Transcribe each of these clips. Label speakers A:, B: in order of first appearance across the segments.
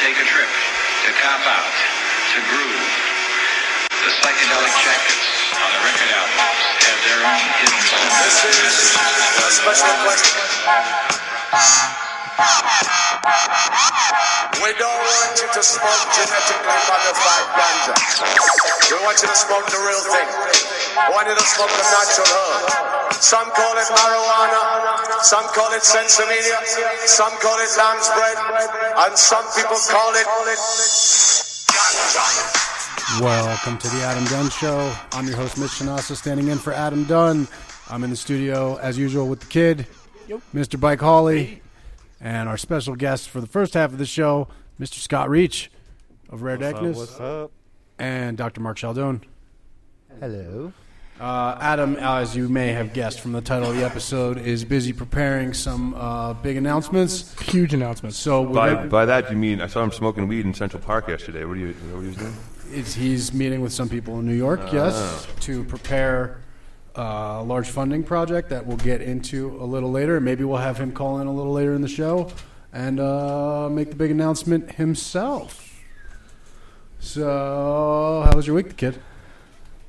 A: take a trip, to cop out, to groove. The psychedelic jackets on the record albums have their own hidden
B: This
A: symbols.
B: is a special question. We don't want you to smoke genetically modified ganja. We want you to smoke the real thing. We want you to smoke the natural herb. Some call it marijuana, some call it sensimilla, some call it lamb's bread, and some people call it ganja.
C: Welcome to the Adam Dunn Show. I'm your host, Mitch Shinasa, standing in for Adam Dunn. I'm in the studio, as usual, with the kid, Mr. Bike Hawley, and our special guest for the first half of the show, Mr. Scott Reach of Rare Deckness,
D: What's up?
C: and Dr. Mark Sheldon.
E: Hello.
C: Uh, Adam, as you may have guessed from the title of the episode, is busy preparing some uh, big announcements.
F: Huge announcements.
C: So we're
D: By,
C: gonna-
D: by that you mean I saw him smoking weed in Central Park yesterday. What are you? What are you doing?
C: It's, he's meeting with some people in New York,
F: Ah.
C: yes, to prepare uh, a large funding project that we'll get into a little later. Maybe we'll have him call in a little later in the show and uh, make the big announcement himself. So, how was your week, kid?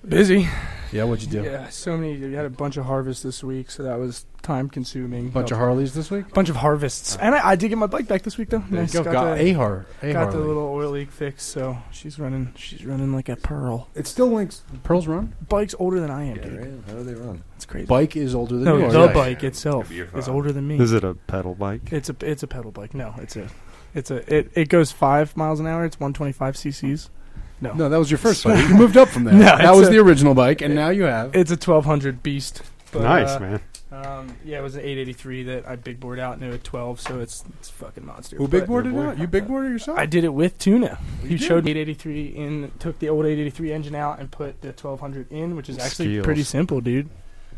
F: Busy.
C: Yeah, what'd you do?
F: Yeah, so many. We had a bunch of harvests this week, so that was time consuming.
C: Bunch of Harleys this week.
F: bunch of harvests, and I, I did get my bike back this week though. Nice.
C: Go,
F: got,
C: got
F: the,
C: a Har, a
F: got the
C: Harley.
F: little oil leak fix, so she's running. She's running like a pearl.
C: It still links Pearl's Run.
F: Bike's older than I am, dude.
D: How do they run?
F: It's crazy.
C: Bike is older than
F: no,
C: yours.
F: the
D: yeah.
F: bike itself
D: Could be your
F: is
D: father.
F: older than me.
G: Is it a pedal bike?
F: It's a it's a pedal bike. No, it's a it's a it, it goes five miles an hour. It's one twenty five cc's.
C: No, that was your first bike. You moved up from that.
F: No,
C: that
F: it's
C: was
F: a-
C: the original bike, and now you have.
F: It's a twelve hundred beast. But,
G: nice,
F: uh,
G: man.
F: Um, yeah, it was an 883 that I big board out into a 12, so it's it's fucking monster.
C: Who
F: But
C: big boarded it out? You big boarded yourself?
F: I did it with Tuna. He showed me 883 in, took the old 883 engine out and put the 1200 in, which is actually
G: Skills.
F: pretty simple, dude.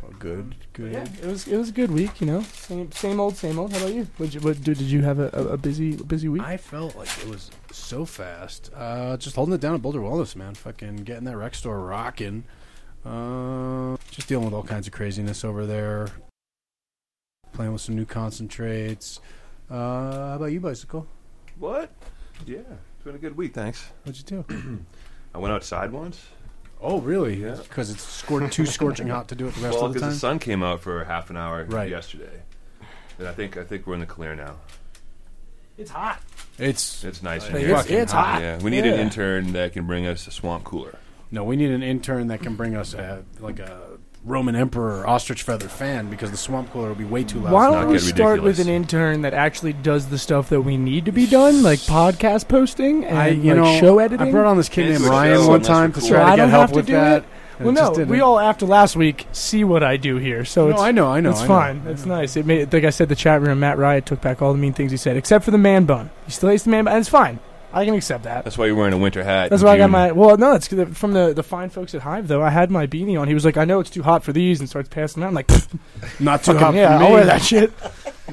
C: Oh, good, good.
F: Yeah, it was it was a good week, you know. Same same old, same old. How about you? Would you what, did, did you have a, a, a busy busy week?
C: I felt like it was so fast. Uh, just holding it down at Boulder Wellness, man. Fucking getting that rec store rocking. Uh, just dealing with all kinds of craziness over there. Playing with some new concentrates. Uh, how about you, bicycle?
D: What? Yeah, it's been a good week. Thanks.
C: What'd you do?
D: I went outside once.
C: Oh, really?
D: Yeah.
C: Because it's scor- too scorching hot to do it the rest
D: well,
C: of the
D: because
C: time.
D: the sun came out for half an hour
C: Right.
D: yesterday, and I think I think we're in the clear now.
F: It's hot.
C: It's
D: It's nice in
C: Hey,
D: here.
C: it's- it's hot.
D: Yeah, we need
C: Yeah.
D: an intern that can bring us a swamp cooler.
C: no. We need an intern that can bring us a like a Roman emperor ostrich feather fan because the swamp cooler will be way too loud.
F: Why
D: not
F: don't we
D: get
F: start
D: ridiculous.
F: with an intern that actually does the stuff that we need to be done, like podcast posting and
C: I you
F: like
C: know
F: show editing?
C: I brought on this kid
D: Can't
C: named
D: do a
C: Ryan
D: show
C: one
D: unless
C: time
D: we're
C: to
D: cool.
C: try
F: Well,
C: to
F: I
C: get
F: don't
C: help
F: have to
C: with
F: do
C: that.
F: it.
C: and
F: Well,
C: it just
F: no,
C: didn't.
F: we all after last week see what I do here, so
C: No,
F: it's,
C: I know, I know,
F: it's
C: I know.
F: fine. It's nice. It made like I said, the chat room. Matt Riot took back all the mean things he said, except for the man bun. He still hates the man bun, and it's fine. I can accept that.
D: That's why you're wearing a winter hat.
F: That's
D: in
F: why I got
D: June.
F: my well. No, it's from the the fine folks at Hive though. I had my beanie on. He was like, "I know it's too hot for these," and starts passing out. I'm like, "Fucking
C: Not too hot
F: "Yeah,
C: for me.
F: I'll wear that shit."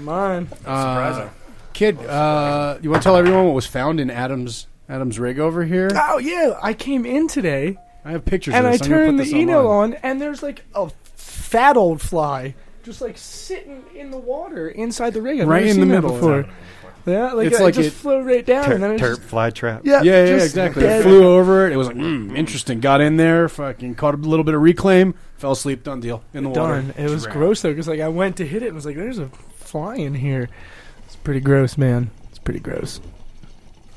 F: Mine.
C: Uh, kid, uh, you want to tell everyone what was found in Adam's Adam's rig over here?
F: Oh yeah, I came in today
C: I have pictures.
F: and
C: of
F: I
C: this. I'm gonna
F: turned
C: put
F: the
C: this
F: email
C: online.
F: on, and there's like a fat old fly just like sitting in the water inside the rig. I've
C: Right
F: never
C: in
F: seen
C: the
F: that
C: middle.
F: before. Yeah, like
C: It's
F: it
C: like
F: just
C: it-
F: flowed right down, and then
G: Ter-
F: it
G: terp
F: just,
G: fly trap.
F: yeah,
C: Yeah, yeah,
F: just
C: exactly.
F: dead.
C: I flew over it. It was like mm, interesting. Got in there, fucking caught a little bit of reclaim, fell asleep, done deal in the
F: Done.
C: water.
F: It was
C: Drowned.
F: gross though, because like I went to hit it and was like, "There's a fly in here." It's pretty gross, man. It's pretty gross.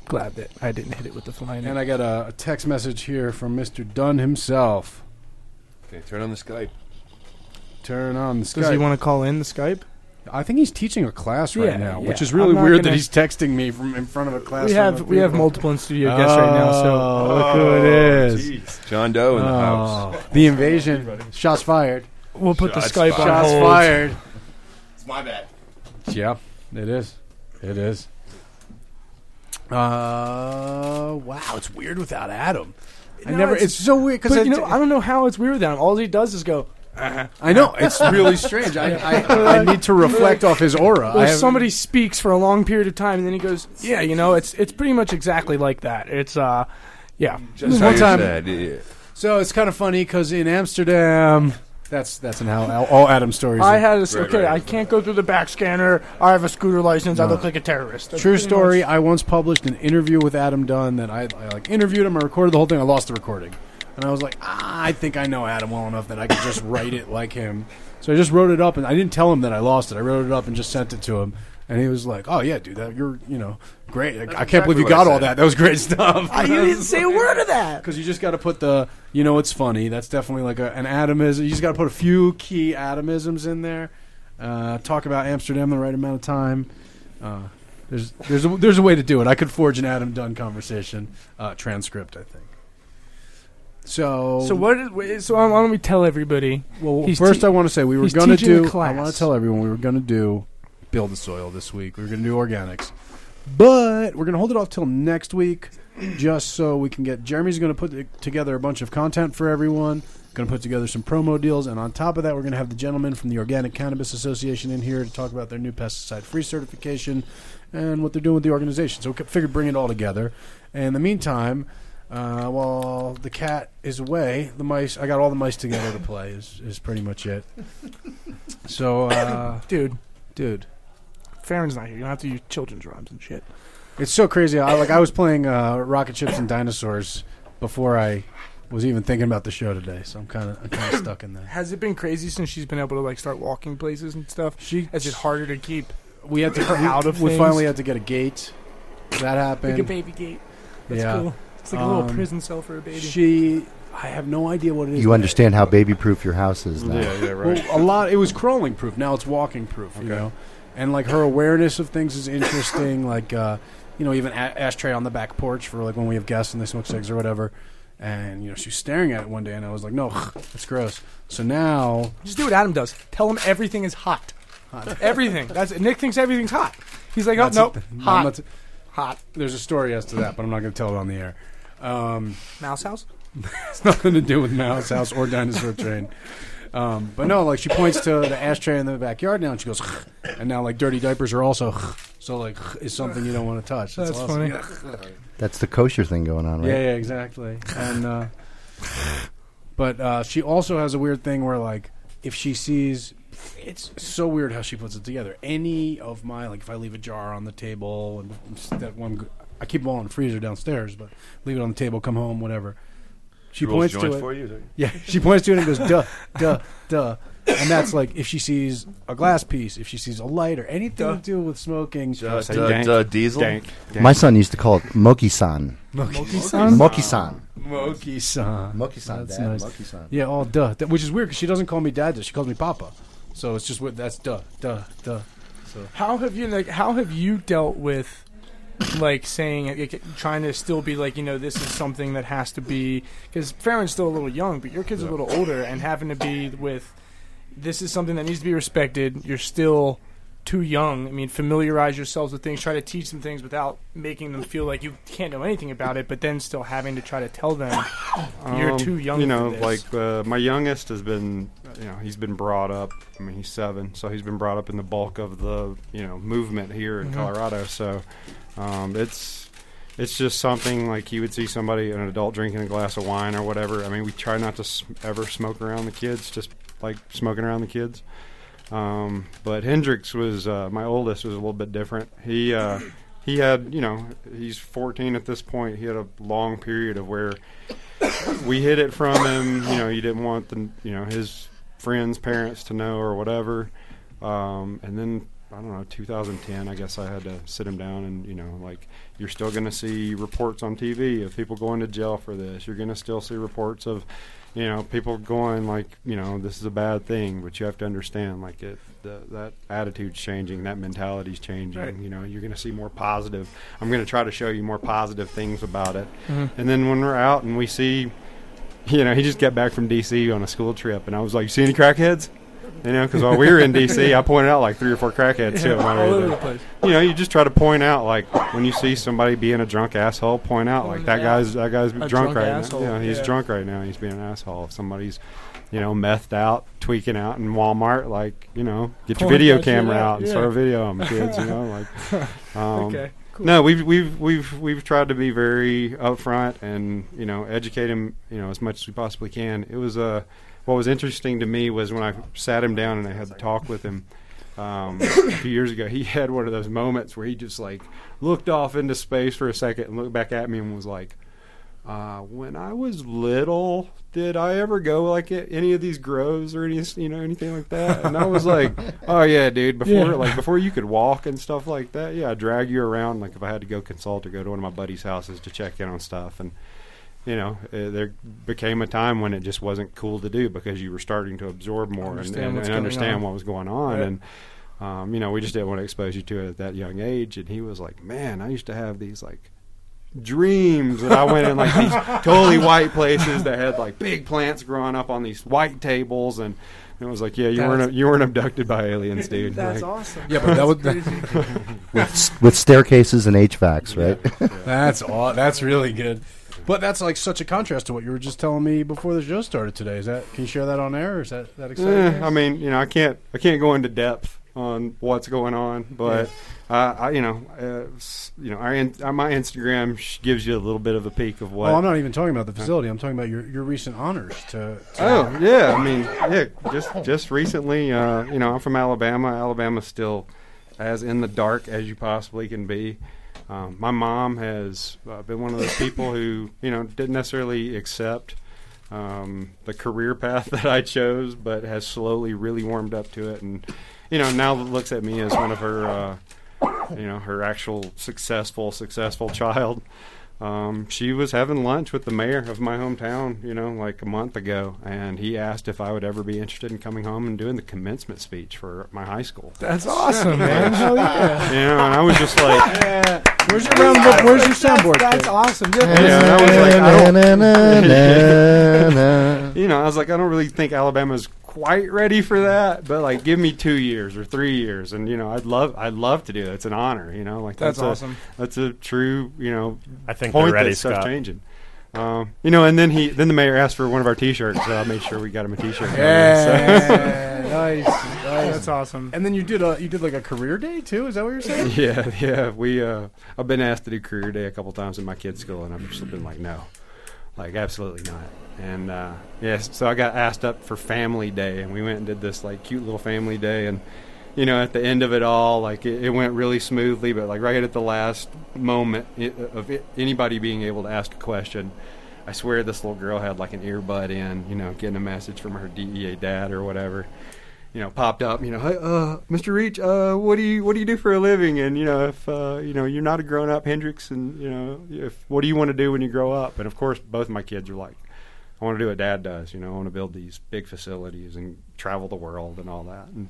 F: Glad that I didn't hit it with the fly. In it.
C: And I got a, a text message here from Mr. Dunn himself.
D: Okay, turn on the Skype.
C: Turn on the
F: Does
C: Skype.
F: he want to call in the Skype?
C: I think he's teaching a class right
F: Yeah,
C: now,
F: yeah.
C: which is really
F: I'm not
C: weird that
F: gonna-
C: he's texting me from in front of Oh, a class.
F: We have we have multiple in studio guests right now, so
C: look who it is.
D: John Doe in the house.
C: Oh, the invasion. Shots fired.
F: we'll put the
D: Shots
F: Skype
D: fired.
F: on
C: Shots
F: hold.
C: fired.
D: It's my bad.
C: Yeah, it is. It is. Uh, wow, it's weird without Adam. I
F: No,
C: never. It's,
F: it's-
C: so weird because
F: But you know, I don't know how it's weird with him. All he does is go.
C: Uh-huh. I know it's really strange. I, I, I need to reflect off his aura.
F: Well,
C: I
F: if
C: have-
F: somebody speaks for a long period of time, and then he goes, "Yeah, you know, it's it's pretty much exactly like that. It's uh, yeah,
D: Just
C: One
D: how you
C: time-
D: said, yeah.
C: So it's kind of funny because in Amsterdam, That's that's in how all- all Adam stories.
F: I
C: are.
F: had a, s-
D: Right,
F: okay.
D: right.
F: I can't go through the back scanner. I have a scooter license. I
C: No.
F: look like a terrorist. That's
C: True
F: pretty
C: story.
F: much-
C: I once published an interview with Adam Dunn that I, I like interviewed him. I recorded the whole thing. I lost the recording, and I was like, ah, I think I know Adam well enough that I could just write it like him. So I just wrote it up, and I didn't tell him that I lost it. I wrote it up and just sent it to him, and he was like, Oh yeah, dude, that you're you know great. I, I can't believe
D: exactly
C: you
D: what
C: got
D: I
C: all
D: said.
C: that. That was great stuff.
F: I, you didn't say a word of that.
C: Because you just got to put the, you know, it's funny. That's definitely like a, an atomism. You just got to put a few key atomisms in there. Uh, talk about Amsterdam the right amount of time. Uh, there's there's a, there's a way to do it. I could forge an Adam Dunn conversation uh, transcript. I think. So
F: So what? Is, wait, so why don't we tell everybody?
C: Well,
F: he's
C: first
F: te-
C: I want to say we were
F: he's
C: going to
F: teaching a
C: do. I
F: class.
C: want to tell everyone we were going to do build the soil this week. We were going to do organics, but we're going to hold it off till next week, just so we can get. Jeremy's going to put t- together a bunch of content for everyone. Going to put together some promo deals, and on top of that, we're going to have the gentleman from the Organic Cannabis Association in here to talk about their new pesticide-free certification and what they're doing with the organization. So we figured bring it all together. And in the meantime. Uh, while the cat is away, the mice. I got all the mice together to play. Is is pretty much it. So, uh,
F: Dude,
C: dude,
F: Farron's not here. You don't have to use children's rhymes and shit.
C: it's so crazy. I like I was playing uh, rocket ships and dinosaurs before I was even thinking about the show today. So I'm kind of I'm kind of stuck in that.
F: Has it been crazy since she's been able to like start walking places and stuff?
C: She
F: Is it harder to keep?
C: we had to
F: her out of
C: We
F: things?
C: finally had to get a gate. That
F: Like a
C: happened.
F: baby gate. That's
C: Yeah.
F: cool. It's like a little
C: Um,
F: prison cell for a baby.
C: She. I have no idea what it is.
E: You understand how baby proof your house is now.
D: Yeah, yeah,
C: Well,
D: right.
C: a lot. It was crawling proof. Now it's walking proof. You
D: Okay.
C: know, and like her awareness of things is interesting. like, uh, you know, even a- ashtray on the back porch for like when we have guests and they smoke cigs or whatever. And you know, she was staring at it one day, and I was like, "No, it's gross." So now,
F: Just do what Adam does. Tell him everything is hot. everything. That's it. Nick thinks everything's hot. He's like, oh
C: that's
F: no,
C: it. I'm
F: hot,
C: not-
F: hot.
C: there's a story as to that, but I'm not going to tell it on the air. Um,
F: Mouse house.
C: It's nothing to do with Mouse House or Dinosaur Train. Um, but no, like she points to the ashtray in the backyard now, and she goes, and now like dirty diapers are also, so like is something you don't want to touch.
F: That's
C: awesome.
F: funny.
E: That's the kosher thing going on, right?
C: Yeah, yeah, exactly. And uh, but uh, she also has a weird thing where like if she sees, it's so weird how she puts it together. Any of my like if I leave a jar on the table and that one, I keep them all in the freezer downstairs, but leave it on the table, come home, whatever. She
D: Rolls
C: points
D: joints
C: to it.
D: for you. is it?
C: Yeah, she points to it and goes, duh, duh, duh. And that's like if she sees a glass piece, if she sees a light or anything to do with smoking.
D: Duh,
G: Say
D: duh,
G: dank,
D: duh, diesel.
G: dank, dank.
E: My son used to call it Moki-san.
F: Moki-san?
E: Moki-san.
C: Moki-san.
E: Moki-san,
C: That's
E: Dad.
C: nice.
E: Moki-san.
C: Yeah, all duh. Th- Which is weird because she doesn't call me dad. She calls me papa. So it's just what that's duh, duh, duh.
F: How have you like? How have you dealt with like saying like, trying to still be like you know this is something that has to be because Farron's still a little young, but your kid's a little older, and having to be with this is something that needs to be respected. You're still too young. I mean, familiarize yourselves with things, try to teach them things without making them feel like you can't know anything about it, but then still having to try to tell them you're
G: Um,
F: too young.
G: You know,
F: for
G: like
F: this.
G: uh, my youngest has been, you know, he's been brought up. I mean, he's seven, so he's been brought up in the bulk of the, you know, movement here in Colorado. So, um, it's it's just something like you would see somebody, an adult, drinking a glass of wine or whatever. I mean, we try not to s- ever smoke around the kids, just like smoking around the kids. Um, but Hendrix was uh, my oldest was a little bit different. He uh, he had you know he's 14 at this point. He had a long period of where we hid it from him. You know, you didn't want the you know his friends, parents to know or whatever. Um, and then I don't know, 2010. I guess I had to sit him down and you know like you're still going to see reports on TV of people going to jail for this. You're going to still see reports of you know people going like you know this is a bad thing, but you have to understand like it. The, that attitude's changing, that mentality's changing.
F: Right.
G: You know, you're going to see more positive. I'm going to try to show you more positive things about it. And then when we're out and we see you know, he just got back from D.C. on a school trip, and I was like, "You see any crackheads?" You know, because while we were in D.C., I pointed out like three or four crackheads too.
F: all over the place.
G: You know, you just try to point out like when you see somebody being a drunk asshole, point out like
F: Point
G: that
F: it out.
G: guy's that guy's drunk,
F: drunk
G: right
F: asshole,
G: now. Yeah, he's
F: yeah.
G: drunk right now. He's being an asshole. If somebody's you know, methed out, tweaking out in Walmart, like, you know, get
F: Point
G: your video
F: that shit
G: camera
F: out,
G: out and
F: yeah.
G: start a video on the kids, you know, like um,
F: okay. Cool.
G: no, we've we've we've we've tried to be very upfront and you know educate him you know as much as we possibly can. It was uh, what was interesting to me was when I sat him down and I had a talk with him um, a few years ago. He had one of those moments where he just like looked off into space for a second and looked back at me and was like, uh, "When I was little, did I ever go like a- any of these groves or any you know anything like that?" And I was like, "Oh yeah, dude. Before
F: Yeah.
G: like before you could walk and stuff like that, yeah, I drag you around. Like if I had to go consult or go to one of my buddies' houses to check in on stuff and." you know, uh, there became a time when it just wasn't cool to do because you were starting to absorb more
F: Understand
G: and, and,
F: what's
G: and
F: going
G: understand
F: on.
G: what was going on.
F: Right.
G: And, um, you know, we just didn't want to expose you to it at that young age. And he was like, man, I used to have these like dreams that I went in like these totally white places that had like big plants growing up on these white tables. And, and it was like, yeah, you weren't,
F: That's-
G: you weren't abducted by aliens, dude.
F: That's
G: Like,
F: awesome.
C: Yeah, but that would
E: with, with staircases and HVACs, right?
C: that's all. That's really good. But that's like such a contrast to what you were just telling me before the show started today. Is that can you share that on air? Or is that that exciting?
G: Eh, I mean, you know, I can't I can't go into depth on what's going on, but uh, I, you know, uh, s- you know, our, in, uh my Instagram sh- gives you a little bit of a peek of what.
C: well, Oh, I'm not even talking about the facility. I'm talking about your, your recent honors to, to
G: Oh yeah, I mean, yeah, just just recently, uh, you know, I'm from Alabama. Alabama's still as in the dark as you possibly can be. Um, my mom has uh, been one of those people who, you know, didn't necessarily accept um, the career path that I chose, but has slowly really warmed up to it, and you know, now looks at me as one of her. Uh, you know her actual successful successful child um, she was having lunch with the mayor of my hometown you know like a month ago and he asked if i would ever be interested in coming home and doing the commencement speech for my high school
F: That's awesome, man. Hell yeah.
G: you know and i was just like
C: Where's your round of, Where's your soundboard?
F: That's
C: kid?
F: awesome.
G: Yeah, that was like, I don't-
E: Na-na-na-na-na-na.
G: you know i was like i don't really think alabama's quite ready for that but like give me two years or three years and you know i'd love i'd love to do it it's an honor you know like
F: That's
G: that's,
F: awesome.
G: a, that's a true you know
H: I think they're
G: point
H: ready,
G: that stuff's
H: Scott.
G: changing. Um, you know, and then he then the mayor asked for one of our T-shirts, so I made sure we got him a T-shirt.
C: Yeah, nice, nice.
F: That's awesome.
C: And then you did a you did like a career day too. Is that what you're saying?
G: yeah, yeah. We uh, I've been asked to do career day a couple times in my kids' school, and I've just been like, no, like absolutely not. And uh, yes, so I got asked up for family day, and we went and did this like cute little family day, and you know, at the end of it all, like it, it went really smoothly, but like right at the last moment i of it, anybody being able to ask a question. I swear this little girl had like an earbud in, you know, getting a message from her DEA dad or whatever you know, popped up. You know, hey, uh, Mr. Reach, uh, what do you what do you do for a living? And you know, if uh, you know you're not a grown up Hendrix, and you know, if what do you want to do when you grow up? And of course, both my kids are like, I want to do what Dad does. You know, I want to build these big facilities and travel the world and all that. And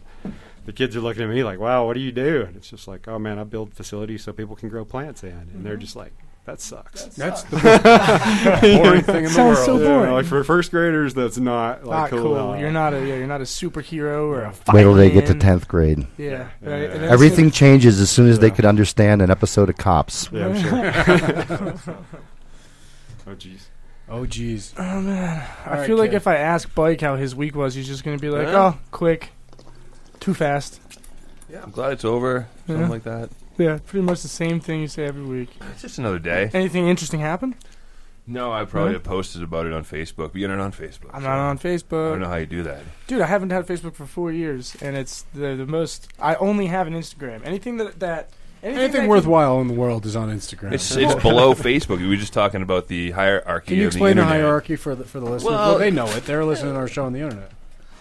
G: the kids are looking at me like, Wow, what do you do? And it's just like, Oh man, I build facilities so people can grow plants in. And
F: Mm-hmm.
G: they're just like, That sucks.
C: That's the most boring thing in the
F: Sounds
C: world.
F: so
G: You know,
F: boring.
G: like for first graders, that's not like uh,
F: Not
G: cool. at
F: cool.
G: all.
F: You're not a yeah, you're not a superhero or a
E: Wait till they get to
F: fireman.
E: tenth grade.
F: Yeah,
G: Yeah.
F: right. And that's
E: Everything changes as soon as they
G: Yeah.
E: could understand an episode of Cops.
G: Yeah, I'm sure. oh, jeez.
C: Oh, geez.
F: I feel like if I ask Blake how his week was, he's just gonna be like,
D: Huh?
F: "Oh, quick, too fast."
D: Yeah, I'm glad it's over. Something
F: Yeah.
D: like that.
F: Yeah, pretty much the same thing you say every week.
D: It's just another day.
F: Anything interesting happen?
D: No, I probably
F: Huh?
D: have posted about it on Facebook, but you're not on Facebook.
F: I'm
D: so
F: not on
D: I don't
F: Facebook,
D: know how you do that.
F: dude. I haven't had Facebook for four years, and it's the the most. I only have an Instagram. Anything that that anything, that
C: Anything
F: can-
C: worthwhile in the world is on Instagram.
D: It's it's below Facebook. We were just talking about the hierarchy.
C: Can you
D: of
C: explain
D: the
C: the,
D: internet.
C: hierarchy for the for the listeners? Well,
D: Well-
C: they know it. They're listening to our show on the internet.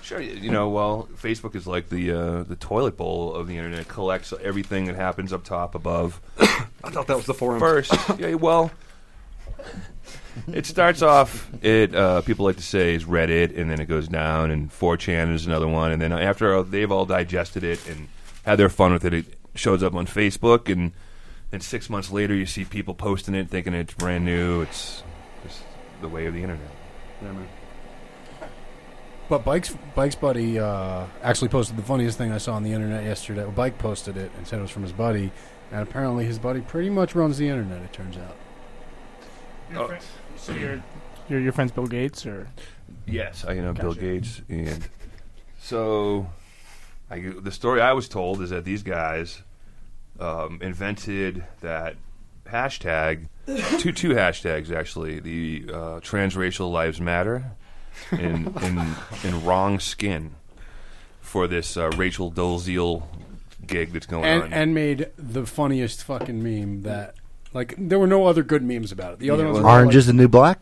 D: Sure, y- you know, well, Facebook is like the uh, the toilet bowl of the internet. It collects everything that happens up top, above.
G: I thought that was the forum.
D: First, yeah, well, it starts off. It uh, people like to say is Reddit, and then it goes down, and 4chan is another one, and then after all- they've all digested it and had their fun with it, it shows up on Facebook, and then six months later, you see people posting it, thinking it's brand new. It's just the way of the internet.
C: But Bike's Bike's buddy uh, actually posted the funniest thing I saw on the internet yesterday. Well, Bike posted it and said it was from his buddy, and apparently his buddy pretty much runs the internet. It turns out.
F: So your your your friends Bill Gates or
D: Yes, I know Bill
F: Gotcha.
D: Gates, and so I, the story I was told is that these guys um, invented that hashtag, two two hashtags actually, the uh, transracial lives matter, in in in wrong skin for this uh, Rachel Dolezal gig that's going on.
C: and and made the funniest fucking meme that like there were no other good memes about it. The other
D: Yeah,
C: ones
D: well-
C: were all
E: Orange
C: like-
E: is the new black.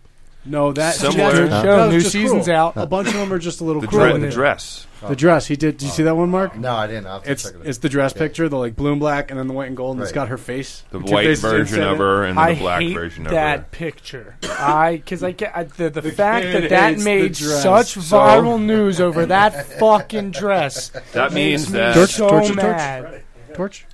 C: no that
D: Similar.
C: that- that
F: Show,
C: was
F: new
C: just
F: season's
C: cruel.
F: out.
C: A bunch of them are just a little
D: the,
C: cruel.
D: dre- the dress.
C: The dress. He did. Did you see that one, Mark?
E: No, I didn't. I'll
C: It's it's the dress picture, the like blue and black, and then the white and gold, and it's
E: Right.
C: got her face.
D: The
C: Her two
D: white
C: faces
D: version
C: instead
D: of her and then
F: I
D: the black
F: hate
D: version of
F: that
D: her.
F: picture. I because I get I, the, the fact that that
C: hates the
F: made
C: dress.
F: such
C: So-
F: viral news over that fucking dress.
D: That means
F: makes me
D: that.
F: so
C: torch, torch.
F: mad.
C: Torch.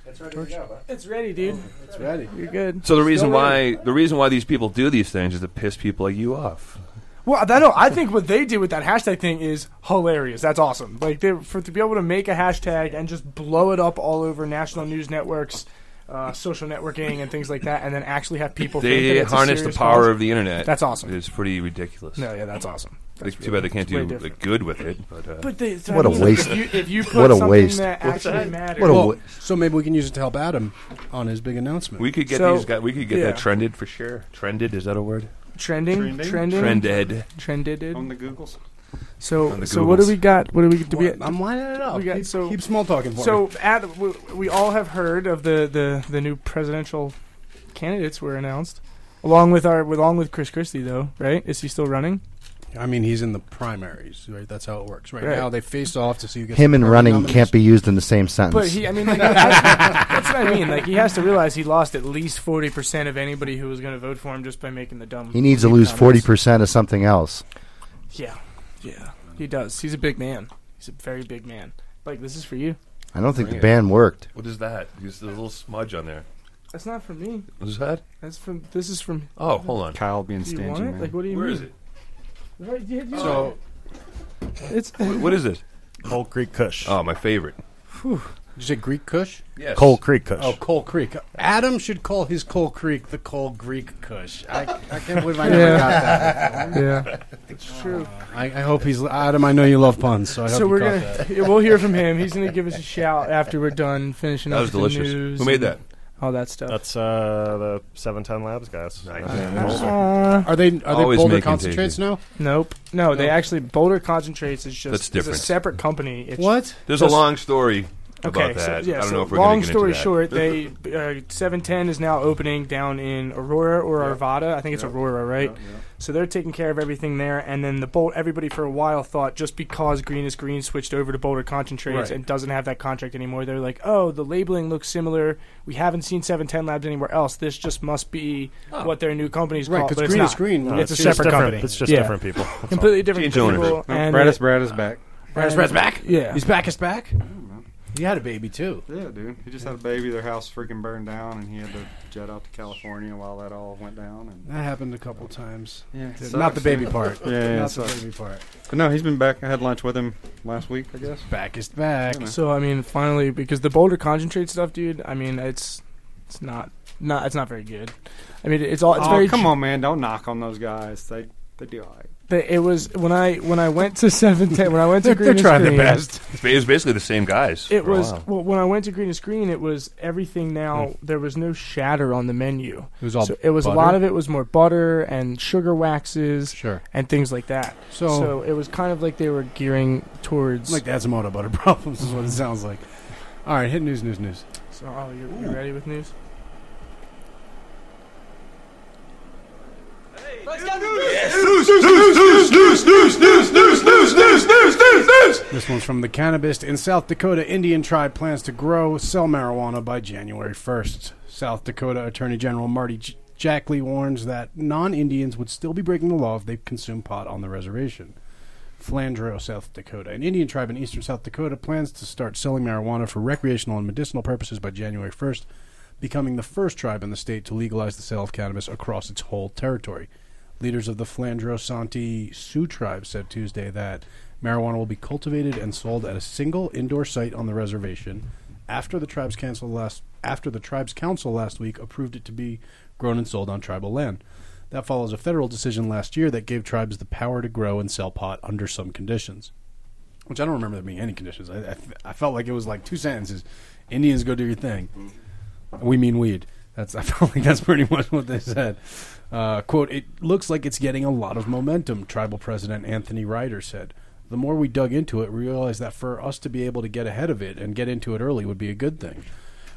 F: It's ready, dude.
C: It's ready.
F: You're good.
D: So the reason why the reason why these people do these things is to piss people like you off.
F: Well, that no, I think what they did with that hashtag thing is hilarious. That's awesome. Like they for to be able to make a hashtag and just blow it up all over national news networks, uh, social networking, and things like that, and then actually have people. think
D: They
F: that it's a
D: harness the
F: serious
D: power
F: cause.
D: of the internet.
F: That's awesome.
D: It's pretty ridiculous.
F: No, yeah, that's awesome.
D: Like, too bad they can't do
F: way different.
D: like, good with it. But, uh,
F: But they, so
E: What
F: I
E: a
F: mean, like,
E: waste.
F: If you, if you put
E: What a
F: something
E: waste.
F: that actually matters,
E: What a
C: Well,
E: wa-
C: Oh, so maybe we can use it to help Adam on his big announcement.
D: we could get
F: So-
D: these guys. We could get
F: yeah.
D: that trended for sure. Trended is that a word?
F: trending,
G: Trending?
F: trending,
D: Trended.
F: trended.
G: on the Googles.
F: so,
D: on the
F: so what do
D: Googles.
F: we got? What do we do? We,
C: I'm lining it up.
F: We got-
C: keep,
F: so-
C: keep small talking for me.
F: So, Adam, we, we all have heard of the, the, the new presidential candidates were announced, along with our along with Chris Christie, though, right? Is he still running?
C: I mean, he's in the primaries, right? That's how it works. Right,
F: Right.
C: now, they face off to see who gets
E: Him
C: the
E: and
C: primary
E: running
C: nominees.
E: can't be used in the same sentence.
F: But he, I mean, like, that's, that's what I mean. Like, he has to realize he lost at least forty percent of anybody who was going to vote for him just by making the dumb.
E: He needs to
F: dumb
E: lose forty
F: comments.
E: percent of something else.
F: Yeah, yeah, he does. He's a big man. He's a very big man. Like, this is for you.
E: I don't think
D: Bring
E: the
D: it.
E: ban worked.
D: What is that? There's a little smudge on there.
F: That's not for me.
D: What is that?
F: That's from. This is from.
D: Oh, hold on.
G: Kyle being
F: Do you
G: stingy,
F: want it?
G: man.
F: Like, what do you
D: Where
F: mean?
D: is it?
F: Right, yeah, yeah.
D: So
F: it's
D: wh- what is this?
H: Cold Creek Kush.
D: Oh, my favorite.
C: Did you say Greek Kush?
D: Yes.
H: Cold Creek Kush.
C: Oh, Coal Creek. Adam should call his Coal Creek the Coal Greek Kush. I, I can't believe I never
F: Yeah.
C: got that. Uh,
F: yeah, it's true.
C: I, I hope he's Adam. I know you love puns, so I hope
F: So
C: you
F: we're
C: caught
F: gonna yeah, we'll hear from him. He's gonna give us a shout after we're done finishing
D: That
F: up
D: was
F: with
D: delicious.
F: the news.
D: Who made
F: and
D: that?
F: All that stuff.
H: That's uh, the 710 Labs guys.
D: Nice.
F: Uh,
C: that. Are they are they
D: Always
C: Boulder
D: making
C: concentrates now?
F: nope. No, they actually Boulder Concentrates is just
D: That's
F: is a
D: different.
F: separate company. It's
C: What?
D: There's
F: Just-
D: a long story
F: Okay,
D: about that.
F: so, yeah,
D: I don't
F: so
D: know if we're
F: long
D: gonna get
F: story
D: into that.
F: short, they uh, 710 is now opening down in Aurora or Arvada. I think it's Aurora, right? So they're taking care of everything there, and then the Boulder. Everybody for a while thought just because Green is Green switched over to Boulder Concentrates
C: Right.
F: and doesn't have that contract anymore, they're like, oh, the labeling looks similar. We haven't seen 710 Labs anywhere else. This just must be
C: Oh.
F: what their new company's
C: Right,
F: called. but it's
C: because Green
F: not.
C: is Green.
H: No,
F: It's a
H: just
F: separate
H: different-
F: company.
H: It's just
F: Yeah.
H: different people. That's all.
F: Completely different
D: Change owners.
F: people.
G: No,
F: and-
G: Bratis Brad is back.
C: Brad's, Brad's back.
F: Yeah.
C: he's back. Is back. He had a baby too.
G: Yeah, dude. He just had a baby. Their house freaking burned down, and he had to jet out to California while that all went down. And
C: That happened a couple times.
G: yeah, it
C: Not
G: sucks,
C: the baby
G: man.
C: part.
G: Yeah, yeah,
C: Not
G: it
C: the
G: sucks.
C: baby part.
G: But no, he's been back. I had lunch with him last week, I guess.
C: Back is back.
G: Yeah, man.
F: So I mean, finally, because the Boulder Concentrate stuff, dude. I mean, it's it's not not it's not very good. I mean, it's all it's
G: oh,
F: very.
G: come on, man! Don't knock on those guys. They they do all right.
F: th- It was when I when I went to seven ten when I went to
C: They're,
F: Green
C: they're
F: and
C: trying their
F: Screen,
C: best.
D: It's ba- It's basically the same guys.
F: It
D: for a
F: was
D: while.
F: well when I went to Green and Screen, it was everything. Now
H: Hmm.
F: there was no shatter on the menu,
C: It was all.
F: so it was a lot of it was more butter and sugar waxes
C: Sure.
F: and things like that.
C: So,
F: so it was kind of like they were gearing towards.
C: like that's moto butter problems is what it sounds like. All right, hit news, news, news.
F: so, oh, you're, you ready with news?
C: This one's from the cannabis in South Dakota. Indian tribe plans to grow, sell marijuana by January 1st. South Dakota Attorney General Marty J- Jackley warns that non-Indians would still be breaking the law if they consume pot on the reservation. Flandreau, South Dakota. An Indian tribe in eastern South Dakota plans to start selling marijuana for recreational and medicinal purposes by January 1st, becoming the first tribe in the state to legalize the sale of cannabis across its whole territory. Leaders of the Flandreau Santee Sioux tribe said Tuesday that marijuana will be cultivated and sold at a single indoor site on the reservation after the tribe's council last after the tribe's council last week approved it to be grown and sold on tribal land. That follows a federal decision last year that gave tribes the power to grow and sell pot under some conditions. Which I don't remember there being any conditions. I, I, I felt like it was like two sentences. Indians go do your thing. We mean weed. That's I felt like that's pretty much what they said. Uh, quote: It looks like it's getting a lot of momentum. Tribal President Anthony Ryder said. The more we dug into it, we realized that for us to be able to get ahead of it and get into it early would be a good thing.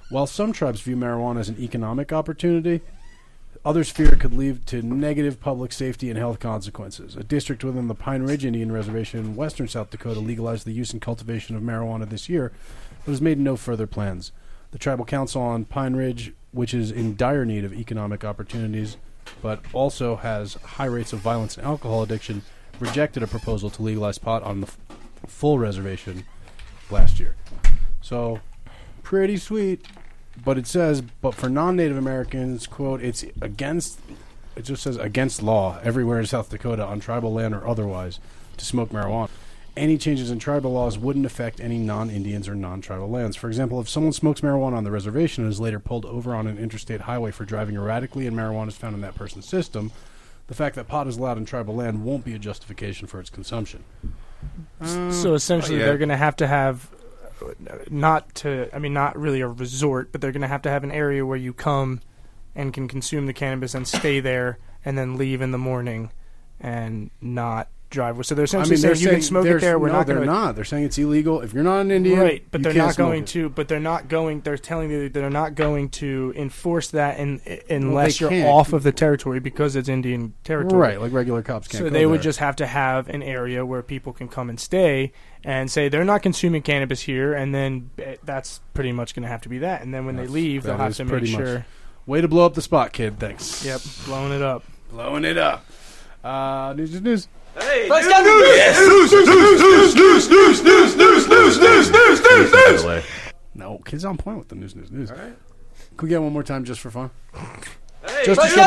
C: While some tribes view marijuana as an economic opportunity, Others fear it could lead to negative public safety and health consequences. A district within the Pine Ridge Indian Reservation in western South Dakota legalized the use and cultivation of marijuana this year, but has made no further plans. The Tribal Council on Pine Ridge, which is in dire need of economic opportunities but also has high rates of violence and alcohol addiction, rejected a proposal to legalize pot on the f- full reservation last year. So, pretty sweet but it says, but for non-Native Americans, quote, it's against. It just says against law everywhere in South Dakota on tribal land or otherwise to smoke marijuana. Any changes in tribal laws wouldn't affect any non-Indians or non-tribal lands. For example, if someone smokes marijuana on the reservation and is later pulled over on an interstate highway for driving erratically and marijuana is found in that person's system, the fact that pot is allowed in tribal land won't be a justification for its consumption. Mm.
F: So essentially,
D: yeah.
F: they're going to have to have uh, not to. I mean, not really a resort, but they're going to have to have an area where you come and can consume the cannabis and stay there, and then leave in the morning and not drive. So they're essentially saying you can smoke it
C: there's-
F: there. We're
C: no,
F: not
C: they're
F: going
C: not. They're saying it's illegal. If you're not an Indian,
F: Right, but
C: you
F: they're
C: can't
F: not
C: smoke
F: going
C: it.
F: to. But they're not going. They're telling you that they're not going to enforce that, in, unless you're
C: can't.
F: off of the territory because it's Indian territory.
C: Right, like regular cops can't.
F: So
C: go
F: they would
C: there.
F: just have to have an area where people can come and stay and say they're not consuming cannabis here, and then eh, that's pretty much going to have to be that. And then when they
C: That's-
F: leave,
C: that
F: they'll have
C: is
F: to make
C: pretty much-
F: sure.
C: way to blow up the spot, kid. Thanks.
F: Yep, blowing it up.
C: blowing it up. Uh, news, news, news.
D: Delay.
C: No, kids on point with the news, news, news. All right. Could we get one more time just for fun? just to show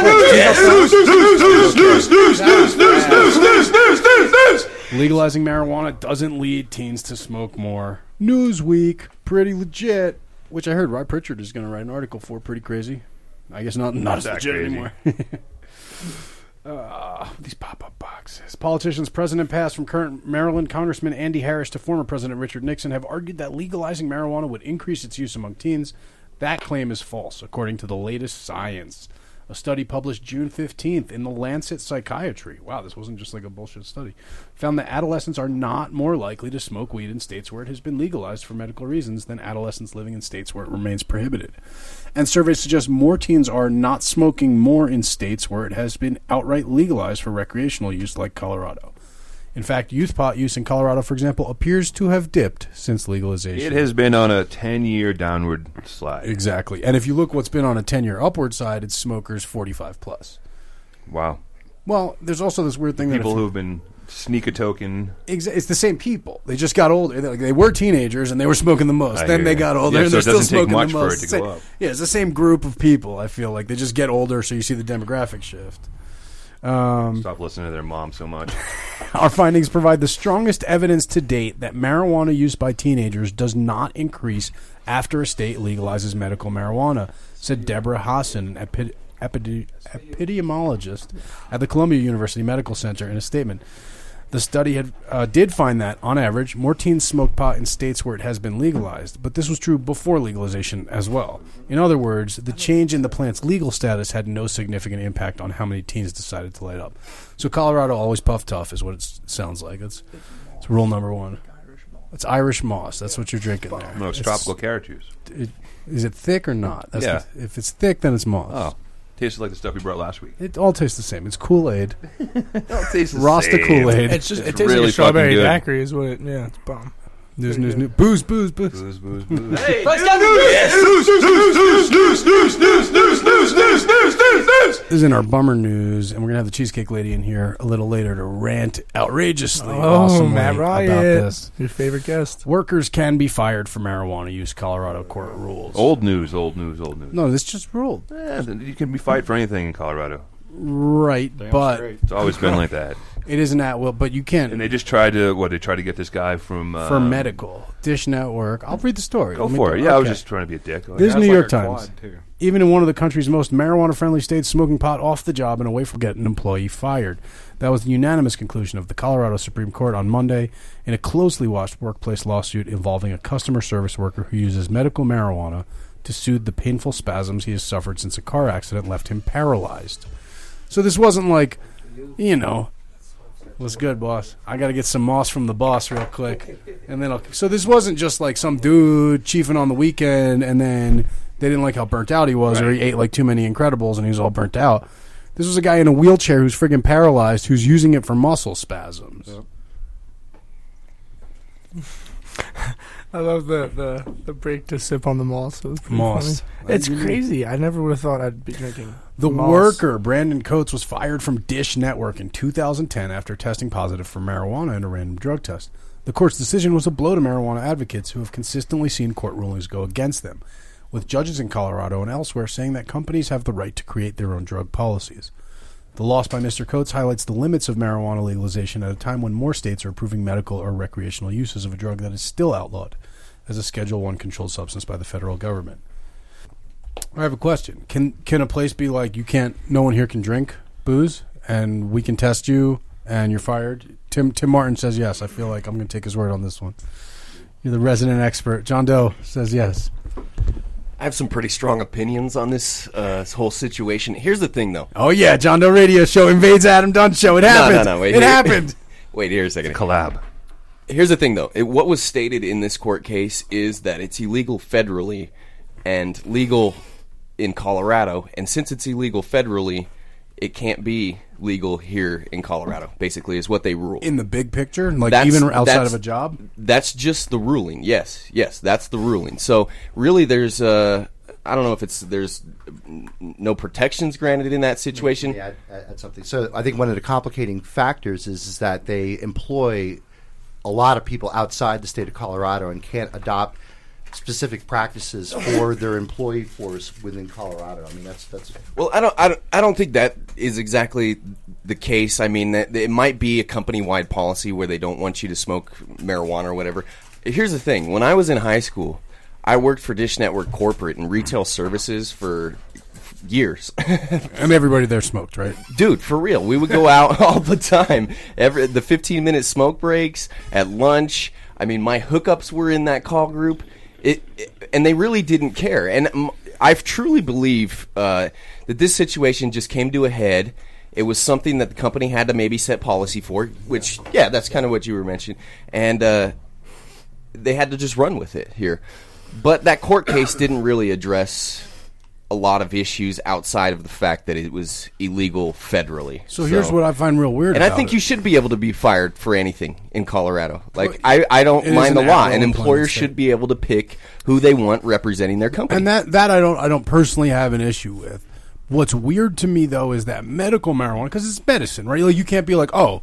C: folks, legalizing marijuana doesn't lead teens to smoke more. Newsweek, pretty legit. Which I heard Rob Pritchard is going to write an article for. Pretty crazy. I guess not not as
D: that
C: legit
D: crazy.
C: anymore. Uh, these pop-up boxes. Politicians, President Pass from current Maryland Congressman Andy Harris to former President Richard Nixon have argued that legalizing marijuana would increase its use among teens. That claim is false, according to the latest science. A study published June 15th in the Lancet Psychiatry. Wow, this wasn't just like a bullshit study. Found that adolescents are not more likely to smoke weed in states where it has been legalized for medical reasons than adolescents living in states where it remains prohibited and surveys suggest more teens are not smoking more in states where it has been outright legalized for recreational use, like Colorado. In fact, youth pot use in Colorado, for example, appears to have dipped since
D: It
C: legalization.
D: has been on a ten-year downward slide.
C: Exactly. And if you look what's been on a 10 year upward side, it's smokers 45 plus.
D: Wow,
C: Well, there's also this weird thing that if
D: people who've been sneak a token.
C: Exa- it's the same people. They just got older. They, like, they were teenagers and they were smoking the most.
D: I
C: then
D: hear
C: they
D: you.
C: got older
D: Yeah, so
C: and they're
D: it
C: still
D: doesn't take
C: smoking
D: much
C: the
D: for it
C: most.
D: to
C: It's the-
D: go up.
C: Yeah, it's the same group of people. I feel like they just get older, so you see the demographic shift. Um,
D: Stop listening to their mom so much.
C: Our findings provide the strongest evidence to date that marijuana use by teenagers does not increase after a state legalizes medical marijuana, said Deborah Hassan, an epi- epide- epidemiologist at the Columbia University Medical Center, in a statement. The study had, uh, did find that, on average, more teens smoke pot in states where it has been legalized, but this was true before legalization as well. In other words, the change in the plant's legal status had no significant impact on how many teens decided to light up. So Colorado always puff tough is what it s- sounds like. That's, that's rule number one. It's Irish moss. That's what you're drinking there.
D: No, it's
C: It's-
D: tropical carrot juice.
C: it- is it thick or not? That's
D: Yeah.
C: the- if it's thick, then it's moss.
D: Oh, tasted like the stuff you brought last week.
C: It all tastes the same. It's Kool Aid.
D: tastes
C: Rasta Kool Aid.
F: It's just
D: It's
F: it tastes
D: really fucking
F: like a strawberry
D: good.
F: daiquiri, is what. It, yeah, it's bomb.
C: News, news, news. Booze, booze, booze.
D: Booze, booze, booze.
C: This is in our bummer news, and we're gonna have the cheesecake lady in here a little later to rant outrageously, awesomely about this.
F: Oh, your favorite guest.
C: Workers can be fired for marijuana use. Colorado court rules.
D: Old news, old news, old news.
C: No, this just ruled
D: Eh, you can be fired for anything in Colorado.
C: right, but
G: straight.
D: It's always been like that.
C: it isn't at will. But you can't
D: And they just tried to what? They tried to get this guy from uh,
C: for medical Dish Network. I'll read the story.
D: Go
C: Let me
D: for
C: do-
D: it. Yeah, I was
C: okay.
D: just trying to be a dick. Like,
C: This
G: That's
C: New
G: like
C: York
G: a
C: Times.
G: quad, too.
C: Even in one of the country's most marijuana friendly states, smoking pot off the job and away from getting an employee fired. That was the unanimous conclusion of the Colorado Supreme Court on Monday in a closely watched workplace lawsuit involving a customer service worker who uses medical marijuana to soothe the painful spasms he has suffered since a car accident left him paralyzed. So this wasn't like, you know, what's good, boss? I got to get some moss from the boss real quick, and then I'll. So this wasn't just like some dude chiefing on the weekend, and then they didn't like how burnt out he was, or he ate like too many Incredibles, and he was all burnt out. This was a guy in a wheelchair who's friggin' paralyzed, who's using it for muscle spasms.
F: I love the, the, the break to sip on the moss. It was pretty
C: Moss.
F: funny. It's crazy. I never would have thought I'd be drinking.
C: The
F: moss.
C: worker, Brandon Coates, was fired from Dish Network in 2010 after testing positive for marijuana in a random drug test. The court's decision was a blow to marijuana advocates who have consistently seen court rulings go against them, with judges in Colorado and elsewhere saying that companies have the right to create their own drug policies. The loss by Mr. Coates highlights the limits of marijuana legalization at a time when more states are approving medical or recreational uses of a drug that is still outlawed as a Schedule 1 controlled substance by the federal government. I have a question. Can can a place be like you can't? No one here can drink booze, and we can test you, and you're fired. Tim Tim Martin says yes. I feel like I'm going to take his word on this one. You're the resident expert. John Doe says yes.
I: I have some pretty strong opinions on this, uh, this whole situation. Here's the thing, though.
C: Oh yeah, John Doe radio show invades Adam Dunn show. Oh, It happened.
I: No, no, no. Wait,
C: it
I: here-
C: happened.
I: Wait here a second.
D: Collab.
I: Here's the thing, though. It, what was stated in this court case is that it's illegal federally and legal in Colorado. And since it's illegal federally, it can't be legal here in Colorado, basically, is what they ruled.
C: In the big picture, like
I: That's-
C: even outside
I: that's-
C: of a job,
I: that's just the ruling. Yes, yes, that's the ruling. So really, there's uh, I don't know if it's there's no protections granted in that situation.
E: add, add something. So I think one of the complicating factors is, is that they employ a lot of people outside the state of Colorado and can't adopt specific practices for their employee force within Colorado. I mean, that's that's
I: Well, I don't, I don't, I don't think that is exactly the case. I mean, that it might be a company-wide policy where they don't want you to smoke marijuana or whatever. Here's the thing: when I was in high school, I worked for Dish Network corporate and retail services for years.
C: I mean everybody there smoked, right?
I: dude for real we would go out all the time every the 15 minute smoke breaks at lunch i mean my hookups were in that call group it, it- and they really didn't care and um, i truly believe uh, that this situation just came to a head it was something that the company had to maybe set policy for which yeah that's kind of what you were mentioning and uh, they had to just run with it here but that court case didn't really address a lot of issues outside of the fact that it was illegal federally.
C: So, here's what I find real weird.
I: and I
C: about
I: think
C: it.
I: you should be able to be fired for anything in Colorado. Like I, I don't
C: It is
I: mind the
C: an
I: law.
C: at-will
I: An employer
C: employment
I: should
C: state.
I: be able to pick who they want representing their company.
C: and that that I don't I don't personally have an issue with. What's weird to me though is that medical marijuana because it's medicine, right? Like you can't be like, oh,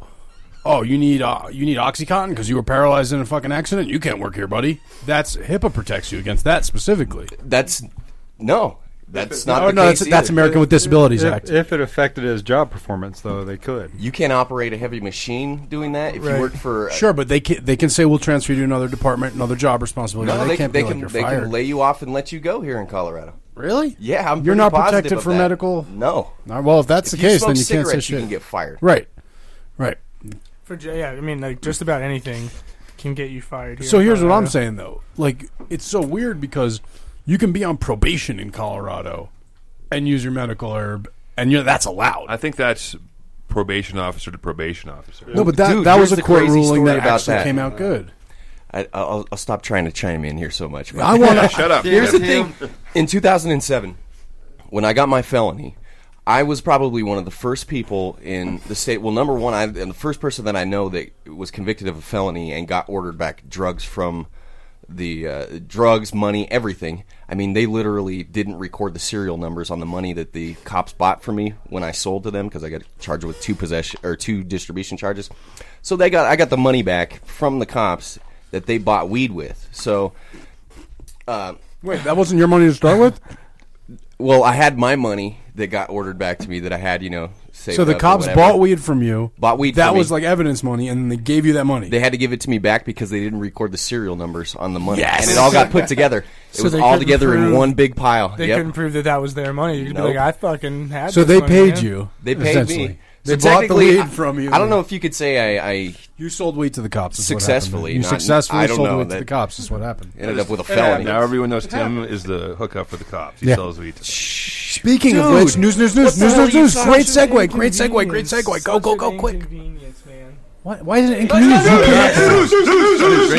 C: oh, you need uh, you need OxyContin because you were paralyzed in a fucking accident. You can't work here, buddy. That's HIPAA protects you against that specifically.
I: that's no. That's not
C: Oh
I: the
C: no,
I: case
C: that's that's
I: either.
C: American with Disabilities
G: If,
C: Act.
G: if it affected his job performance, though, they could.
I: You can't operate a heavy machine doing that if
C: Right.
I: you work for
C: Sure, but they can, they can say we'll transfer you to another department, another job responsibility.
I: No, they, can
C: can't
I: they
C: be
I: can
C: like
I: they
C: you're fired.
I: can lay you off and let you go here in Colorado.
C: really?
I: Yeah, I'm
C: you're
I: pretty
C: not
I: positive
C: protected
I: of
C: for
I: that.
C: medical.
I: No,
C: Uh, Well, if that's
I: If
C: the
I: you
C: case,
I: smoke
C: then you can't say
I: cigarettes,
C: shit.
I: you can get fired.
C: right, right.
F: For j- yeah, I mean, like just about anything can get you fired. Here
C: So
F: in
C: here's what I'm
F: Colorado.
C: saying though. Like it's so weird because you can be on probation in Colorado and use your medical herb and you that's allowed.
D: I think that's probation officer to probation officer.
C: no, but that
I: Dude,
C: that was
I: here's
C: a
I: the
C: court
I: crazy
C: ruling
I: story
C: that
I: about
C: actually
I: that.
C: came out good.
I: I, I'll, I'll stop trying to chime in here so much. but-
C: I want to
D: Shut up.
I: Here's the
D: Tim.
I: thing. In 2007, when I got my felony, I was probably one of the first people in the state. Well, number one, I, and the first person that I know that was convicted of a felony and got ordered back drugs from the uh, drugs, money, everything. I mean, they literally didn't record the serial numbers on the money that the cops bought from me when I sold to them because I got charged with two possession or two distribution charges. So they got I got the money back from the cops that they bought weed with. So uh,
C: Wait, that wasn't your money to start with?
I: Well, I had my money that got ordered back to me that I had, you know. Saved
C: So the
I: up or
C: cops
I: whatever.
C: bought weed from you.
I: Bought weed
C: That
I: from me.
C: was like evidence money and they gave you that money.
I: They had to give it to me back because they didn't record the serial numbers on the money,
C: Yes.
I: and it all got put together. It
F: So
I: was
F: they
I: all
F: couldn't
I: together in
F: prove-
I: one big pile.
F: They
I: Yep.
F: couldn't prove that that was their money. You'd
I: Nope.
F: be like, I fucking had.
C: so
F: this
C: they
F: money,
C: paid
F: man.
C: you.
I: They paid
C: essentially.
I: me.
C: They
I: so
C: bought the
I: technically,
C: weed
I: I-
C: from you.
I: I don't know if you could say I, I
C: You sold weed to the cops. is what happened.
I: Successfully,
C: You
I: not-
C: successfully
I: I don't
C: sold
I: know
C: weed
I: that-
C: to the cops. Is what happened.
I: ended up with a
D: Yeah,
I: felony.
D: now everyone knows Tim is the hookup for the cops. He
C: Yeah.
D: sells weed.
C: Speaking of
I: Dude,
C: which, news, news, news,
F: the
C: news,
F: hell
C: news,
F: you
C: news.
F: saw?
C: Great
F: Such an
C: segue, great segue,
F: inconvenience.
C: great segue. Go,
F: Such
C: go,
F: an
C: go, quick.
F: inconvenience, man.
C: Why, why is it inconvenient? Who connected?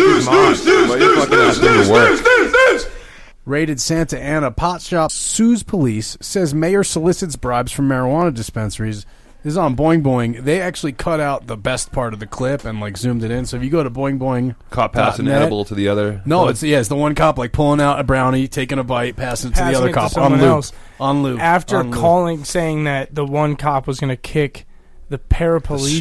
C: Raided Santa Ana pot shop sues police. Says mayor solicits bribes from marijuana dispensaries. This is on Boing Boing. They actually cut out the best part of the clip and like zoomed it in. So if you go to Boing Boing,
D: Cop passing an
C: Dot net.
D: edible to the other.
C: no, it's yeah, it's the one cop like pulling out a brownie, taking a bite, passing it to
F: Passing
C: the other
F: it to
C: cop on
F: someone
C: loop,
F: else.
C: on loop.
F: After
C: on loop.
F: calling, saying that the one cop was going to kick the paraplegic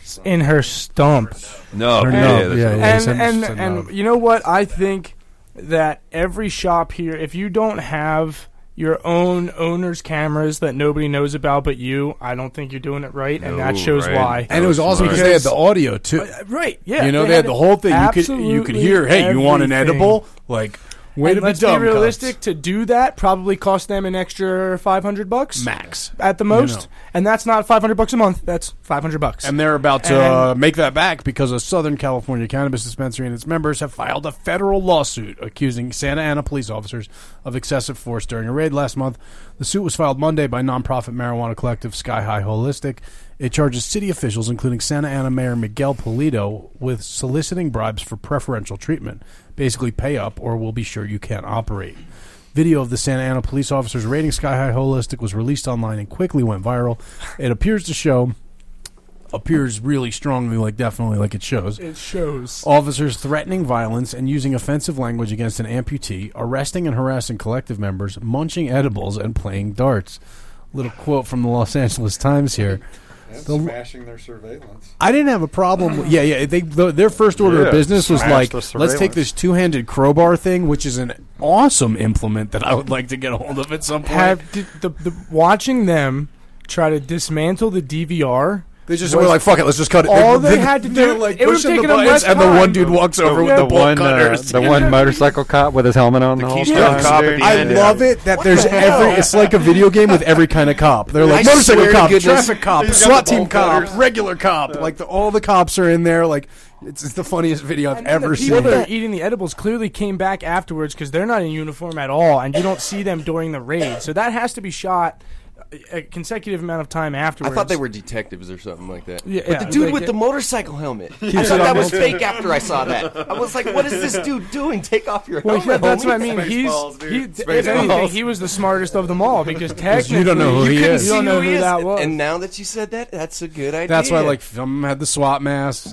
D: stump.
F: in her stump.
D: No,
C: Or
D: yeah,
C: no,
D: that's-
C: yeah, yeah.
F: and
C: send-
F: and
C: send
F: and
C: out.
F: you know what? I think that every shop here, if you don't have your own owner's cameras that nobody knows about but you, I don't think you're doing it right, and that
D: No,
F: shows
D: right.
F: why. Uh,
C: and it was awesome because they had the audio too.
F: Right? Yeah.
C: you know, they, had, the whole thing. You could you could
F: absolutely
C: hear, hey, you want an
F: everything.
C: edible? Like, way
F: And
C: to be
F: let's
C: dumb,
F: be realistic.
C: cunts.
F: To do that, probably cost them an extra five hundred bucks
C: max,
F: at the most, and that's not five hundred bucks a month. That's five hundred bucks.
C: and they're about to uh, make that back because a Southern California cannabis dispensary and its members have filed a federal lawsuit accusing Santa Ana police officers of excessive force during a raid last month. The suit was filed Monday by nonprofit marijuana collective Sky High Holistic. It charges city officials, including Santa Ana Mayor Miguel Polito, with soliciting bribes for preferential treatment. Basically, pay up or we'll be sure you can't operate. Video of the Santa Ana police officers raiding Sky High Holistic was released online and quickly went viral. It appears to show, appears really strongly, like definitely, like it shows.
F: it shows.
C: Officers threatening violence and using offensive language against an amputee, arresting and harassing collective members, munching edibles, and playing darts. Little quote from the Los Angeles Times here.
G: smashing their surveillance.
C: I didn't have a problem. With, yeah, yeah. They the, their first order
G: Yeah,
C: of business was
G: smash
C: like,
G: the
C: let's take
G: surveillance.
C: this two handed crowbar thing, which is an awesome implement that I would like to get a hold of at some point.
F: have did, the, the watching them try to dismantle the DVR.
C: They just were like, "Fuck it, let's just cut it."
F: All they had to
C: they're
F: do-
C: like
F: it would've
C: pushing the
F: taken them
C: buttons,
F: less
C: and the one
F: time.
C: dude walks over with
F: yeah,
C: the,
F: the
C: bolt
G: one, uh,
C: cutters.
G: the one motorcycle cop with his helmet on the, whole
D: Keystone
G: time.
D: Cop at the
C: I
D: end, yeah.
C: love it that there's
F: the hell?
C: every. It's like a video game with every kind of cop. They're like
I: I
C: motorcycle
I: swear to
C: cop,
I: goodness.
C: traffic cop,
G: He's got
C: SWAT
G: the ball
C: team cop,
G: cutters.
C: regular cop. Like the, all the cops are in there. Like it's, it's the funniest video I've
F: And then
C: ever
F: the people
C: seen.
F: that are eating the edibles clearly came back afterwards because they're not in uniform at all, and you don't see them during the raid. So that has to be shot a a consecutive amount of time
I: I
F: afterwards.
I: thought they were detectives or something like that.
F: Yeah,
I: but the
F: yeah,
I: dude
F: like
I: with
F: it-
I: the motorcycle helmet, I
C: it
I: thought
C: on
I: that
C: the
I: was fake. After I saw that, I was like, "What is this dude doing? Take off your
F: Well,
I: helmet!"
F: yeah, that's
I: homie."
F: what I mean. He's
G: Spaceballs, dude.
F: he, if anything, he was the smartest of them all because technically
C: you don't know who
F: you
C: he
F: couldn't
C: is.
F: see You don't know who,
I: he is.
F: that was.
I: And now that you said that, that's a good idea.
C: That's why, like, some had the SWAT mask.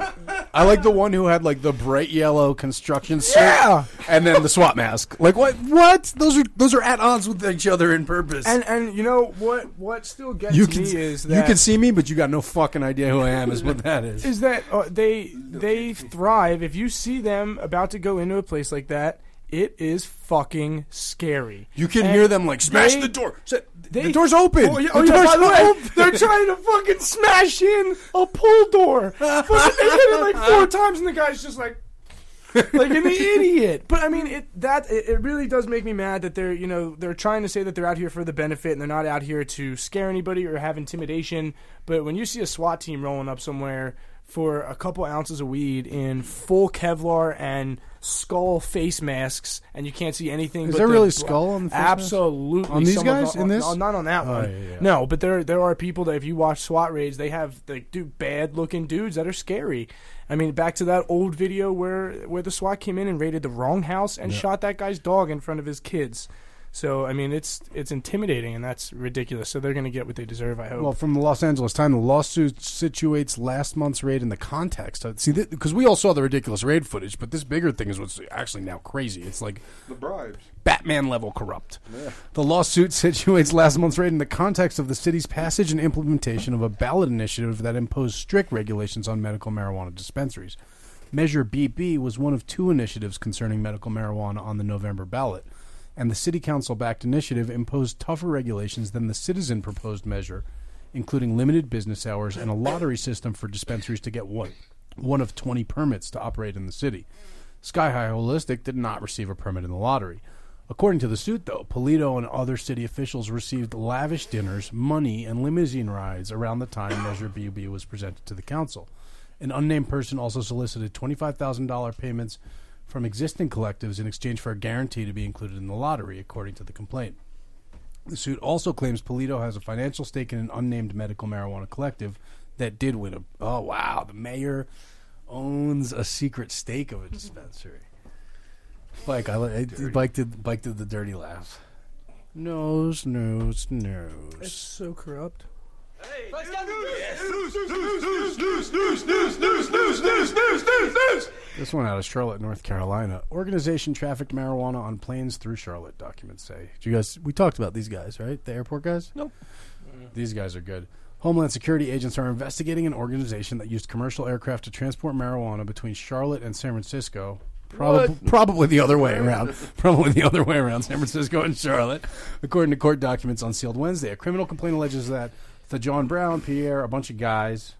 C: I like the one who had like the bright yellow construction suit,
F: Yeah.
C: and then the SWAT mask. Like, what? What? Those are those are at odds with each other in purpose.
F: and and you know what? What still gets
C: you
F: me
C: can
F: is that
C: you can see me, but you got no fucking idea who I am. Is what that is.
F: is that uh, they they thrive if you see them about to go into a place like that it is fucking scary
C: You can
F: And
C: hear them like smash
F: they-
C: the door. Sa-
F: they-
C: the door's open.
F: oh yeah,
C: The
F: oh, yeah,
C: door's
F: by the way,
C: open.
F: they're trying to fucking smash in a pull door Fucking- they hit it like four times and the guy's just like like an idiot but i mean it that it, it really does make me mad that they're you know they're trying to say that they're out here for the benefit and they're not out here to scare anybody or have intimidation but when you see a swat team rolling up somewhere for a couple ounces of weed in full kevlar and skull face masks and you can't see anything
C: Is
F: but
C: there
F: the
C: really
F: bl-
C: skull on the face mask?
F: absolutely
C: On these
F: some of
C: guys?
F: the-
C: In this? Oh,
F: no, not on that one.
C: yeah, yeah.
F: no but there there are people that if you watch swat raids they have like do bad looking dudes that are scary i mean back to that old video where where the swat came in and raided the wrong house and shot that guy's dog in front of his kids so i mean it's it's intimidating and that's ridiculous so they're going to get what they deserve i hope
C: Well, from the Los Angeles Times, the lawsuit situates last month's raid in the context. Of, see, because we all saw the ridiculous raid footage, but this bigger thing is what's actually now crazy. It's like
G: The bribes.
C: Batman level corrupt. The lawsuit situates last month's raid in the context of the city's passage and implementation of a ballot initiative that imposed strict regulations on medical marijuana dispensaries. Measure BB was one of two initiatives concerning medical marijuana on the November ballot, and the city council backed initiative imposed tougher regulations than the citizen proposed measure, including limited business hours and a lottery system for dispensaries to get one one of 20 permits to operate in the city. Sky High Holistic did not receive a permit in the lottery. According to the suit, though, Polito and other city officials received lavish dinners, money, and limousine rides around the time Measure BB was presented to the council. An unnamed person also solicited $25,000 payments from existing collectives in exchange for a guarantee to be included in the lottery, according to the complaint. The suit also claims Polito has a financial stake in an unnamed medical marijuana collective that did win a. Oh, wow. The mayor owns a secret stake of a dispensary. Bike, I, li- I bike did bike did the dirty laugh. Nose, nose, nose.
F: so corrupt.
C: Uh, This one out of Charlotte, North Carolina. Organization trafficked marijuana on planes through Charlotte. Documents say. Did you guys, we talked about these guys, right? The airport guys. Nope. These guys are good. Homeland Security agents are investigating an organization that used commercial aircraft to transport marijuana between Charlotte and San Francisco. Probably, probably the other way around. probably the other way around. San Francisco and Charlotte, according to court documents unsealed Wednesday. A criminal complaint alleges that the John Brown, Pierre, a bunch of guys,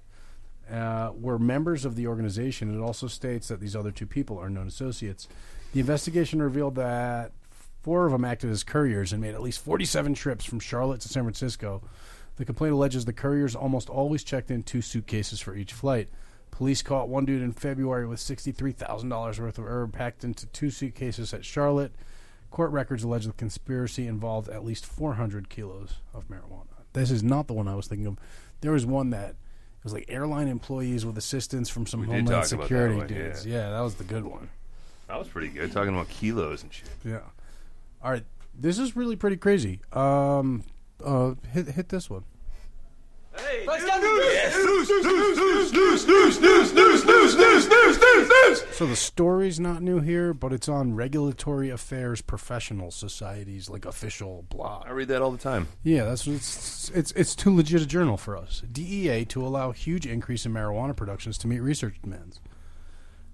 C: uh, were members of the organization. It also states that these other two people are known associates. The investigation revealed that four of them acted as couriers and made at least 47 trips from Charlotte to San Francisco. The complaint alleges the couriers almost always checked in two suitcases for each flight. Police caught one dude in February with $63,000 worth of herb packed into two suitcases at Charlotte. Court records allege the conspiracy involved at least 400 kilos of marijuana. This is not the one I was thinking of. There was one that it was like airline employees with assistance from some
D: We did
C: homeland
D: talk about that
C: security
D: one, yeah.
C: dudes. Yeah, that was the good one.
D: That was pretty good. Talking about kilos and shit.
C: Yeah. All right. This is really pretty crazy. Um, uh, hit hit this one. So the story's not new here, but it's on Regulatory Affairs Professional Society's like official blog.
D: I read that all the time.
C: Yeah, that's it's, it's it's too legit a journal for us. DEA to allow huge increase in marijuana productions to meet research demands.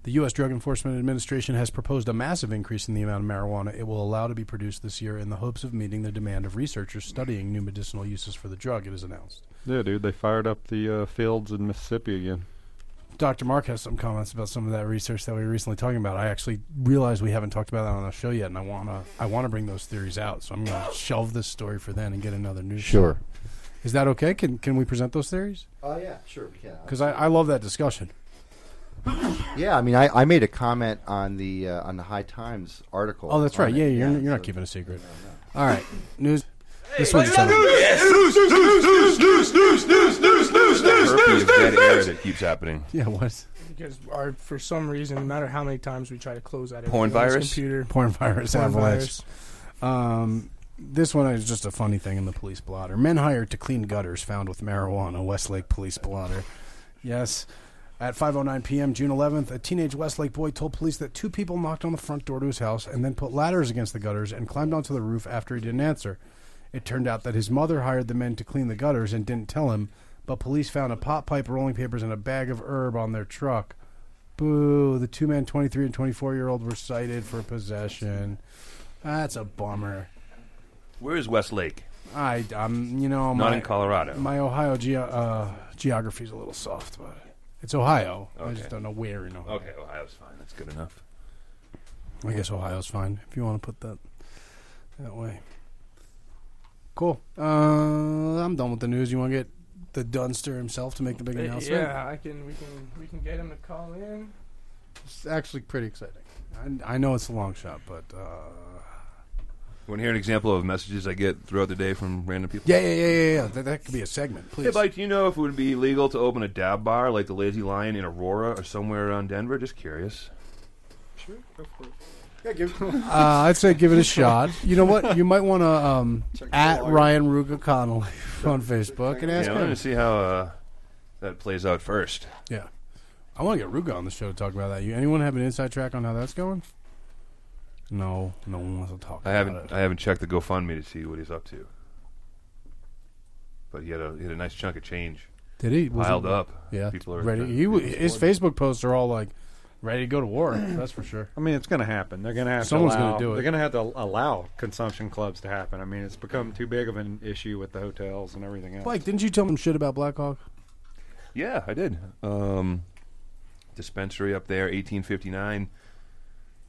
C: The U.S. Drug Enforcement Administration has proposed a massive increase in the amount of marijuana it will allow to be produced this year in the hopes of meeting the demand of researchers studying new medicinal uses for the drug. It is announced.
G: Yeah, dude, they fired up the uh, fields in Mississippi again.
C: Dr. Mark has some comments about some of that research that we were recently talking about. I actually realize we haven't talked about that on the show yet, and I wanna I wanna bring those theories out. So I'm gonna shelve this story for then and get another news.
E: Sure.
C: Is that okay? Can can we present those theories?
E: Oh yeah, sure we can.
C: Because I, I love that discussion.
E: Yeah, I mean, I, I made a comment on the uh, on the High Times article.
C: Oh, that's
E: on
C: right.
E: it.
C: Yeah, you're, you're not
E: so-
C: keeping a secret. All right, news. This one's done.
D: Herpes, that air that keeps happening.
C: Yeah, what?
F: Because our, for some reason, no matter how many times we try to close out
D: Porn
F: everything on this
D: virus?
F: computer,
C: Porn virus
F: porn
C: avalanche.
F: virus.
C: Um, this one is just a funny thing in the police blotter. Men hired to clean gutters found with marijuana. Westlake police blotter. Yes. At 5:09 p.m. June 11th, a teenage Westlake boy told police that two people knocked on the front door to his house and then put ladders against the gutters and climbed onto the roof after he didn't answer. It turned out that his mother hired the men to clean the gutters and didn't tell him, but police found a pot pipe, rolling papers, and a bag of herb on their truck. Boo! The two men, 23 and 24 year old, were cited for possession. That's a bummer.
D: Where is Westlake?
C: I, um, you know,
D: Not
C: my,
D: in Colorado.
C: my Ohio ge- uh, geography a little soft, but it's Ohio. I just
D: Okay.
C: don't know where in Ohio.
D: okay, Ohio's fine. That's good enough.
C: I guess Ohio's fine if you want to put that that way. Cool. Uh, I'm done with the news. You want to get the Dunster himself to make the big
F: Uh,
C: announcement?
F: Yeah, I can. We can. We can get him to call in.
C: It's actually pretty exciting. I, I know it's a long shot, but uh,
D: Want to hear an example of messages I get throughout the day from random people?
C: yeah, yeah, yeah, yeah, yeah. That, that could be a segment, please.
D: Hey, Mike, do you know if it would be legal to open a dab bar like the Lazy Lion in Aurora or somewhere around Denver? Just curious.
C: Uh, I'd say give it a shot. You know what? You might want to um, at Ryan Ruga Connolly on Facebook and
D: Yeah,
C: ask
D: I want
C: him.
D: to see how uh, that plays out first.
C: Yeah, I want to get Ruga on the show to talk about that. You anyone have an inside track on how that's going? No, no one wants to talk.
D: I
C: about
D: haven't
C: it.
D: I haven't checked the GoFundMe to see what he's up to, but he had a he had a nice chunk of change
C: Did he was
D: piled
C: he-
D: up.
C: Yeah,
D: people are
C: ready. He w- his Facebook posts are all like ready to go to war. that's for sure.
G: I mean, it's going to happen. They're going to have
C: Someone's
G: to
C: gonna
G: allow,
C: do it.
G: They're going to have to allow consumption clubs to happen. I mean, it's become too big of an issue with the hotels and everything else.
C: Mike, didn't you tell him shit about Black Hawk?
D: Yeah, I did. Um, dispensary up there, 1859.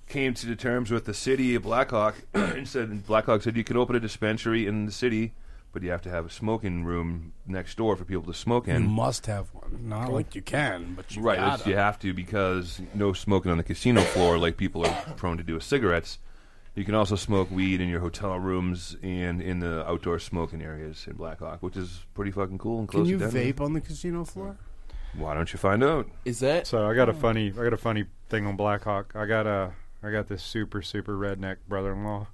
D: came to terms with the city of Blackhawk and said Blackhawk said you could open a dispensary in the city, but you have to have a smoking room next door for people to smoke
C: You
D: in.
C: must have one. Not like you can, but you
D: Right, it's-
C: gotta.
D: you have to because no smoking on the casino floor, like people are prone to do with cigarettes. You can also smoke weed in your hotel rooms and in the outdoor smoking areas in Blackhawk, which is pretty fucking cool and close
C: Can you
D: to Denver.
C: vape on the casino floor?
D: Why don't you find out?
I: Is that
G: So I got a funny, I got a funny thing on Blackhawk. I got a, I got this super super redneck brother-in-law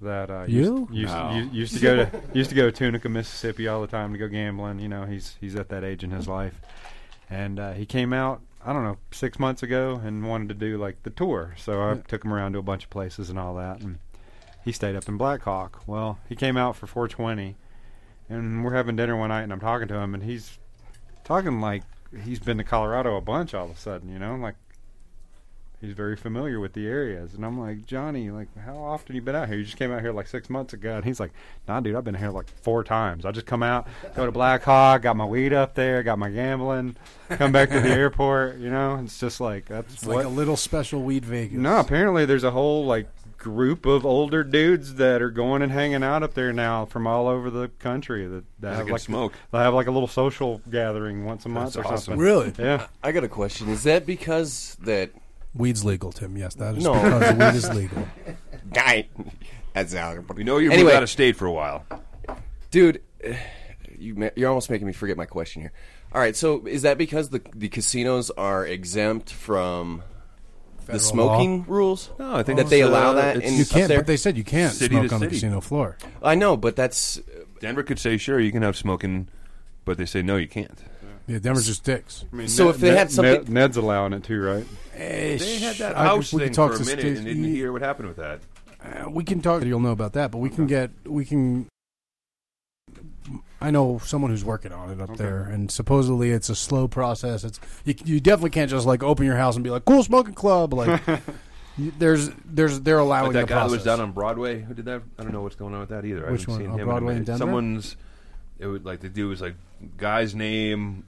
G: that uh,
C: You?
G: used, used, u- used to go to used to go to Tunica, Mississippi all the time to go gambling. You know, he's he's at that age in his life, and uh, he came out. I don't know, six months ago, and wanted to do like the tour. So I took him around to a bunch of places and all that, and he stayed up in Blackhawk. Well, he came out for 420, and we're having dinner one night, and I'm talking to him, and he's talking like he's been to Colorado a bunch all of a sudden, you know, like he's very familiar with the areas. And I'm like, Johnny, like how often you been out here? You just came out here like six months ago. And he's like, Nah, dude, I've been here like four times. I just come out, go to Black Hawk, got my weed up there, got my gambling, come back to the airport, you know? It's just like that's
C: It's
G: what
C: like a little special weed Vegas.
G: no, apparently there's a whole like group of older dudes that are going and hanging out up there now from all over the country that, that have
D: can
G: like
D: smoke.
G: They have like a little social gathering once a month
D: That's
G: or
D: awesome.
G: something.
C: Really?
G: Yeah.
I: I got a question. Is that because that
C: Weed's legal, Tim. Yes, that is
I: No.
C: because weed is legal.
I: guy? That's out.
D: We know you
I: Anyway.
D: moved out of state for a while.
I: dude. You ma- you're almost making me forget my question here. All right, so is that because the the casinos are exempt from the
C: Uh,
I: smoking rules?
D: No, I think
I: that
D: it's,
I: they
D: uh,
I: allow that.
D: it's-
I: In,
C: You
I: up
C: can't,
I: there?
C: but they said you can't
D: City
C: smoke
D: to
C: on the
D: city.
C: casino floor.
I: I know, but that's uh,
D: Denver could say, sure, you can have smoking, but they say, no, you can't.
C: Yeah, Denver's just dicks.
G: I mean,
I: So if they had something-
G: Ned's allowing it too, right?
C: Eh,
D: They had that
C: I-
D: house
C: we
D: thing
C: can talk
D: for a
C: to
D: minute
C: Steve-
D: and didn't hear what happened with that.
C: Uh, we can talk. You'll know about that, but we can get we can. I know someone who's working on it up there, and supposedly it's a slow process. It's you, you definitely can't just like open your house and be like cool smoking club. Like you, there's there's they're allowing
D: But that
C: the
D: guy that was
C: process.
D: down on Broadway who did that. I don't know what's going on with that either. I
C: Which
D: haven't
C: one?
D: seen
C: On
D: him in a
C: Broadway in
D: minute.
C: Denver?
D: Someone's it would like the dude was like guy's name,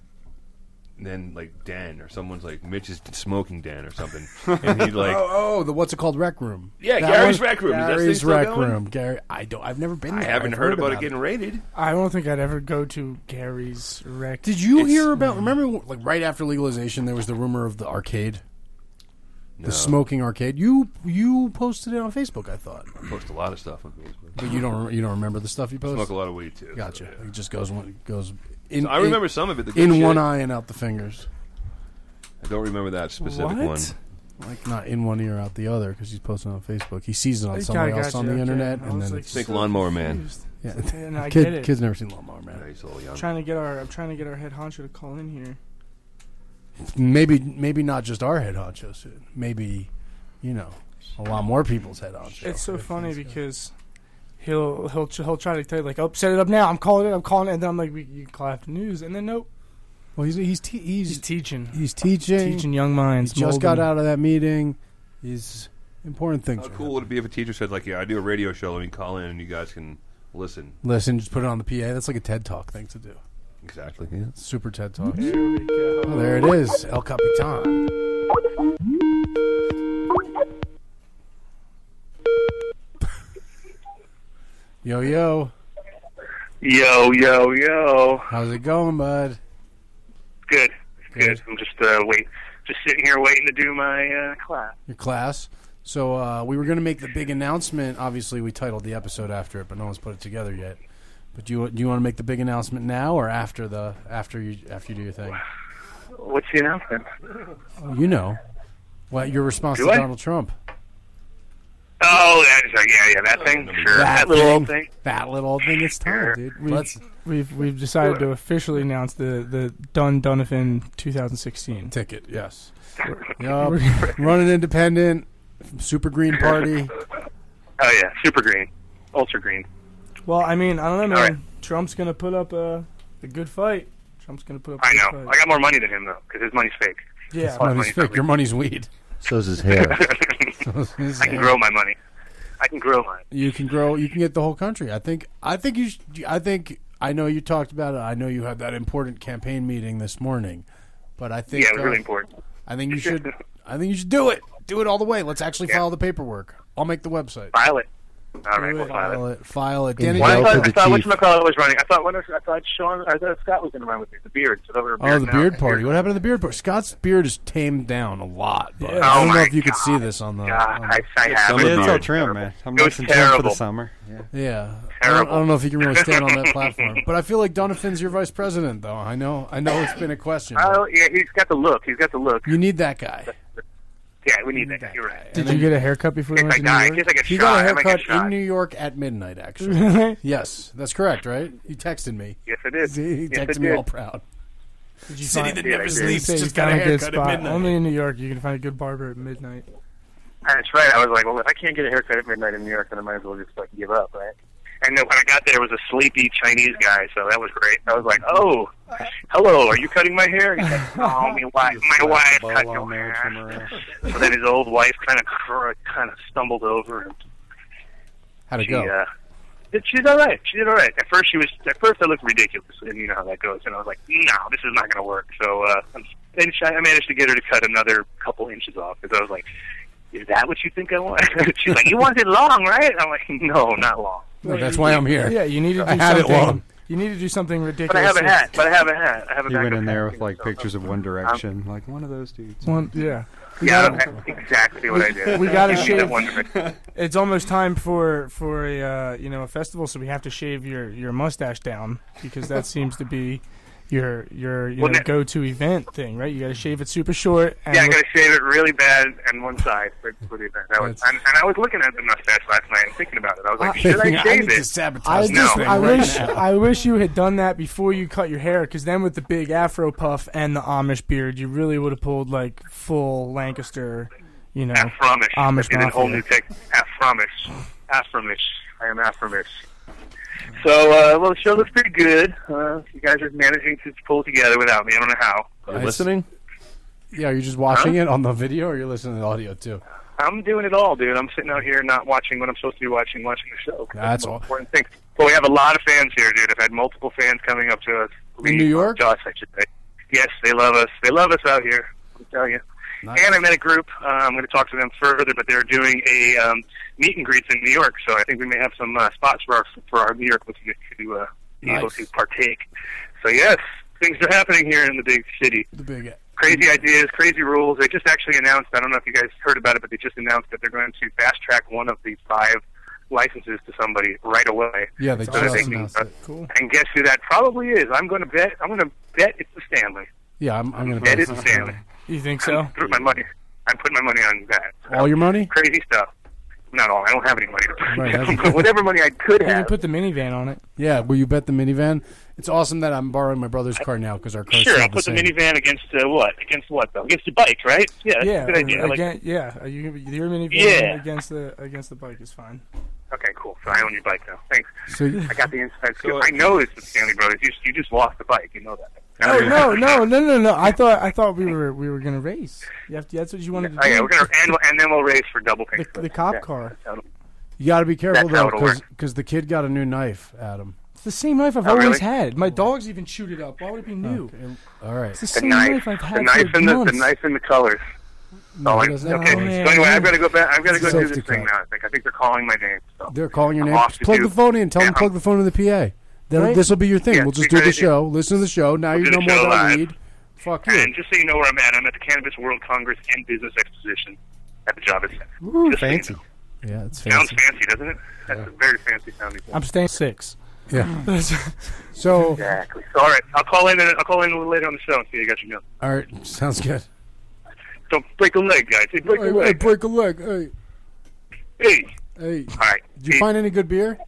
D: and then like Den or someone's like Mitch's smoking Den or something, and he'd like.
C: oh, oh, the what's it called rec room?
D: Yeah,
C: That
D: Gary's
C: one-
D: Rec Room. Is that thing
C: Gary's
D: still
C: rec
D: going?
C: room. Gary, I don't. I've never been.
D: I
C: there.
D: haven't
C: I've
D: heard, about, it
C: it.
D: getting raided.
F: I don't think I'd ever go to Gary's wreck.
C: Did you
D: It's- mm.
C: hear about? Remember, like right after legalization, there was the rumor of the arcade, the smoking arcade. You you posted it on Facebook, I thought,
D: I post a lot of stuff on Facebook.
C: but you don't rem- you don't remember the stuff you posted.
D: Smoke a lot of weed too.
C: Gotcha.
D: so, yeah.
C: It just goes one goes. In,
D: So I
C: in-
D: remember some of it. The good
C: in
D: shit.
C: one eye and out the fingers,
D: I don't remember that specific
F: What?
D: one.
C: like not in one ear out the other, because he's posting on Facebook. He sees it on
F: Okay,
C: somewhere
F: I
C: else
F: gotcha,
C: on the
F: okay.
C: internet,
F: I
C: and
F: was,
C: then
F: like,
C: it's,
D: Think
F: so
D: Lawnmower Man.
F: confused.
C: yeah.
F: And I
C: Kid-
F: get it.
C: Kids never seen Lawnmower Man.
D: Yeah, he's a little young.
F: Trying to get our, I'm trying to get our head honcho to call in here.
C: Maybe maybe not just our head honcho suit. Maybe, you know, a lot more people's head honcho.
F: It's so
C: if
F: funny
C: things go-
F: because he'll he'll he'll try to tell you like, oh, set it up now. I'm calling it. I'm calling it. And then I'm like, we, you can call after news. And then nope,
C: well, he's he's te- he's,
F: he's teaching,
C: he's teaching.
F: teaching young minds.
C: He's just got
F: molding.
C: out of that meeting. He's important things.
D: How
C: are
D: cool would it be if a teacher said like, "Yeah, I do a radio show. Let me call in, and you guys can listen."
C: happening. Listen, just put it on the PA. That's like a TED Talk thing to do.
D: Exactly. Yeah.
C: Super TED Talk. Oh, there it is, El Capitan. yo yo,
J: Yo, yo, yo.
C: how's it going, bud?
J: Good.
C: Good.
J: Good. I'm just uh wait just sitting here waiting to do my uh class.
C: Your class. So uh, we were going to make the big announcement. Obviously, we titled the episode after it, but no one's put it together yet. But do you do you want to make the big announcement now or after the after you after you do your thing?
J: What's the announcement?
C: You know. Well, your response
J: Do
C: to
J: I?
C: Donald Trump.
J: Oh, that is uh, yeah, yeah, that thing. Sure. That, little old thing.
C: That little old thing. It's time,
J: Sure.
C: dude.
F: We-
C: Let's
F: We've we've decided to officially announce the the Dunn Donovan 2016.
C: ticket. Yes. Yup. Running independent. Super Green Party.
J: Oh yeah, super green. Ultra green.
F: Well, I mean, I don't know, man.
J: All
F: Trump's gonna put up a a good fight. Trump's gonna put up. a
J: I
F: good
J: know. I
F: Fight.
J: got more money than him though, because his money's fake.
F: Yeah.
C: Money's fake. Your money's weed.
E: So's his hair.
J: I can grow my money. I can grow mine.
C: You can grow. You can get the whole country. I think. I think you. Should, I think. I know you talked about it. I know you had that important campaign meeting this morning, but I think.
J: Yeah, it was
C: uh,
J: really important.
C: I think you should. I think you should do it. do it all the way. Let's actually file the paperwork. I'll make the website.
J: File it. All right,
C: Do
J: we'll
C: it,
J: file
C: file
J: it.
C: it. File it.
E: In
C: Danny,
J: Well, I
E: Go
J: thought,
E: for
J: I
E: the
J: thought
E: chief.
J: whatchamacallit was running. I thought, when was, I thought Sean, I thought Scott was going to run with me. The beard. So over a beard
C: oh, the
J: now.
C: beard party. What happened to the beard party? Scott's beard is tamed down a lot. But
J: Oh
C: I don't know
J: my
C: if you could
J: God.
C: see this on the.
J: God,
C: on-
J: I, I have
D: Some of
J: it.
D: the
G: It's
D: beard.
G: all trim, man. I'm
J: It
G: nice
J: was
G: and trim for the
J: terrible.
G: summer. Yeah.
C: yeah, I don't,
J: Terrible.
C: I don't know if you can really stand on that platform. But I feel like Donovan's your vice president, though. I know. I know it's been a question.
J: Oh, yeah, he's got the look. He's got the look.
C: You need that guy.
J: Yeah, we need that. You're right.
F: Did you get a haircut before you
J: In
F: went
J: case
F: to
J: I die,
F: New
J: in case
F: York?
J: I get
C: He
J: shot,
C: got a
J: I might get
C: haircut
J: shot.
C: in New York at midnight. Actually, yes, that's correct, right? You texted me.
J: yes, it is.
C: He
J: yes,
C: texted
J: it
C: me
J: did.
C: all proud.
F: Did you
J: City
F: find-
J: that never
F: Did you
J: sleeps,
F: say you
C: just got a
F: found good
C: haircut at
F: spot?
C: midnight.
F: Only in New York you can find a good barber at midnight.
J: That's right. I was like, well, if I can't get a haircut at midnight in New York, then I might as well just like give up, right? And then when I got there, it was a sleepy Chinese guy, so that was great. I was like, "Oh, hello, are you cutting my hair?" He's like, "Oh, me wife, my wife cut your hair." So then his old wife kind of cr- kind of stumbled over him.
C: How'd it
J: She,
C: go?
J: uh, did- she's all right. She did all right. At first, she was. At first, I looked ridiculous, and you know how that goes. And I was like, "No, this is not going to work." So uh, I'm- then she, I managed to get her to cut another couple inches off because I was like, "Is that what you think I want?" she's like, "You want it long, right?" I'm like, "No, not long."
C: No, that's why I'm here.
F: Yeah, you need to do
C: I had it
F: something.
C: long.
F: You need to do something ridiculous.
J: But I have a hat. But I have a hat. I have a.
G: He went
J: backup
G: in
J: hat,
G: there with
J: you know,
G: like
J: so-
G: pictures of One Direction, like one of those dudes.
F: One, yeah.
J: Yeah, that's exactly what I did.
F: we gotta
J: Give me that
F: shave-
J: one direction.
F: It's almost time for for a uh, you know a festival, so we have to shave your, your mustache down because that seems to be your your you
J: Well,
F: know,
J: now-
F: go to event thing, right? You got to shave it super short. And
J: Yeah, I
F: look-
J: gotta shave it really bad on one side for, for the event. That was, and, and I was looking at the mustache last night and thinking about it. I was like, should I
C: I need
J: shave
C: to
J: it?
F: I
C: sabotage
J: No.
C: this
F: just
C: thing
F: I
C: right
F: wish
C: now.
F: I wish you had done that before you cut your hair, because then with the big Afro puff and the Amish beard, you really would have pulled like full Lancaster, you know.
J: Afromish.
F: Amish
J: I did a whole
F: mafia.
J: new tech. Afromish. Afromish. I am Afromish. So, uh, well, the show looks pretty good. Uh, you guys are managing to pull together without me. I don't know how.
D: You're listening?
C: Yeah, are you just watching it on the video or you're listening to the audio too?
J: I'm doing it all, dude. I'm sitting out here not watching what I'm supposed to be watching, watching the show.
C: That's all.
J: important thing. But we have a lot of fans here, dude. I've had multiple fans coming up to us.
C: In New York?
J: To us, I should say. Yes, they love us. They love us out here. I'll tell you. And I met a group. Uh, I'm going to talk to them further, but they're doing a um, meet and greets in New York, so I think we may have some uh, spots for our for our New York listeners to uh, be able
C: Nice.
J: to partake. So yes, things are happening here in the big city
C: The big
J: crazy ideas, crazy rules. They just actually announced, I don't know if you guys heard about it, but they just announced that they're going to fast track one of the five licenses to somebody right away.
C: Yeah, they
J: So that
C: just
J: they can- uh,
C: announced it.
F: Cool.
J: And guess who that probably is? I'm going to bet. I'm going to bet it's the Stanley.
C: Yeah, I'm, I'm gonna
J: Bet
C: bet
J: it's the Stanley.
F: You think so?
J: Threw my money. I'm putting my money on that.
C: all your money.
J: Crazy stuff. Not all. I don't have any money to put
C: Right,
J: down,
C: that's-
J: but whatever money I could
F: You
J: have.
F: put the minivan on it.
C: Yeah, will you bet the minivan? It's awesome that I'm borrowing my brother's car now because our car's
J: Sure,
C: still
J: I'll
C: the
J: put the
C: same.
J: minivan against uh, what? Against what though? Against the bike, right? Yeah, that's
F: yeah,
J: a good idea. I like-
F: again, yeah. Are you your minivan
J: Yeah.
F: against the against the bike is fine.
J: okay, cool. So I own your bike now. Thanks.
C: So
J: I got the inside scoop.
D: So-
J: I know it's the Stanley Brothers. You, you just lost the bike. You know that.
F: Oh, No,
C: Oh,
F: no, no, no, no, no. I thought I thought we were we were gonna race. You have to, that's what you wanted to
J: Oh,
F: do.
J: yeah, we're gonna and, we'll- and then we'll race for double pink.
F: the, the cop
J: Yeah.
F: car.
C: you got to be careful
J: That's how
C: though,
J: it'll
C: because
J: work.
C: the kid got a new knife, Adam.
F: It's the same knife I've
J: Oh,
F: always
J: really?
F: had. My dogs even chewed it up. Why would it be new?
C: All right,
F: It's the,
J: The
F: same
J: knife,
F: knife, I've had
J: the knife,
F: for
J: and the, the
F: months.
J: knife and the colors.
C: no,
J: oh,
C: it
J: I,
C: doesn't have
J: okay.
C: one.
F: man.
J: so anyway, I've got to go back. I've got to
C: It's
J: go
C: a
J: do
C: safety
J: this thing
C: cut.
J: now. I think I think they're calling my name. So
C: They're calling your
J: I'm
C: name.
J: off to
C: Plug
J: do-
C: the phone in. Tell
J: Yeah,
C: them plug the phone in the PA. Then
F: Right?
C: this will be your thing.
J: Yeah,
C: we'll just
J: we
C: do the
J: tried it.
C: show. Listen to the show. Now you
J: do
C: know
J: the
C: more
J: show
C: about
J: live.
C: weed. Fuck you.
J: And just so you know where I'm at, I'm at the Cannabis World Congress and Business Exposition at the Javits Center. Just so you
G: Fancy.
J: know.
C: Yeah, it's
J: Sounds
C: fancy.
J: fancy, doesn't it? That's a very fancy sounding. thing.
F: I'm staying six.
C: Yeah. So
J: Exactly. So, all right, I'll call in. and- I'll call in a little later on the show and see if you got your mail.
C: all right, sounds good.
J: Don't break a leg, guys. Hey, break
C: Hey,
J: a
C: hey,
J: leg.
C: break a leg. Hey,
J: Hey.
C: hey.
J: All right.
C: Did you find any good beer?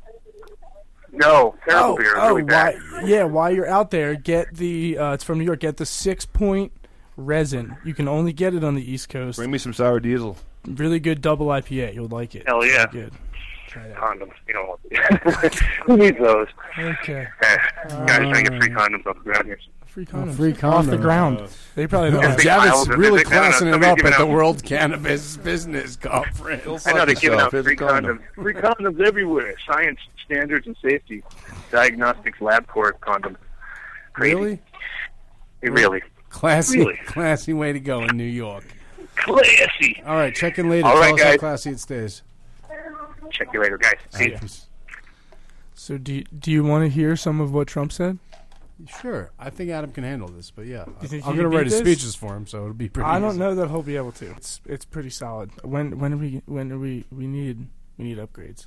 J: No, terrible beer.
F: oh,
J: really bad.
F: why, yeah. While you're out there, get the. Uh, it's from New York. Get the six point resin. You can only get it on the East Coast.
D: Bring me some sour diesel.
F: Really good double IPA. You'll like it.
J: Hell yeah.
F: Good.
J: Condoms. You don't want Who needs those?
F: Okay. Uh,
J: Eh, Guys trying to get free condoms off the ground here.
F: Free condoms.
C: free
F: Off the
C: condoms.
F: ground. They probably don't.
J: Yeah.
F: have-
J: Miles,
C: Javits
J: they're
C: really
J: big- I don't know,
C: classing it
J: somebody's
C: up
J: giving
C: at the
J: out-
C: World Cannabis Business Conference.
J: I know they're
D: Fuck
J: giving out
D: yourself.
J: free
D: Here's a condom.
J: condoms. Free condoms everywhere. Science, standards, and safety. Diagnostics, lab court condoms. Crazy.
C: Really?
J: Really?
C: Classy,
J: Really?
C: classy way to go in New York.
J: classy.
C: All right, check in later.
J: All
C: Tell
J: right,
C: us how
J: guys.
C: classy it stays.
J: Check you later, guys. See ya.
F: So do you, do you want to hear some of what Trump said?
C: Sure, I think Adam can handle this, but yeah,
F: You think
C: I'm
F: he
C: going to
F: beat
C: write his
F: this?
C: speeches for him, so it'll be pretty.
F: I don't
C: easy.
F: know that he'll be able to. It's it's pretty solid. When when are we when are we we need we need upgrades.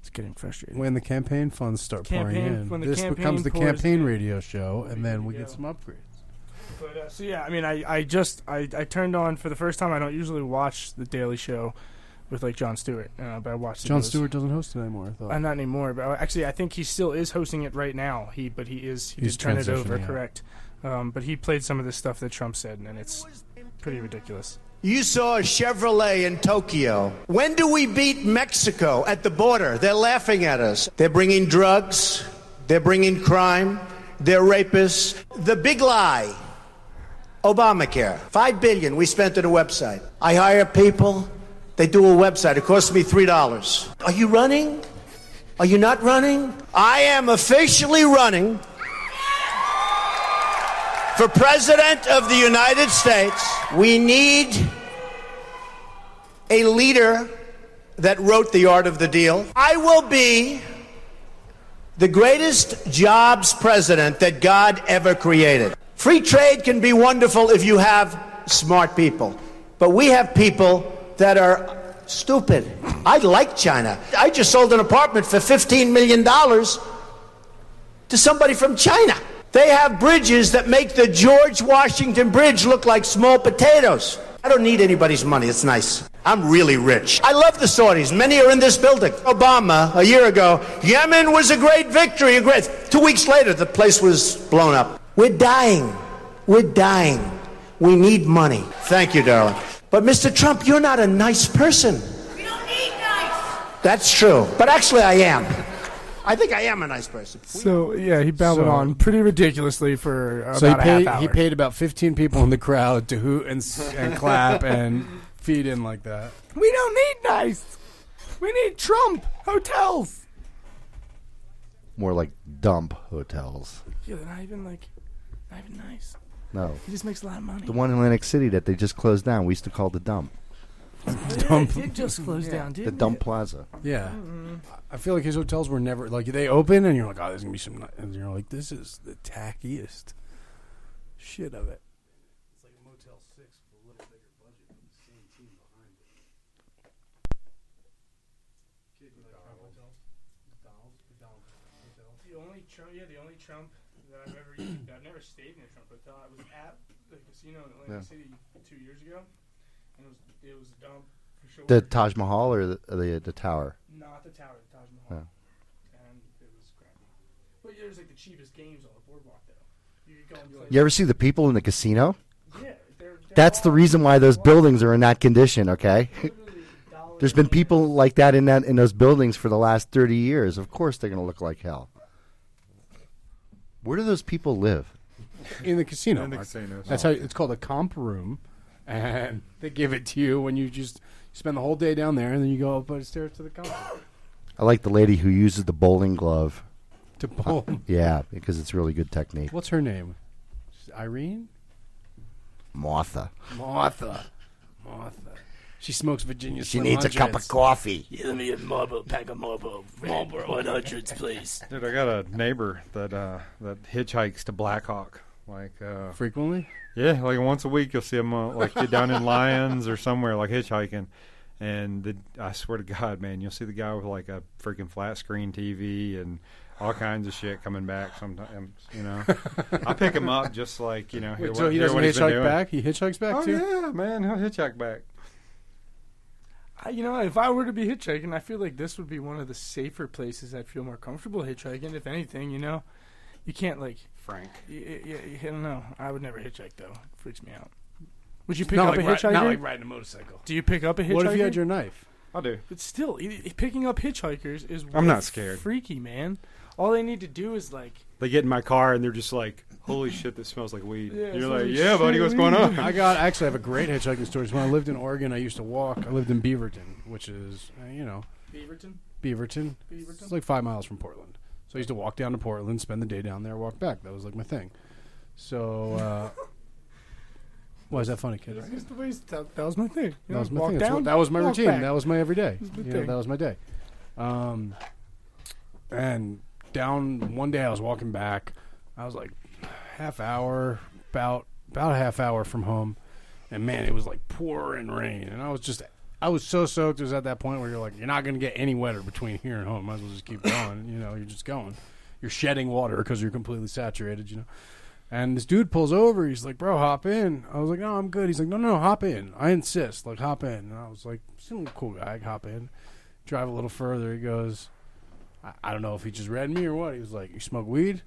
F: It's getting frustrating.
C: When the campaign funds start
F: Campaign-
C: pouring
F: when
C: in,
F: the
C: this
F: campaign
C: becomes the
F: pours
C: campaign
F: in.
C: radio show, and then we
F: Yeah.
C: get some upgrades.
F: But, uh, so yeah, I mean, I, I just I, I turned on for the first time. I don't usually watch the Daily Show with like Jon Stewart, uh, but I watched
C: John
F: those.
C: Stewart doesn't host it anymore. I thought.
F: Uh, not anymore, but I- actually, I think he still is hosting it right now. He, but he is he
C: He's
F: did turn it over,
C: transitioning, yeah.
F: correct? Um, but he played some of the stuff that Trump said, and it's pretty ridiculous.
K: You saw a Chevrolet in Tokyo. When do we beat Mexico at the border? They're laughing at us. They're bringing drugs, they're bringing crime, they're rapists. The big lie Obamacare. Five billion we spent on a website. I hire people, they do a website. It costs me $3. Are you running? Are you not running? I am officially running for President of the United States, we need a leader that wrote The Art of the Deal. I will be the greatest jobs president that God ever created. Free trade can be wonderful if you have smart people, but we have people that are stupid. I like China. I just sold an apartment for $15 million to somebody from China. They have bridges that make the George Washington Bridge look like small potatoes. I don't need anybody's money. It's nice. I'm really rich. I love the Saudis. Many are in this building. Obama, a year ago, Yemen was a great victory. A great. Two weeks later, the place was blown up. We're dying. We're dying. We need money. Thank you, darling. But Mr. Trump, you're not a nice person. That's true. But actually, I am. I think I am a nice person.
F: So yeah, he babbled
C: So-
F: on pretty ridiculously for about
C: so he
F: a
C: paid,
F: half hour.
C: he paid about 15 people in the crowd to hoot and, s- and clap and feed in like that.
F: We don't need nice. We need Trump hotels.
E: More like dump hotels.
F: Yeah, they're not even like, not even nice.
E: No.
F: He just makes a lot of money.
E: The one in Atlantic City that they just closed down, we used to call the dump.
C: dump.
F: It just closed down, dude.
E: The dump plaza.
C: Yeah.
F: Mm-hmm.
C: I feel like his hotels were never like they open and you're like, oh, there's gonna be some, ni-" and you're like, this is the tackiest shit of it.
F: The only Trump, yeah, the only Trump that I've ever used, I've never stayed in a Trump hotel. I was at the casino in Atlantic City two years ago, and it was it was dumb for sure.
E: The Taj Mahal or the the, the tower.
F: Not the tower, the Taj Mahal, and it was crappy. But it was like the cheapest games on the boardwalk though. You could go and play.
E: You ever see the people in the casino?
F: Yeah, they're, they're
E: That's the
F: all
E: reason why those buildings are in that condition. Okay. There's been people like that in that in those buildings for the last 30 years. Of course, they're going to look like hell. Where do those people live?
C: In the casino.
G: In the
C: Mark.
G: casinos.
C: That's how it's called a comp room, and they give it to you when you just spend the whole day down there, and then you go up the stairs to the comp room
E: I like the lady who uses the bowling glove.
C: to bowl.
E: Yeah, because it's really good technique.
C: What's her name? Irene.
E: Martha.
C: Martha. Martha. She smokes Virginia.
E: She needs a cup of coffee.
G: Dude, I got a neighbor that uh, that hitchhikes to Blackhawk. Like, uh,
C: frequently.
G: yeah, like once a week you'll see him uh, like get down in Lyons or somewhere like hitchhiking. And the, I swear to God, man, you'll see the guy with like a freaking flat screen TV and all kinds of shit coming back. Sometimes, you know, I pick him up just like you know. hear
C: Wait,
G: what-
C: so he
G: hear
C: doesn't
G: what he's been
C: hitchhike
G: doing.
C: back. He hitchhikes back
G: Oh
C: too.
G: yeah, man, he'll hitchhike back.
F: I, you know, if I were to be hitchhiking, I feel like this would be one of the safer places I'd feel more comfortable hitchhiking. If anything, you know, you can't like
G: Frank.
F: y- y- y- I don't know. I would never hitchhike though. It freaks me out. Would you pick
C: Not
F: up
C: like,
F: a hitchhiker?
C: ri- not like riding a motorcycle.
F: Do you pick up a hitchhiker?
C: What if you had your knife?
G: I do.
F: But still, i- i- picking up hitchhikers is.
G: I'm not scared.
F: Freaky man. All they need to do is like.
G: They get in my car and they're just like, "Holy shit, this smells like weed."
F: Yeah,
G: You're
F: it smells
G: like,
F: like
G: Uh, "Yeah,
F: shit
G: buddy, what's going on?"
C: I got I actually have a great hitchhiking story. When I lived in Oregon, I used to walk. I lived in Beaverton, which is uh, you know
F: Beaverton.
C: Beaverton. It's like five miles from Portland. So I used to walk down to Portland, spend the day down there, walk back. That was like my thing. So uh, Why is that funny, kid? Right?
F: Just the way he's- That that was my thing. You
C: That
F: know,
C: was my
F: walk
C: thing. That's
F: Down,
C: what- that was my
F: walk
C: routine.
F: back.
C: That was my everyday.
F: It's the
C: You know,
F: thing.
C: that was my day. Um, and down one day, I was walking back. I was like half hour, about about a half hour from home, and man, it was like pouring rain, and I was just. I was so soaked. It was at that point where you're like, you're not going to get any wetter between here and home. Might as well just keep going. you know, you're just going. You're shedding water because you're completely saturated. You know, and this dude pulls over. He's like, "Bro, hop in." I was like, "No, I'm good." He's like, "No, no, hop in. I insist. Like, hop in." And I was like, "Some cool guy, hop in." Drive a little further. He goes, I, "I don't know if he just read me or what." He was like, "You smoke weed?"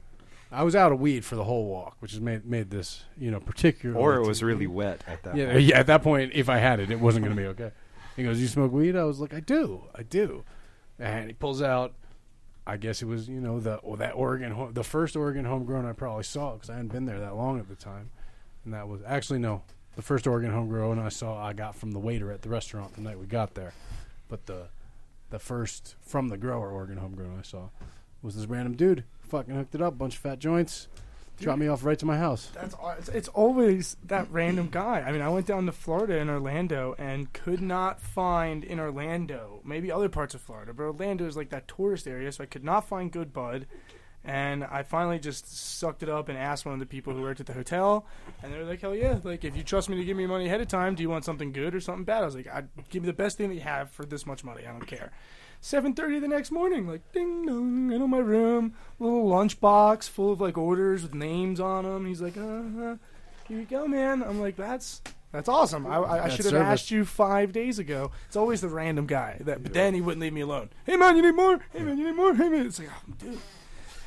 C: I was out of weed for the whole walk, which has made made this you know particular.
G: Or it was really wet at that
C: Yeah,
G: point.
C: yeah. At that point, if I had it, it wasn't going to be okay. He goes, "You smoke weed?" I was like, "I do, I do." And he pulls out. I guess it was you know the or that Oregon ho- the first Oregon homegrown I probably saw because I hadn't been there that long at the time, and that was actually no the first Oregon homegrown I saw I got from the waiter at the restaurant the night we got there, but the the first from the grower Oregon homegrown I saw was this random dude fucking hooked it up bunch of fat joints, dropped me off right to my house.
F: That's al- it's, it's always that random guy. I mean, I went down to Florida in Orlando and could not find in Orlando, maybe other parts of Florida, but Orlando is like that tourist area, so I could not find good bud. And I finally just sucked it up and asked one of the people who worked at the hotel, and they were like, "Hell yeah! Like, if you trust me to give me money ahead of time, do you want something good or something bad?" I was like, "I'd give me the best thing that you have for this much money. I don't care." 7.30 the next morning like ding dong into my room little lunchbox full of like orders with names on them he's like uh-huh here you go man i'm like that's that's awesome i, I, I
C: That's
F: should have
C: service.
F: asked you five days ago it's always the random guy that but then he wouldn't leave me alone hey man you need more hey man you need more hey man it's like oh, dude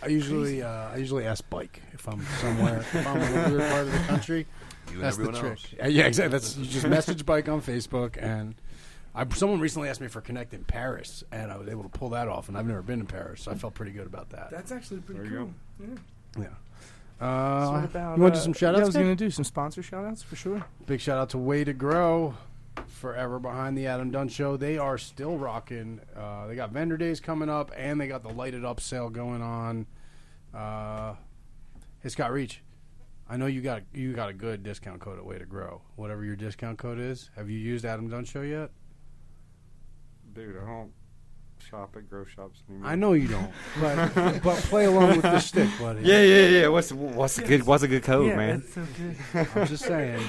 C: I usually uh, I usually ask bike if I'm somewhere if I'm in another part of the country.
D: You and
C: that's the
D: everyone
C: trick.
D: else.
C: Uh, Yeah, exactly. That's you just message bike on Facebook and. I, someone recently asked me for Connect in Paris, and I was able to pull that off. And I've never been to Paris, so I felt pretty good about that.
F: that's actually pretty
G: There you
F: cool
G: go.
F: yeah.
C: Yeah. Uh,
F: What about,
C: you want to
F: uh,
C: do some
F: yeah,
C: shout
F: I
C: outs?
F: was going to do some sponsor shout outs for sure.
C: Big shout out to Way to Grow, forever behind the Adam Dunn Show. They are still rocking. Uh, they got vendor days coming up, and they got the lighted up sale going on. Uh, hey Scott Reach, I know you got you got a good discount code at Way to Grow. Whatever your discount code is, have you used Adam Dunn Show yet?
G: Dude, I don't shop at grow shops anymore.
C: I know you don't, but but play along with the stick, buddy.
G: Yeah, yeah, yeah. What's what's a good what's a good code,
F: yeah,
G: man?
F: that's so good.
C: I'm just saying.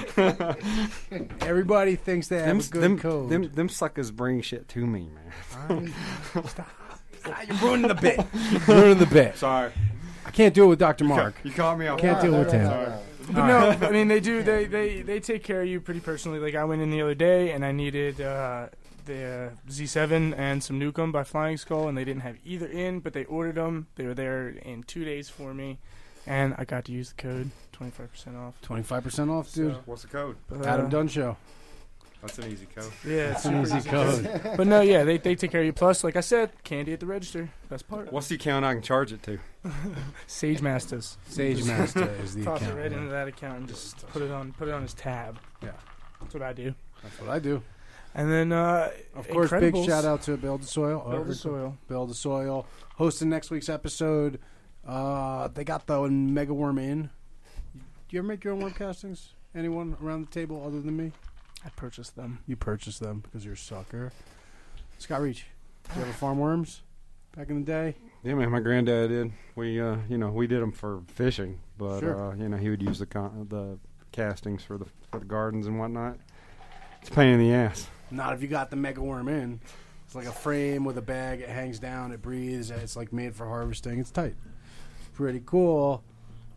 C: Everybody thinks they have
G: Them,
C: a good
G: them,
C: code.
G: them them suckers bring shit to me, man.
C: You're ruining the bit. ruining the bit.
G: Sorry,
C: I can't do it with Dr. Mark.
G: you caught me off.
C: Can't deal with him.
F: But no, I mean they do. They, they they take care of you pretty personally. Like I went in the other day and I needed uh, the uh, Z7 and some Nukem by Flying Skull, and they didn't have either in, but they ordered them. They were there in two days for me, and I got to use the code twenty five percent off.
C: 25% off, dude.
G: What's the code?
F: But, uh,
C: Adam Dunn Show.
G: That's an easy code.
F: Yeah, it's
C: It's an easy code.
F: But no, yeah, they they take care of you. Plus, like I said, candy at the register. Best part.
G: What's the account I can charge it to?
F: Sage Masters.
C: Sage Master is the
F: Toss
C: account.
F: it right into that account and just put it on put it on his tab.
C: Yeah.
F: that's what I do.
C: That's what I do.
F: And then uh,
C: Of course,
F: Incredibles.
C: big shout out to Build the Soil.
F: Build the Soil.
C: Build the Soil. Hosting next week's episode. Uh, they got the Mega Worm in. Do you ever make your own worm castings? Anyone around the table other than me?
F: I purchased them.
C: You purchased them because you're a sucker. Scott Reach, do you ever farm worms back in the day?
G: Yeah, man, my granddad did. We, uh, you know, we did them for fishing, but
C: Sure.
G: uh, you know, he would use the con- the castings for the for the gardens and whatnot. It's a pain in the ass.
C: Not if you got the mega worm in. It's like a frame with a bag. It hangs down. It breathes. It's like made for harvesting. It's tight. Pretty cool.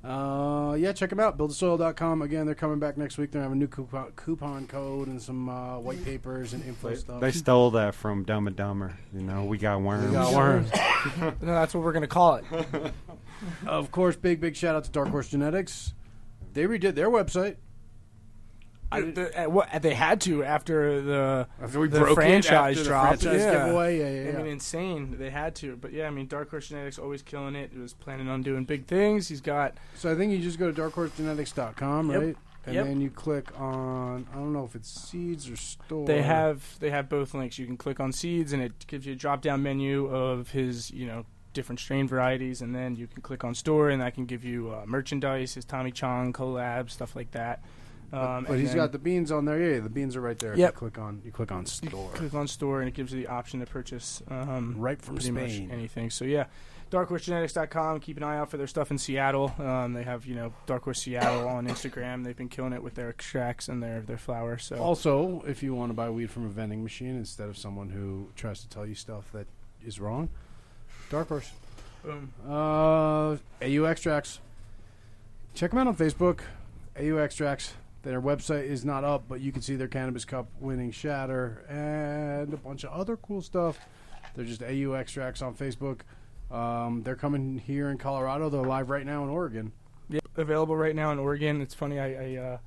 C: Uh, yeah, check them out. BuildTheSoil.com. Again, they're coming back next week. They're having a new coupon, coupon code and some uh, white papers and info stuff.
G: They stole that from Dumb and Dumber. You know, we got worms.
C: We got worms.
F: No, that's what we're gonna call it.
C: of course, big, big shout out to Dark Horse Genetics. They redid their website.
F: I, the, uh, what, they had to after the
C: After we
F: the
C: broke it,
F: franchise
C: after the
F: drop,
C: franchise
F: yeah.
C: giveaway, yeah, yeah,
F: I mean,
C: yeah.
F: insane. They had to, but yeah, I mean, Dark Horse Genetics always killing it. It was planning on doing big things. He's got
C: So I think you just go to darkhorsegenetics.com,
F: Yep.
C: right? And
F: Yep.
C: then you click on, I don't know if it's seeds or store.
F: they have they have both links. You can click on seeds, and it gives you a drop down menu of his you know different strain varieties, and then you can click on store, and that can give you uh, merchandise, his Tommy Chong collab stuff like that. Um,
C: but
F: and
C: he's
F: then
C: got the beans on there. Yeah, the beans are right there. if
F: Yep.
C: You click on you click on store.
F: click on store and it gives you the option to purchase um,
C: Right from
F: pretty much
C: Spain.
F: anything. So yeah, darkhorsegenetics.com. Keep an eye out for their stuff in Seattle. Um, they have you know Dark Horse Seattle on Instagram. They've been killing it with their extracts and their their flour. So
C: Also, if you want to buy weed from a vending machine instead of someone who tries to tell you stuff that is wrong, Dark Horse.
F: Boom.
C: Uh, AU Extracts. Check them out on Facebook, AU Extracts. Their website is not up, but you can see their Cannabis Cup winning shatter and a bunch of other cool stuff. They're just AU Extracts on Facebook. Um, they're coming here in Colorado. They're live right now in Oregon.
F: Yep, available right now in Oregon. It's funny, I, I uh,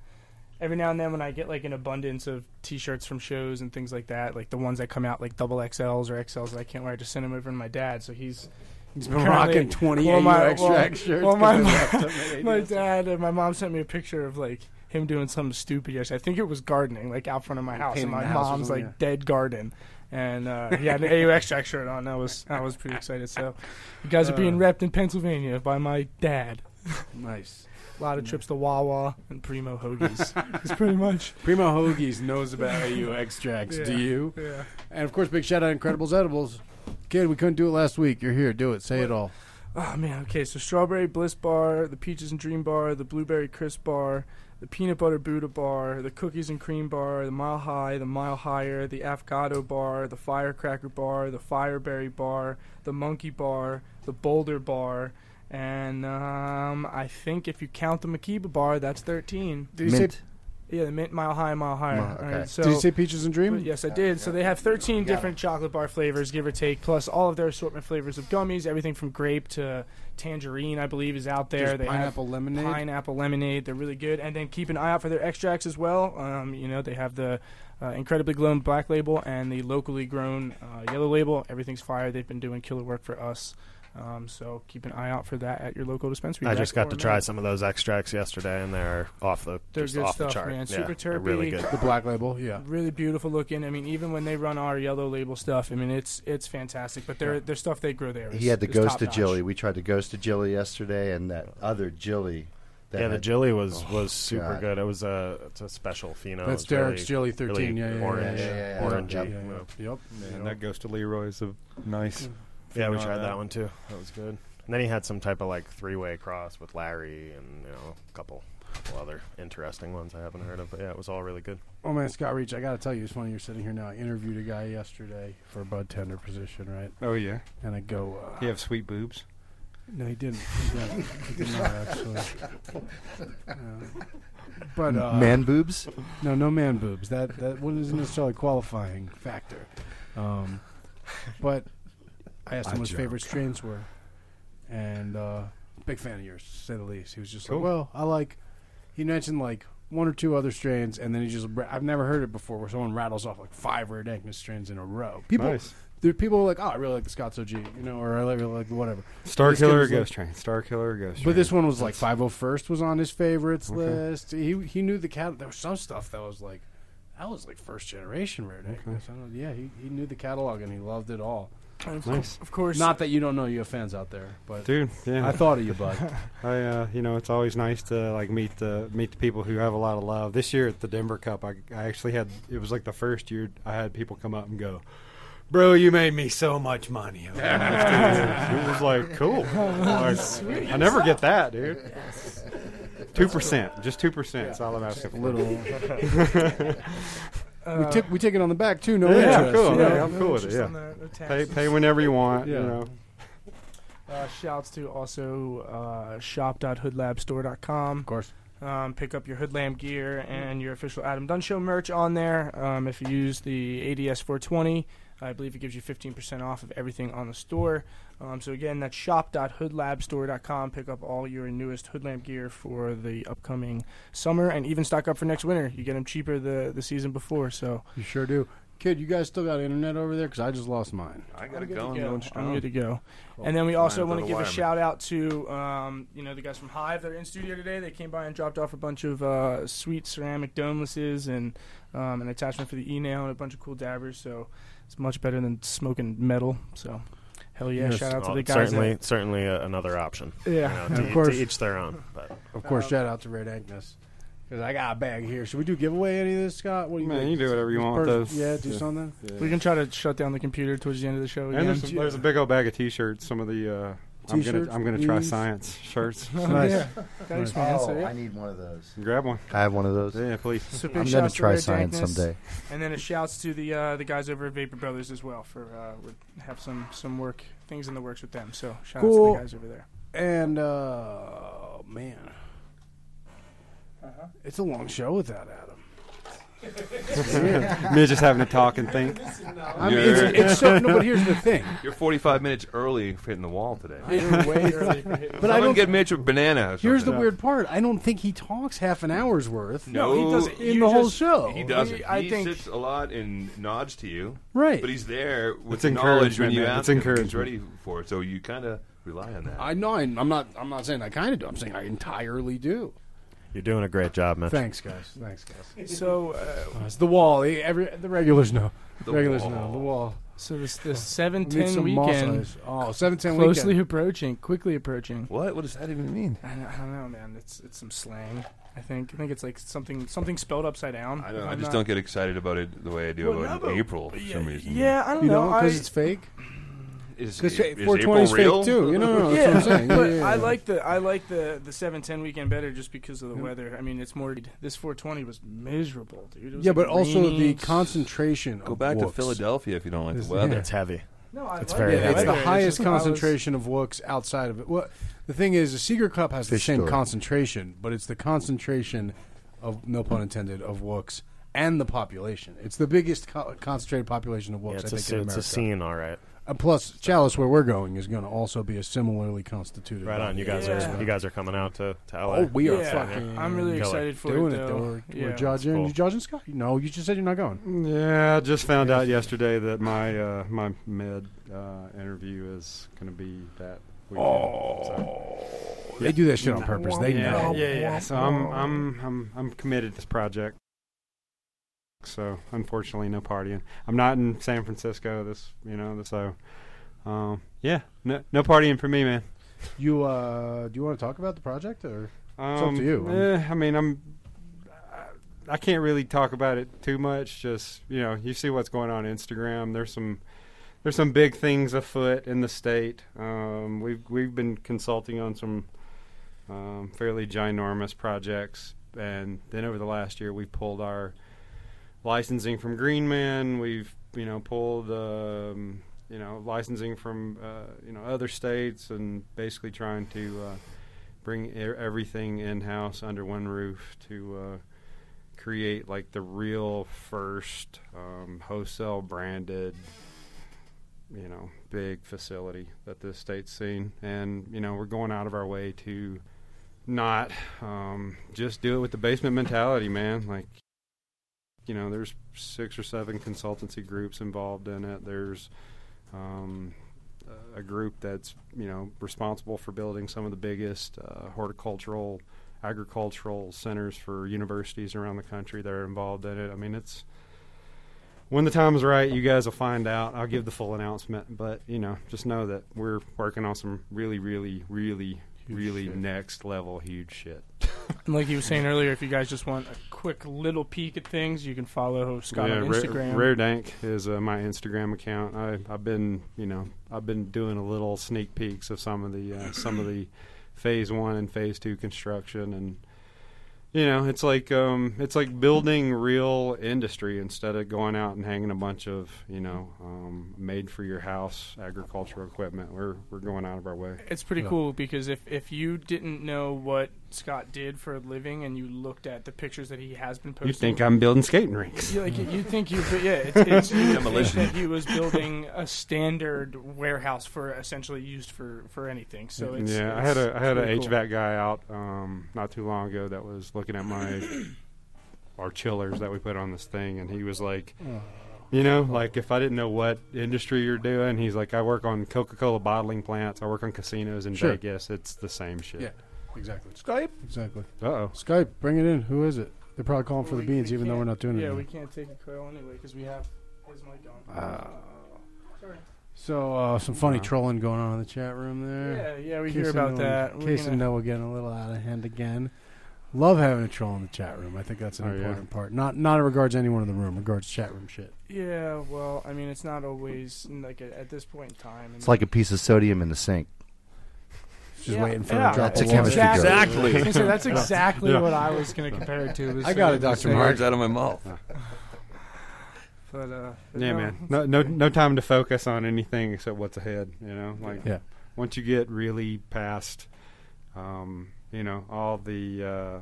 F: every now and then when I get like an abundance of T-shirts from shows and things like that, like the ones that come out like double XLs or XLs that I can't wear, I just send them over to my dad. So he's
C: He's been
F: currently-
C: rocking 20
F: well, my,
C: AU
F: well,
C: extract shirts.
F: Well, my,
C: 'cause
F: my,
C: they left him at
F: my
C: ADS.
F: dad and my mom sent me a picture of like him doing something stupid yesterday. I think it was gardening, like out front of my house, and
C: painting
F: my
C: the house or
F: mom's like
C: something,
F: dead garden. And uh, he had an AU extract shirt on. I was I was pretty excited. So, you guys are being repped in Pennsylvania by my dad.
C: Uh, Nice.
F: A lot of trips to Wawa and Primo Hoagies. It's pretty much.
C: Primo Hoagies knows about AU extracts. Do
F: Yeah,
C: you?
F: yeah.
C: And of course, big shout out Incredibles Edibles. Kid, we couldn't do it last week. You're here. Do it. Say it all.
F: Oh man. Okay, so strawberry bliss bar, the peaches and dream bar, the blueberry crisp bar, the peanut butter Buddha bar, the cookies and cream bar, the mile high, the mile higher, the affogato bar, the firecracker bar, the fireberry bar, the monkey bar, the boulder bar. And um, I think if you count the Makiba bar, that's thirteen.
C: Did
E: Mint.
F: Yeah, the mint mile high, mile higher.
E: Mile-
F: All
E: okay.
F: right, so
C: Did you say peaches and dream?
F: But yes, I did. So they have 13 different chocolate bar flavors, give or take, plus all of their assortment flavors of gummies. Everything from grape to tangerine, I believe, is out there.
C: There's
F: they
C: pineapple
F: have
C: lemonade.
F: Pineapple lemonade. They're really good. And then keep an eye out for their extracts as well. Um, you know, they have the uh, incredibly grown black label and the locally grown uh, yellow label. Everything's fire. They've been doing killer work for us. Um, so keep an eye out for that at your local dispensary.
H: I
F: Rec
H: just got
F: or
H: to
F: not.
H: try some of those extracts yesterday, and they're off the
F: They're
H: just
F: good
H: off
F: stuff,
H: the chart.
F: man.
H: Yeah,
F: Super
H: they're really
F: terpy.
H: good.
C: The black label. Yeah.
F: really beautiful looking. I mean, even when they run our yellow label stuff, I mean, it's it's fantastic. But their their stuff they grow there. Is,
E: He had the
F: is
E: ghost of
F: top-notch.
E: Jilly. We tried the ghost of Jilly yesterday, and that other Jilly. That
H: Yeah, the
E: had- Oh,
H: jelly was was super
E: God.
H: good. It was a it's a special pheno.
C: Oh, That's
H: It's
C: Derek's
H: really,
C: Jelly 13.
H: really
C: yeah, yeah, yeah,
H: orange,
C: yeah, yeah, yeah,
H: orangey.
C: yeah,
H: Yeah,
C: yeah, yeah. Yep.
G: And that goes to Leroy's a nice.
H: we
G: Pheno,
H: tried
G: yeah.
H: that one too. That was good. And then he had some type of like three way cross with Larry, and you know a couple couple other interesting ones I haven't heard of. But yeah, it was all really good.
C: Oh man, Scott Reach, I gotta tell you, it's funny you're sitting here now. I interviewed a guy yesterday for a bud tender position, right?
G: Oh yeah,
C: And I go, uh,
G: you have sweet boobs.
C: No, he didn't. He didn't, he did not actually. Uh, but uh,
E: man boobs.
C: no, no man boobs. That that one isn't necessarily a qualifying factor. Um, but I asked him what his favorite strains were, and uh, big fan of yours, to say the least. He was just
G: Cool.
C: like, "Well, I like." He mentioned like one or two other strains, and then he just ra- I've never heard it before, where someone rattles off like five rare dankness strains in a row. People,
G: Nice.
C: there, people are like, "Oh, I really like the Scott's OG," you know, or "I really like the whatever."
G: Star
C: This kid
G: Killer or
C: was like-
G: Ghost Train. Star Killer or Ghost Train.
C: But this one was like 501st was on his favorites list. He he knew the cat. There was some stuff that was like that was like first generation rare Dickens. I don't- Yeah, he, he knew the catalog and he loved it all.
F: And Of,
G: Nice.
F: cour- of course,
C: Not that you don't know you have fans out there, but
G: dude. Yeah,
C: I thought of you, bud.
G: I uh, you know it's always nice to like meet the meet the people who have a lot of love. This year at the Denver Cup, I, I actually had it was like the first year I had people come up and go, "Bro, you made me so much money." over the last two years." it was like cool. Like, I never get that, dude. Two percent, just two percent. That's all I'm asking for.
C: Little. we
F: Uh,
C: took we take it on the back too. No
G: Yeah,
C: interest.
G: cool.
C: you know?
G: Yeah, I'm cool with it.
F: just on
G: Yeah,
F: the- the
G: pay
F: taxes.
G: pay whenever you want.
C: Yeah.
G: You know,
F: Uh, shouts to also uh, shop.hoodlabstore.com.
C: Of course.
F: Um, pick up your Hoodlam gear and your official Adam Dunn Show merch on there. Um, if you use the ADS 420, I believe it gives you 15% off of everything on the store. Um, so again, that's shop.hoodlabstore.com. Pick up all your newest Hoodlam gear for the upcoming summer and even stock up for next winter. You get them cheaper the, the season before. So
C: You sure do, kid. You guys still got internet over there? Because I just lost mine.
D: I got
F: I'm
D: it
F: good
D: going.
F: to go.
D: going
F: I'm
D: strong.
F: good to go. and then we also
D: Flying
F: want to
D: without a
F: give a
D: wireman.
F: shout out to um, you know the guys from Hive. They're in studio today. They came by and dropped off a bunch of uh, sweet ceramic domelesses and um, an attachment for the e nail and a bunch of cool dabbers. So it's much better than smoking metal. So hell yeah!
C: Yes.
F: Shout out to
H: Well,
F: the guys.
H: certainly,
F: at-
H: certainly uh, another option.
F: yeah.
H: You know, to,
C: course.
H: to each their own. But Um,
C: Of course, shout out to Red Agnes. Because I got a bag here. Should we do giveaway any of this, Scott? What do you
G: Man,
C: think?
G: you do whatever you want with
C: First-
G: those.
C: Yeah, do
G: Yeah.
C: something.
G: Yeah.
F: We can try to shut down the computer towards the end of the show. Again.
G: And there's, there's a big old bag of T-shirts. Some of the uh, I'm
C: T-shirts,
G: gonna I'm gonna try
C: beanies.
G: science shirts.
F: Oh,
C: Nice.
F: yeah. Thanks, man. So, yeah.
E: Oh, I need one of those.
G: Grab one.
E: I have one of those.
G: Yeah, please.
F: So big
E: I'm gonna
F: shouts to
E: try
F: Rare
E: science
F: Dankness.
E: someday.
F: And then a shouts to the uh, the guys over at Vapor Brothers as well for uh, we have some some work things in the works with them. So shout out
C: Cool.
F: to the guys over there.
C: And uh, man,
F: Uh-huh.
C: it's a long show without Adam.
G: Me just having to talk and think.
C: I mean, it's, it's so. No, but here's the thing.
D: You're 45 minutes early for hitting the wall today.
F: You're way early. But
C: But I
D: Someone
C: don't.
D: get Mitch a banana. Or
C: Here's the
D: something.
C: weird part. I don't think he talks half an hour's worth.
D: No,
F: he doesn't.
C: in
F: You
C: the whole
F: just-
C: show.
D: He doesn't.
F: We- I
D: he
F: think-
D: sits a lot and nods to you.
C: Right.
D: But he's there with
G: It's
D: knowledge when
G: encouragement,
D: you
G: man.
D: ask
G: It's
D: him. He's
G: encouragement.
D: ready for it. So you kind of rely on that.
C: I know. I'm I'm not. I'm not saying I kind of do. I'm saying I entirely do.
H: You're doing a great job, Mitch.
C: Thanks, guys. Thanks, guys.
F: so uh,
C: It's the wall. The- Every the regulars know.
D: The
C: regulars
D: wall.
C: know. The wall.
F: so this the
C: We need
F: 710
C: some moss
F: weekend
C: eyes. Oh, 710
F: closely
C: weekend.
F: approaching, quickly approaching.
D: What? What does that even mean?
F: I don't, I don't know, man. It's it's some slang. I think I think it's like something something spelled upside down.
D: I don't. I
F: I'm
D: just
F: not-
D: don't get excited about it the way I do
F: Well,
D: about
F: no, but-
D: April for some reason.
F: Yeah, I don't
C: You
F: know.
C: know,
F: I,
C: because it's fake.
D: Is, is,
C: Because
D: is
C: 420
D: April
C: is
D: real?
C: fake too. You know,
F: yeah,
C: that's what I'm saying.
F: but
C: Yeah, yeah,
F: I
C: yeah.
F: like the I like the the seven ten weekend better just because of the weather. I mean, it's more this four twenty was miserable, dude. It was
C: Yeah,
F: like
C: but also the
F: rainy.
C: concentration.
D: Go
C: of
D: back
C: wooks.
D: to Philadelphia if you don't like
C: Is-
D: the weather.
C: yeah.
H: It's heavy.
F: No, I
H: It's
F: like
H: very
F: it.
C: Yeah,
H: heavy.
C: it's the
F: It's
C: highest
F: just- I was-
C: concentration of wooks outside of it. Well, the thing is, the Seeger Cup has the
E: Fish
C: same
E: story.
C: concentration, but it's the concentration of no pun intended of wooks and the population. It's the biggest co- concentrated population of
H: Yeah,
C: wooks
H: it's,
C: I
H: a,
C: think in
H: it's
C: America.
H: a scene, all right.
C: Uh, plus, Chalice, where we're going, is going to also be a similarly constituted.
H: Right on. You guys
F: Yeah.
H: are you guys are coming out to, to LA.
C: Oh, we are
F: Yeah,
C: fucking.
F: I'm really
H: killer.
F: excited for
C: doing
F: it. Though.
C: it. though. We're,
F: yeah.
C: we're judging.
H: cool.
C: You judging Scott? No, you just said you're not going.
G: Yeah, I just found out yesterday that my uh, my mid uh, interview is going to be that. Weekend. Oh,
C: They do that shit on purpose. They
G: yeah,
C: know.
G: yeah, yeah. So I'm I'm I'm I'm committed to this project. So unfortunately, no partying. I'm not in San Francisco. This you know. This, so um, yeah, no no partying for me, man.
C: You uh, do you want to talk about the project or?
G: Um,
C: up to you.
G: eh, I mean, I'm. I can't really talk about it too much. Just you know, you see what's going on Instagram. There's some there's some big things afoot in the state. Um, we've we've been consulting on some um, fairly ginormous projects, and then over the last year, we pulled our licensing from Greenman. We've you know pulled um, you know licensing from uh, you know other states, and basically trying to uh, bring e- everything in house under one roof to uh, create like the real first um, wholesale branded you know big facility that the state's seen and you know we're going out of our way to not um, just do it with the basement mentality man like you know there's six or seven consultancy groups involved in it there's um, a- a group that's you know responsible for building some of the biggest uh, horticultural agricultural centers for universities around the country that are involved in it i mean it's when the time is right, you guys will find out. I'll give the full announcement, but you know, just know that we're working on some really, really, really, really next level huge shit.
F: And like you were saying earlier, if you guys just want a quick little peek at things, you can follow Scott on
G: Ra-
F: Instagram.
G: Rare Dank is uh, my Instagram account. I, I've been, you know, I've been doing a little sneak peeks of some of the uh, some of the phase one and phase two construction, and you know, it's like um, it's like building real industry instead of going out and hanging a bunch of you know um, made for your house agricultural equipment. We're we're going out of our way.
F: It's pretty cool because if, if you didn't know what Scott did for a living and you looked at the pictures that he has been posting,
G: You think I'm building skating rinks?
F: you like you think you but yeah it's, it's you think
D: Demolition.
F: that he was building a standard warehouse for essentially used for for anything. So it's,
G: Mm-hmm. yeah, I had
F: it's
G: a I had an
F: pretty cool.
G: HVAC guy out um, not too long ago that was looking at my our chillers that we put on this thing, and he was like,
F: Oh.
G: you know, like if I didn't know what industry you're doing, he's like, I work on Coca-Cola bottling plants, I work on casinos in
C: Sure.
G: Vegas. It's the same shit.
C: Yeah, exactly. Skype. Exactly.
G: Uh oh.
C: Skype, bring it in. Who is it? They're probably calling for the
F: We-
C: beans,
F: we
C: even though we're
F: can't-
C: not doing it.
F: Yeah, we can't take a call anyway because we have his mic on.
C: So uh, some funny
G: Wow.
C: trolling going on in the chat room there.
F: yeah, yeah, we
C: In
F: hear
C: case
F: about
C: anyone-
F: that.
C: in
F: We're
C: Case
F: gonna-
C: and Noah getting a little out of hand again. Love having a troll in the chat room. I think that's an
F: Oh, yeah.
C: important part. Not not in regards to anyone in the room. Regards to chat room shit.
F: Yeah, well, I mean, it's not always like at, at this point in time.
E: It's like a piece of sodium in the sink.
C: Just waiting for
F: yeah,
C: a drop
E: That's
C: of
E: a
C: water.
E: chemistry drug.
F: I was gonna say, that's exactly what I was going to compare it to. was,
C: I got
F: uh,
C: it, Dr.
F: the-
D: Words out of my mouth.
F: But, uh, but
G: Yeah,
F: no.
G: man. No, no, no time to focus on anything except what's ahead. You know, like
C: Yeah.
G: once you get really past, um, you know, all the uh,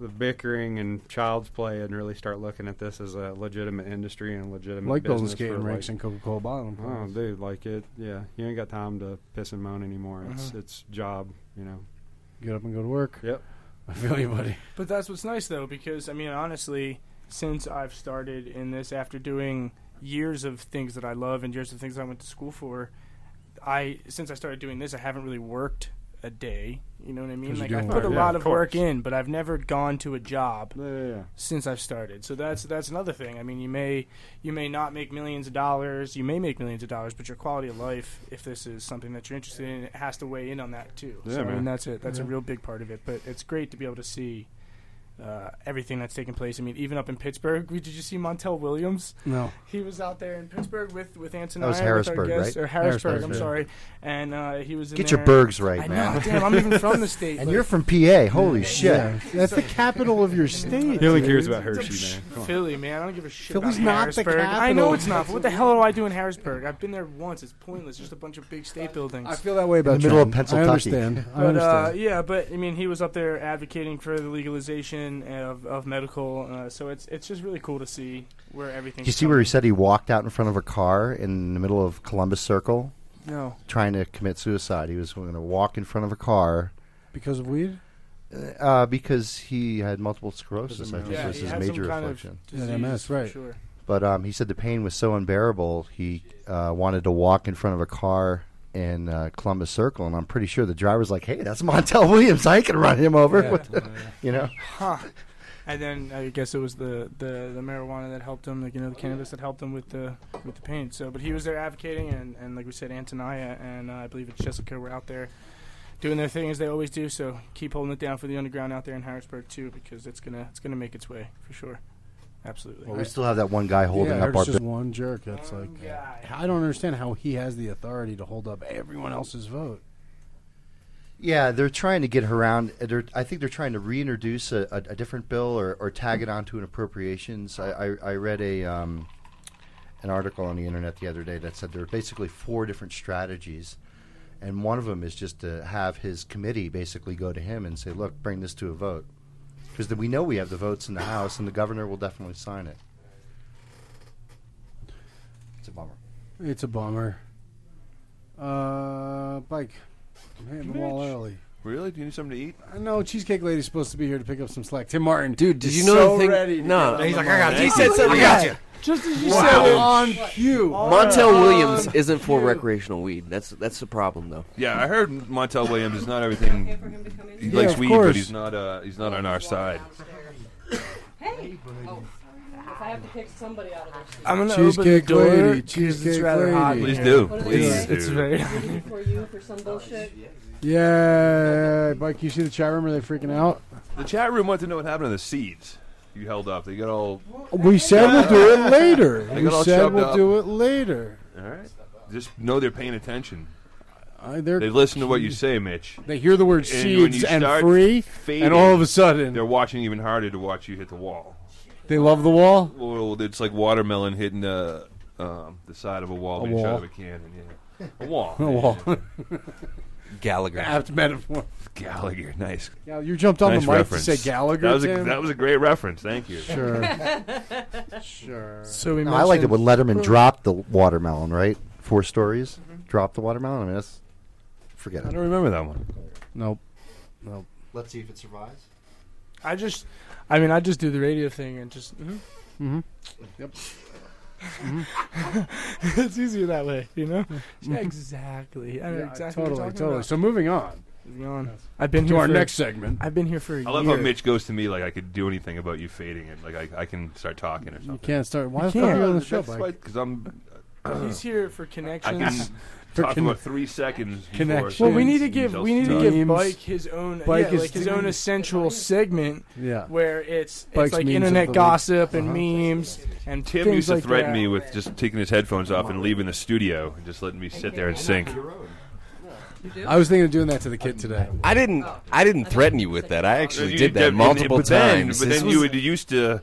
G: the bickering and child's play, and really start looking at this as a legitimate industry and a legitimate
C: Like building
G: business.
C: skating
G: for,
C: rinks
G: like,
C: and Coca Cola bottle.
G: Oh, dude, like it. Yeah, you ain't got time to piss and moan anymore. It's it's job. You know.
C: Uh-huh. Get up and go to work.
G: Yep.
C: I feel you, buddy.
F: But that's what's nice though, because I mean, honestly, since I've started in this after doing years of things that I love and years of things I went to school for, I since I started doing this, I haven't really worked a day. You know what I mean?
C: 'Cause you're
F: Like I've
C: doing
F: put
C: work.
F: a
G: Yeah,
F: lot
G: of
F: of work
G: course.
F: in, but I've never gone to a job
G: Yeah, yeah, yeah.
F: since I've started. So that's that's another thing. I mean, you may you may not make millions of dollars, you may make millions of dollars, but your quality of life, if this is something that you're interested in, it has to weigh in on that too.
G: Yeah,
F: so I
G: man.
F: mean, that's it. That's a real big part of it. But it's great to be able to see. Uh, everything that's taking place. I mean, even up in Pittsburgh, we, did you see Montel Williams?
C: No.
F: He was out there in Pittsburgh with with Antonia.
E: Harrisburg,
F: with our guest,
E: right?
F: Or Harrisburg,
C: Harrisburg,
F: I'm
C: yeah.
F: sorry. And uh, he was in
E: Get your
F: there-
E: bergs right,
F: I
E: man.
F: know. Damn, I'm even from the state.
E: And
F: but-
E: you're from PA. Holy shit.
C: Yeah, that's the capital of your state.
G: He only cares about Hershey, man. Come on.
F: Philly, man. I don't give a shit
C: Philly's
F: about
C: not the
F: Harrisburg. I
C: capital.
F: know it's not. But what the hell do I do in Harrisburg? I've been there once. It's pointless. Just a bunch of big state buildings.
C: I feel that way about
E: the middle of
C: Trenton.
E: Pennsylvania.
C: I understand. I
F: but uh,
C: understand.
F: yeah, but I mean, he was up there advocating for the legalization of, of medical. Uh, so it's it's just really cool to see where everything.
E: You see where he said he walked out in front of a car in the middle of Columbus Circle
F: No,
E: trying to commit suicide. He was going to walk in front of a car
C: because of weed.
E: uh, because he had multiple sclerosis, I think
F: yeah,
E: was
F: he
E: his
F: had some
E: major
F: kind
E: affliction.
F: Of disease,
C: Yeah, MS, right.
F: for Sure.
E: But um, he said the pain was so unbearable, he uh, wanted to walk in front of a car in uh, Columbus Circle. And I'm pretty sure the driver's like, hey, that's Montel Williams. I can run him over. you know?
F: Huh. And then I guess it was the, the, the marijuana that helped him, like you know, the cannabis that helped him with the with the pain. So, but he was there advocating, and, and like we said, Antonia and uh, I believe it's Jessica were out there doing their thing as they always do. So keep holding it down for the underground out there in Harrisburg too, because it's gonna it's gonna make its way for sure. Absolutely.
E: we still have that one guy holding up
C: yeah,
E: our
C: there's just
E: bill.
C: one jerk. That's
F: One
C: like
F: guy.
C: I don't understand how he has the authority to hold up everyone else's vote.
E: Yeah, they're trying to get around. uh, They're, I think they're trying to reintroduce a, a, a different bill or, or tag it onto an appropriations. I, I, I read a um, an article on the internet the other day that said there are basically four different strategies, and one of them is just to have his committee basically go to him and say, "Look, bring this to a vote," because we know we have the votes in the House, and the governor will definitely sign it. It's a bummer.
C: It's a bummer. Uh, bike. Man,
D: you
C: wall
D: manage-
C: early.
D: Really? Do you need something to eat?
C: I know Cheesecake Lady's supposed to be here to pick up some slack. Tim Martin,
I: Dude, did
C: is
I: you know the
C: so
I: thing-
C: Ready to
I: No.
C: get on
I: He's
C: the
I: like,
C: mic.
I: said something.
F: Just as you
C: So
F: said,
C: on cue.
I: Montel
C: Oh,
I: Williams isn't for recretional weed. That's that's the problem, though.
D: Yeah, I heard Montel Williams is not everything. He
C: Yeah,
D: likes
C: of
D: weed,
C: course.
D: but he's not. Uh, he's not on our side.
L: Hey! Oh, if I have to pick somebody out of this,
F: I'm gonna
C: Cheesecake
F: open the door
C: lady,
F: 'cause it's
C: cheesecake
F: rather hot.
C: lady.
D: Please
F: Yeah.
D: do.
L: What do
D: Please
L: they say?
D: do.
F: It's very.
L: waiting for you for some bullshit.
C: Yeah, Mike, you see the chat room? Are they freaking out?
D: The chat room wanted to know what happened to the seeds. You held up. They got all.
C: We said we'll do it later.
D: They got
C: We
D: all
C: said
D: chubbed
C: we'll
D: up.
C: do it later.
D: All right. Just know they're paying attention.
C: I, they're,
D: They listen to what you say, Mitch.
C: They hear the word
D: And when
C: seeds
D: you
C: and
D: start
C: free,
D: fading,
C: and all of a sudden
D: They're watching even harder to watch you hit the wall.
C: they love the wall.
D: Well, it's like watermelon hitting the um, the side of a wall
C: A
D: being shot
C: wall.
D: out of a cannon. Yeah. A wall.
C: The wall.
I: Gallagher.
C: Apt metaphor.
D: Gallagher. Nice.
C: Yeah, you jumped on
D: nice
C: the mic
D: reference.
C: to say Gallagher.
D: That was, a,
C: Tim?
D: that was a great reference. Thank you.
C: sure. sure.
F: So we
E: No, I liked it when Letterman dropped the watermelon, right? Four stories,
F: Mm-hmm.
E: dropped the watermelon. I mean, that's forget
D: I
E: it.
D: don't remember that one.
C: Nope.
E: Let's see if it survives.
F: I just, I mean, I just do the radio thing and just. mhm.
C: Mhm. Yep. Mm-hmm.
F: it's easier that way, you know. Yeah, exactly. I know
C: Yeah,
F: exactly.
C: totally,
F: what you're talking
C: totally.
F: about.
C: So moving on
F: Moving on. I've been
C: to
F: here
C: our
F: for,
C: next segment.
F: I've been here for a
D: I
F: year.
D: love how Mitch goes to me like I could do anything about you fading it. Like I, I can start talking or something.
C: You can't start. Why
F: You
C: the fuck are
F: can't.
C: you on the show, Mike?
D: Because I'm.
F: He's here for
D: I
F: connections.
D: can Talk about three seconds. before
C: Connections.
F: Well, we need to
D: he
F: give
D: tells
F: we need to
D: us
F: give
D: done.
F: Bike his own
C: Bike
F: yeah,
C: is
F: like his
C: doing-
F: own essential segment.
C: Yeah.
F: where it's it's
C: Bike's
F: like
C: memes of the
F: internet
C: week.
F: gossip and
C: Uh-huh.
F: memes and
D: Tim
F: things
D: used to
F: like
D: threaten
F: that.
D: me with just taking his headphones off and leaving the studio and just letting me sit there and sink.
C: I was thinking of doing that to the kid today.
I: I didn't. I didn't threaten you with that. I actually
D: You
I: did that
D: and-
I: multiple
D: but then-
I: times.
D: but
I: This
D: then
I: was-
D: you would used to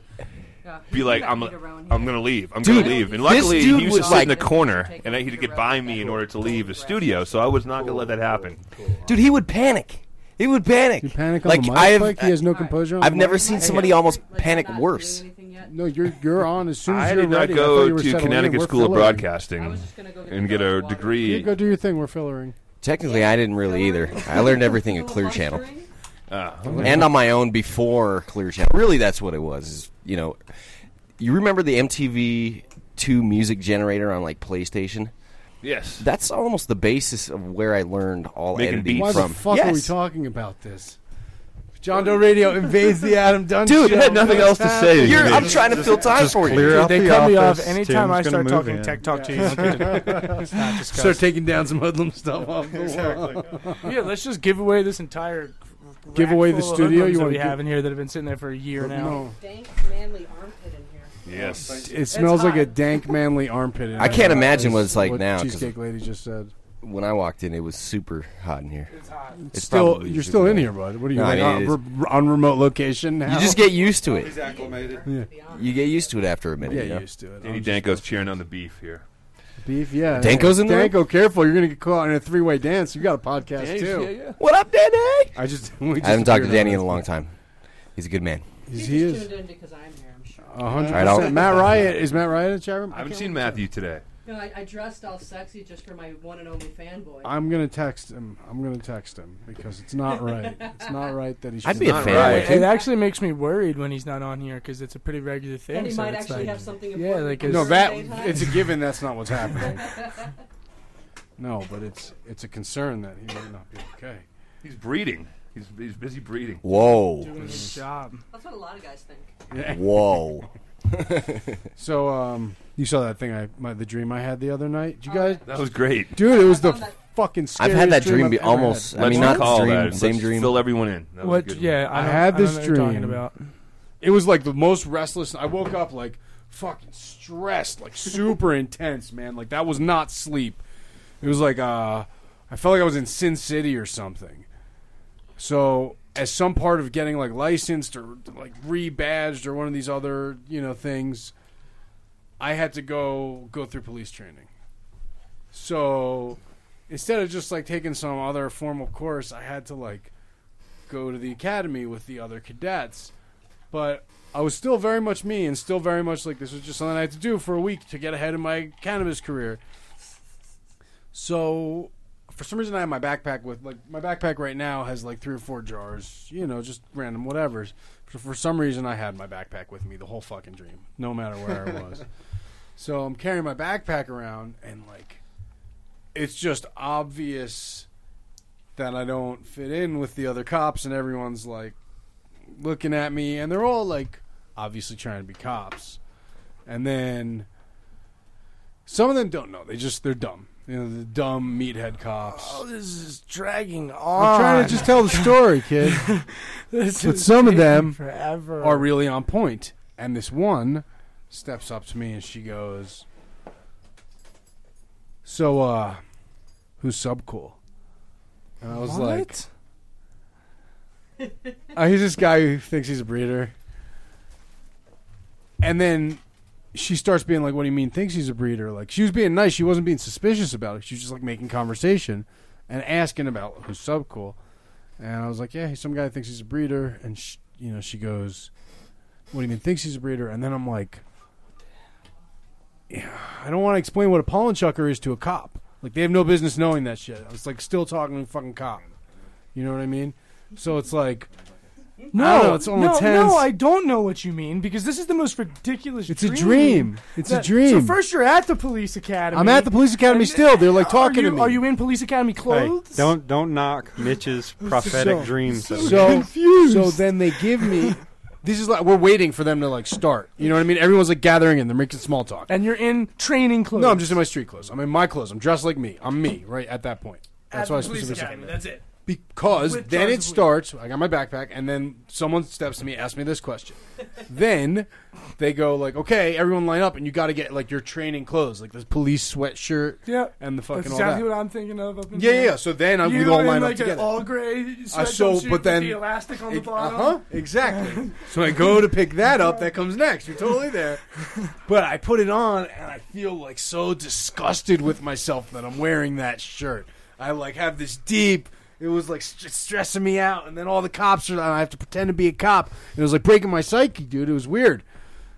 D: be like, "I'm, I'm gonna leave. I'm
I: Dude,
D: gonna leave." And
I: this
D: luckily,
I: dude
D: he used to
I: was
D: sit in the
I: like-
D: corner, and I- he'd get by me in order to leave the studio. So I was not gonna let that happen.
I: dude, he would panic. He would panic. You
C: panic on
I: like
C: the mic,
I: I have.
C: Mike? He has no composure. On
I: I've
C: the
I: never
C: mic?
I: seen somebody almost panic worse.
C: No, you're you're on as soon as
D: I
C: you're
D: did not
C: ready. thought you
D: go
C: were
D: to
C: settling in.
D: Connecticut
C: We're
D: School of
C: fillering.
D: Broadcasting and get a
C: You
D: degree.
C: go do your thing. We're fillering.
I: Technically, I didn't really either. I learned everything at Clear Channel.
D: Ah.
I: and on my own before Clear Channel. Really, that's what it was. Is, you know, you remember the MTV Two music generator on like PlayStation?
D: Yes.
I: That's almost the basis of where I learned all
D: Making
I: editing
C: Why
I: from.
C: the fuck
I: yes.
C: are we talking about this? John Doe Radio invades the Adam Dunn
I: Dude,
C: show.
I: you had nothing else to say. You're- I'm
C: Just-
I: trying to fill time
G: just
I: for you.
G: clear
I: Dude,
G: out
I: they
G: the
I: cut me
G: office.
I: off anytime
G: Tim's
I: I
G: gonna
I: start
G: move
I: talking
G: in.
F: tech talk to you. Let's not discuss.
C: Start taking down some hoodlum stuff off the wall.
F: yeah, let's just give away this entire rack
C: Give away the
F: full of
C: studio?
F: hoodlums
C: You
F: that
C: wanna
F: we
C: give-
F: have in here that have been sitting there for a year now.
L: Dank, manly armpit in here.
D: Yes.
C: It smells like a dank, manly armpit. in
I: I can't
C: it.
I: imagine what
C: That's
I: it's like now, 'cause-
C: Cheesecake lady just said.
I: When I walked in, it was super hot in here. It's hot.
C: Still, you're still in here, bud. What are you Uh,
I: No,
C: like,
I: it
C: on,
I: is.
C: re- on remote location? Now?
I: You just get used to it.
G: acclimated.
I: You get used to it after a minute.
C: Yeah,
I: you know?
C: used to it.
D: Danny Danko's cheering on the beef here.
C: Beef, yeah.
I: Danko's in the room?
C: Danko, careful! You're gonna get caught in a three-way dance. You got a podcast too.
I: What up, Danny?
C: I just, we just
I: I haven't talked to
C: appeared
I: Danny in
C: on
I: a long time. He's a good man.
C: this. He
L: Just
C: is
L: tuned in because I'm here, I'm sure.
C: a hundred
I: All right, I'll-
C: percent. Matt Riot is Matt Riot in the chat room.
D: I haven't seen Matthew today.
L: No, I, I dressed all sexy just for my one and only fanboy.
C: I'm gonna text him. I'm gonna text him because it's not right. It's not right that he. Should
I: I'd be a
D: not
I: fan.
D: right.
I: Like,
F: It actually makes me worried when he's not on here because it's a pretty regular thing.
L: and he
F: so
L: might
F: it's
L: actually
F: like,
L: have something
F: yeah,
L: important.
F: like
L: to do
C: No,
F: it's-
C: that
L: at the same time.
C: it's a given. That's not what's happening. No, but it's it's a concern that he might not be okay.
D: He's breeding. He's, he's busy breeding.
I: Whoa,
F: Good job.
L: That's what a lot of guys think.
I: whoa.
C: So, um, you saw that thing I my the dream I had the other night. Did you guys,
D: That was great.
C: dude? It was the
L: found that-
C: fucking.
I: I've
C: Scariest
I: had that dream
C: I've
I: be
C: ever had.
I: almost. I
D: Let's
I: mean, not
D: call
I: dream,
D: that.
I: same
D: Let's
I: dream.
D: Fill everyone in. That was a
F: What?
D: good one.
F: Yeah, I,
C: I
F: don't-
C: had
F: I don't
C: this
F: know what you're talking
C: dream.
F: about.
C: It was like the most restless. I woke up like fucking stressed, like super intense, man. Like that was not sleep. It was like uh, I felt like I was in Sin City or something. So as some part of getting like licensed or like rebadged or one of these other you know things, I had to go go through police training. So instead of just like taking some other formal course, I had to like go to the academy with the other cadets but I was still very much me and still very much like this was just something I had to do for a week to get ahead in my cannabis career. So for some reason I had my backpack with like my backpack right now has like three or four jars, you know, just random whatevers. So for some reason I had my backpack with me the whole fucking dream, no matter where I was. So I'm carrying my backpack around and like it's just obvious that I don't fit in with the other cops and everyone's like looking at me and they're all like obviously trying to be cops and then some of them don't know they just they're dumb you know the dumb meathead cops
F: Oh, This is dragging on.
C: i'm trying to just tell the story kid
F: This
C: but
F: is
C: some of
F: taking
C: them
F: forever.
C: are really on point and this one steps up to me and she goes so uh who's subcool and i was like
F: What?
C: Uh, he's this guy who thinks he's a breeder. And then she starts being like, What do you mean thinks he's a breeder? Like, she was being nice. She wasn't being suspicious about it. She was just like making conversation and asking about who's subcool. And I was like, Yeah, some guy thinks he's a breeder. And, sh you know, she goes, What do you mean thinks he's a breeder? And then I'm like, Yeah, I don't want to explain what a pollen chucker is to a cop. Like, they have no business knowing that shit. I was like, still talking to a fucking cop. You know what I mean? So it's like,
F: No,
C: know, it's all
F: no,
C: intense.
F: no, I don't know what you mean because this is the most ridiculous.
C: It's a dream. It's a dream.
F: So first, you're at the police academy.
C: I'm at the police academy
F: And-
C: still. They're like talking
F: are you,
C: to me.
F: Are you in police academy
G: Hey,
F: clothes?
G: don't don't knock Mitch's prophetic dreams.
C: so, so then they give me This is like we're waiting for them to like start. You know what I mean? Everyone's like gathering in, they're making small talk.
F: And you're in training clothes.
C: No, I'm just in my street clothes. I'm in my clothes. I'm dressed like me. I'm me, right at that point. That's
F: At
C: why I
F: the police
C: specifically said-
F: academy, that's it.
C: Because
F: With
C: then it
F: Charles
C: starts. I got my backpack, and then someone steps to me, asks me this question. then they go like, "Okay, everyone line up, and you got to get like your training clothes, like this police sweatshirt,
F: Yeah.
C: and the fucking
F: That's
C: all
F: exactly
C: that."
F: what I'm thinking of. Up in
C: Yeah,
F: there.
C: yeah, so then I-
F: you
C: we'd all
F: in,
C: line up
F: like
C: together.
F: An all gray.
C: Uh, so, but then
F: the elastic on the
C: it-
F: bottom.
C: uh-huh, exactly. So I go to pick that up. That comes next. You're totally there. But I put it on, and I feel like so disgusted with myself that I'm wearing that shirt. I like have this deep. It was like st- stressing me out, and then all the cops are. And I have to pretend to be a cop. It was like breaking my psyche, dude. It was weird.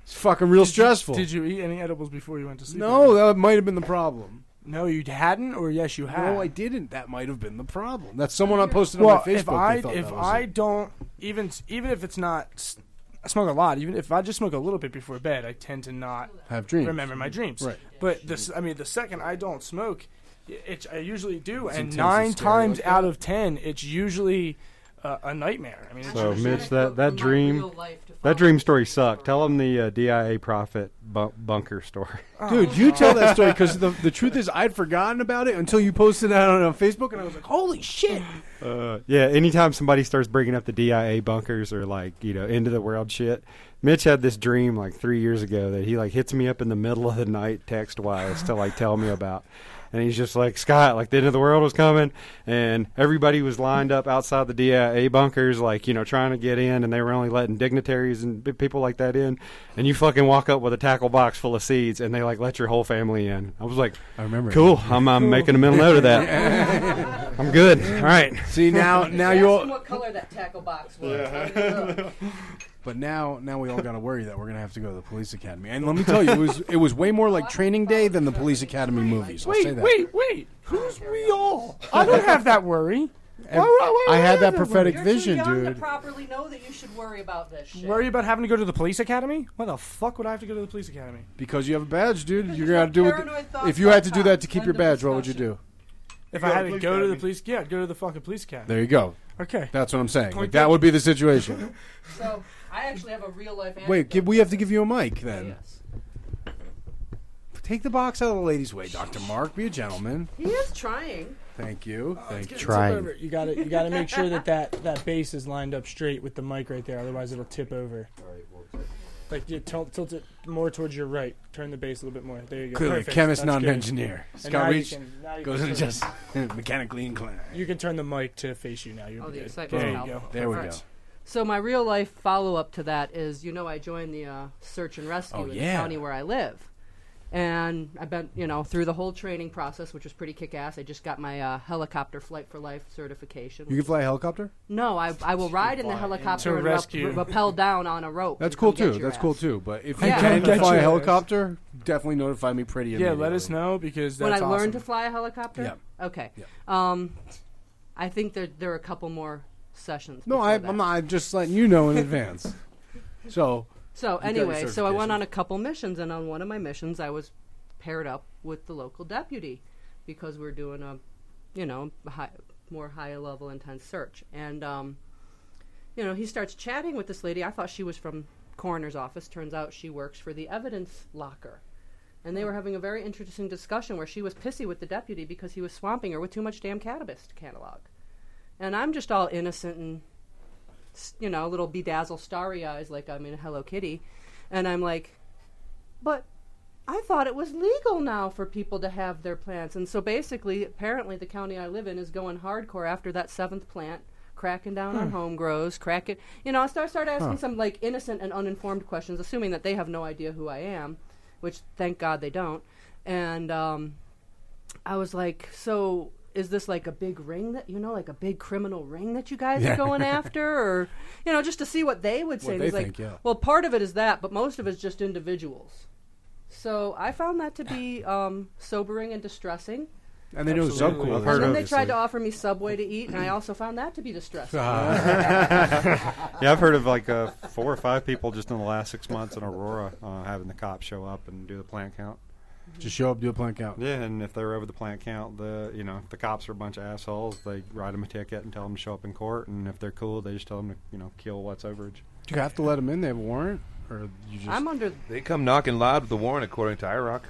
C: It's fucking real stressful.
F: Did you eat any edibles before you went to sleep?
C: No, uh, that might have been the problem.
F: No, you hadn't, or yes, you had.
C: No, I didn't. That might have been the problem. That's someone I posted
F: well,
C: on my Facebook.
F: if I
C: they thought
F: if
C: that was
F: I
C: it.
F: don't even even if it's not s- I smoke a lot. Even if I just smoke a little bit before bed, I tend to not
C: Have dreams.
F: Remember my dreams.
C: Right.
F: But this, I mean, the second I don't smoke, it, I usually do,
C: It's
F: and
C: intense and
F: nine
C: scary
F: times
C: like
F: out of ten, it's usually uh, a nightmare. I mean, it's
G: So
F: just-
G: Mitch, that that dream, that dream story sucked. Tell them the uh, DIA prophet bu- bunker story.
C: Dude,
F: Oh.
C: you tell that story because the, the truth is I'd forgotten about it until you posted it on, on Facebook, and I was like, holy shit.
G: Uh, yeah, anytime somebody starts bringing up the DIA bunkers or like you know end of the world shit, Mitch had this dream like three years ago that he like hits me up in the middle of the night text wise to like tell me about, and he's just like Scott, like the end of the world was coming, and everybody was lined up outside the DIA bunkers, like you know trying to get in, and they were only letting dignitaries and b- people like that in, and you fucking walk up with a tackle box full of seeds, and they like let your whole family in. I was like,
C: I remember.
G: cool, I'm, I'm making a mental note of that. I'm good. All right.
C: See now, now you
L: Ask him
C: all.
L: what color that tackle box was. Yeah.
C: But now, now we all got to worry that we're gonna have to go to the police academy. And let me tell you, it was it was way more like Training Day than the police academy movies. I'll say
F: wait,
C: that.
F: wait, wait. Who's we all? I don't have that worry. Why- why- why
C: I had
F: would
C: that
F: have
C: prophetic
F: worry?
L: You're
C: vision,
L: too young to
C: dude.
L: properly know that you should worry about this shit.
F: Worry about having to go to the police academy? Why the fuck would I have to go to the police academy?
C: Because you have a badge, dude. You're gonna do
L: paranoid
C: it.
L: thoughts
C: If you had to do
L: about
C: that to
L: cops.
C: keep your
L: End of
C: badge, what would you do?
F: If I had to go to the police, yeah, I'd go to the fucking police academy.
C: There you go.
F: Okay.
C: That's what I'm saying. Like
F: Point
C: that
F: taken.
C: would be the situation.
L: So I actually have a real life.
C: Wait, give, we have to give you a mic then.
L: Yes.
C: Take the box out of the ladies' way, Doctor Mark. Be a gentleman.
L: He is trying.
C: Thank you.
F: Oh,
C: Thank you.
E: Trying.
F: You got to you got to make sure that, that that base is lined up straight with the mic right there, otherwise it'll tip over. Like you tilt, tilt it more towards your right. Turn the base a little bit more. There you go.
C: Clearly,
F: Perfect.
C: chemist,
F: That's
C: not an
F: good.
C: engineer.
F: And
C: Scott
F: now you
C: Reach
F: can- now you
C: goes
F: can
C: in and
F: turn-
C: just mechanically inclined.
F: You can turn the mic to face you now. You're
L: Oh, the
F: good.
L: excitement
F: There
L: will
F: you go.
L: help.
C: There we
F: Perfect.
C: go.
L: So my real life follow up to that is, you know, I joined the uh, search and rescue
C: Oh,
L: in
C: yeah.
L: the county where I live, and I've been, you know, through the whole training process, which was pretty kick ass. I just got my uh, helicopter flight for life certification.
C: You can fly a helicopter.
L: no, I I will ride in the helicopter
F: To
L: and
F: rescue.
L: Rap- rappel down on a rope.
C: That's
L: and
C: cool
L: come get
C: too.
L: your
C: That's cool
L: ass.
C: too. But if you
L: Yeah.
C: can
F: Get
C: fly a
F: your ass.
C: helicopter, definitely notify me pretty.
F: Yeah, let
C: immediately.
F: us know because that's
L: When I
F: awesome.
L: learned to fly a helicopter.
C: Yeah.
L: Okay.
C: Yeah.
L: Um, I think there there are a couple more sessions.
C: No,
L: before
C: I,
L: that.
C: I'm not. I'm just letting you know in advance. So
L: So
C: got your
L: anyway, so I went
C: certification.
L: on a couple missions, and on one of my missions, I was paired up with the local deputy because we are doing a, you know, a high, more high level intense search, and um, you know, he starts chatting with this lady. I thought she was from coroner's office. Turns out she works for the evidence locker. And they were having a very interesting discussion where she was pissy with the deputy because he was swamping her with too much damn cannabis catalog. And I'm just all innocent and s- you know, little bedazzled starry eyes like I'm in Hello Kitty. And I'm like, but I thought it was legal now for people to have their plants. And so basically, apparently, the county I live in is going hardcore after that seventh plant, cracking down
C: Hmm.
L: on home grows, cracking. You know, I start, start asking some like innocent and uninformed questions, assuming that they have no idea who I am, which thank God they don't. And, um, I was like, so is this like a big ring that you know, like a big criminal ring that you guys are going after, or you know, just to see what they would say?
C: What
L: And
C: they
L: he's like,
C: think, yeah.
L: well, part of it is that, but most of it's just individuals. So I found that to be um, sobering and distressing.
C: and they know it's
F: Absolutely.
C: cool.
F: I've
L: And
F: heard
L: then they tried to offer me Subway to eat, and I also found that to be distressing.
G: Yeah, I've heard of like uh, four or five people just in the last six months in Aurora uh, having the cops show up and do the plant count.
C: Just show up, do a plank count.
G: Yeah, and if they're over the plant count, the you know if the cops are a bunch of assholes, they write them a ticket and tell them to show up in court. And if they're cool, they just tell them to you know kill what's overage.
C: Do you have to let them in? They have a warrant, or you just?
L: I'm under.
D: They come knocking loud with the warrant, according to IROC.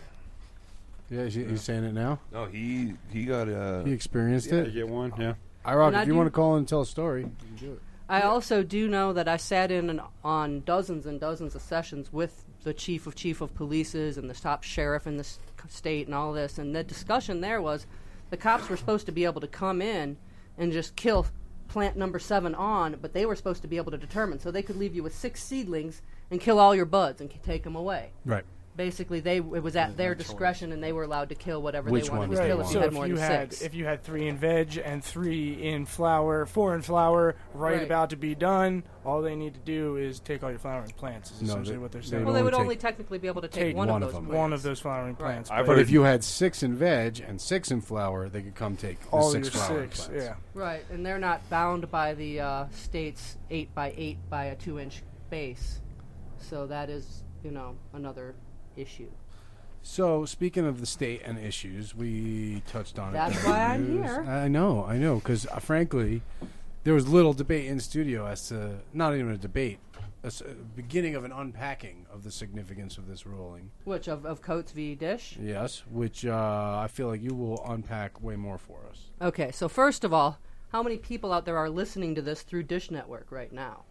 C: Yeah, he's, he's saying it now.
D: No, he he got uh,
C: He experienced
D: yeah,
C: it.
D: you get one, yeah.
C: I rock.
L: And I
C: If you
L: do-
C: want to call in and tell a story, you can do it.
L: I also do know that I sat in an, on dozens and dozens of sessions with the chief of chief of polices and the top sheriff in the s- state and all this. And the discussion there was the cops were supposed to be able to come in and just kill plant number seven on, but they were supposed to be able to determine. So they could leave you with six seedlings and kill all your buds and c- take them away.
C: Right.
L: Basically, they it was at their discretion, and they were allowed to kill whatever
C: Which
L: they wanted
C: ones
L: to
C: they
L: kill if
C: wanted.
L: you
F: So
L: had more
F: if you
L: than
F: had
L: six.
F: if you had three in veg and three in flour, four in flour, right,
L: Right.
F: about to be done, all they need to do is take all your flowering plants. Is
C: No,
F: essentially
C: they-
F: what they're
C: they
F: saying.
C: would
L: Well, they would
C: Only
L: only
C: take-
L: technically be able to take, one, of those plants.
F: one of those flowering
L: Right.
F: plants.
D: I've
F: but
C: But
D: heard-
C: if you had six in veg and six in flour, they could come take the
F: all
C: six
F: your
C: flour
F: six,
C: plants.
F: yeah.
L: Right, and they're not bound by the uh, state's eight by eight by a two inch base, so that is you know another issue.
C: So speaking of the state and issues, we touched on it.
L: That's why I'm
C: News.
L: here.
C: I know, I know, because uh, frankly, there was little debate in studio as to not even a debate, a s- a beginning of an unpacking of the significance of this ruling.
L: Which of, of Coates v. Dish?
C: Yes, which uh, I feel like you will unpack way more for us.
L: Okay, so first of all, how many people out there are listening to this through Dish Network right now?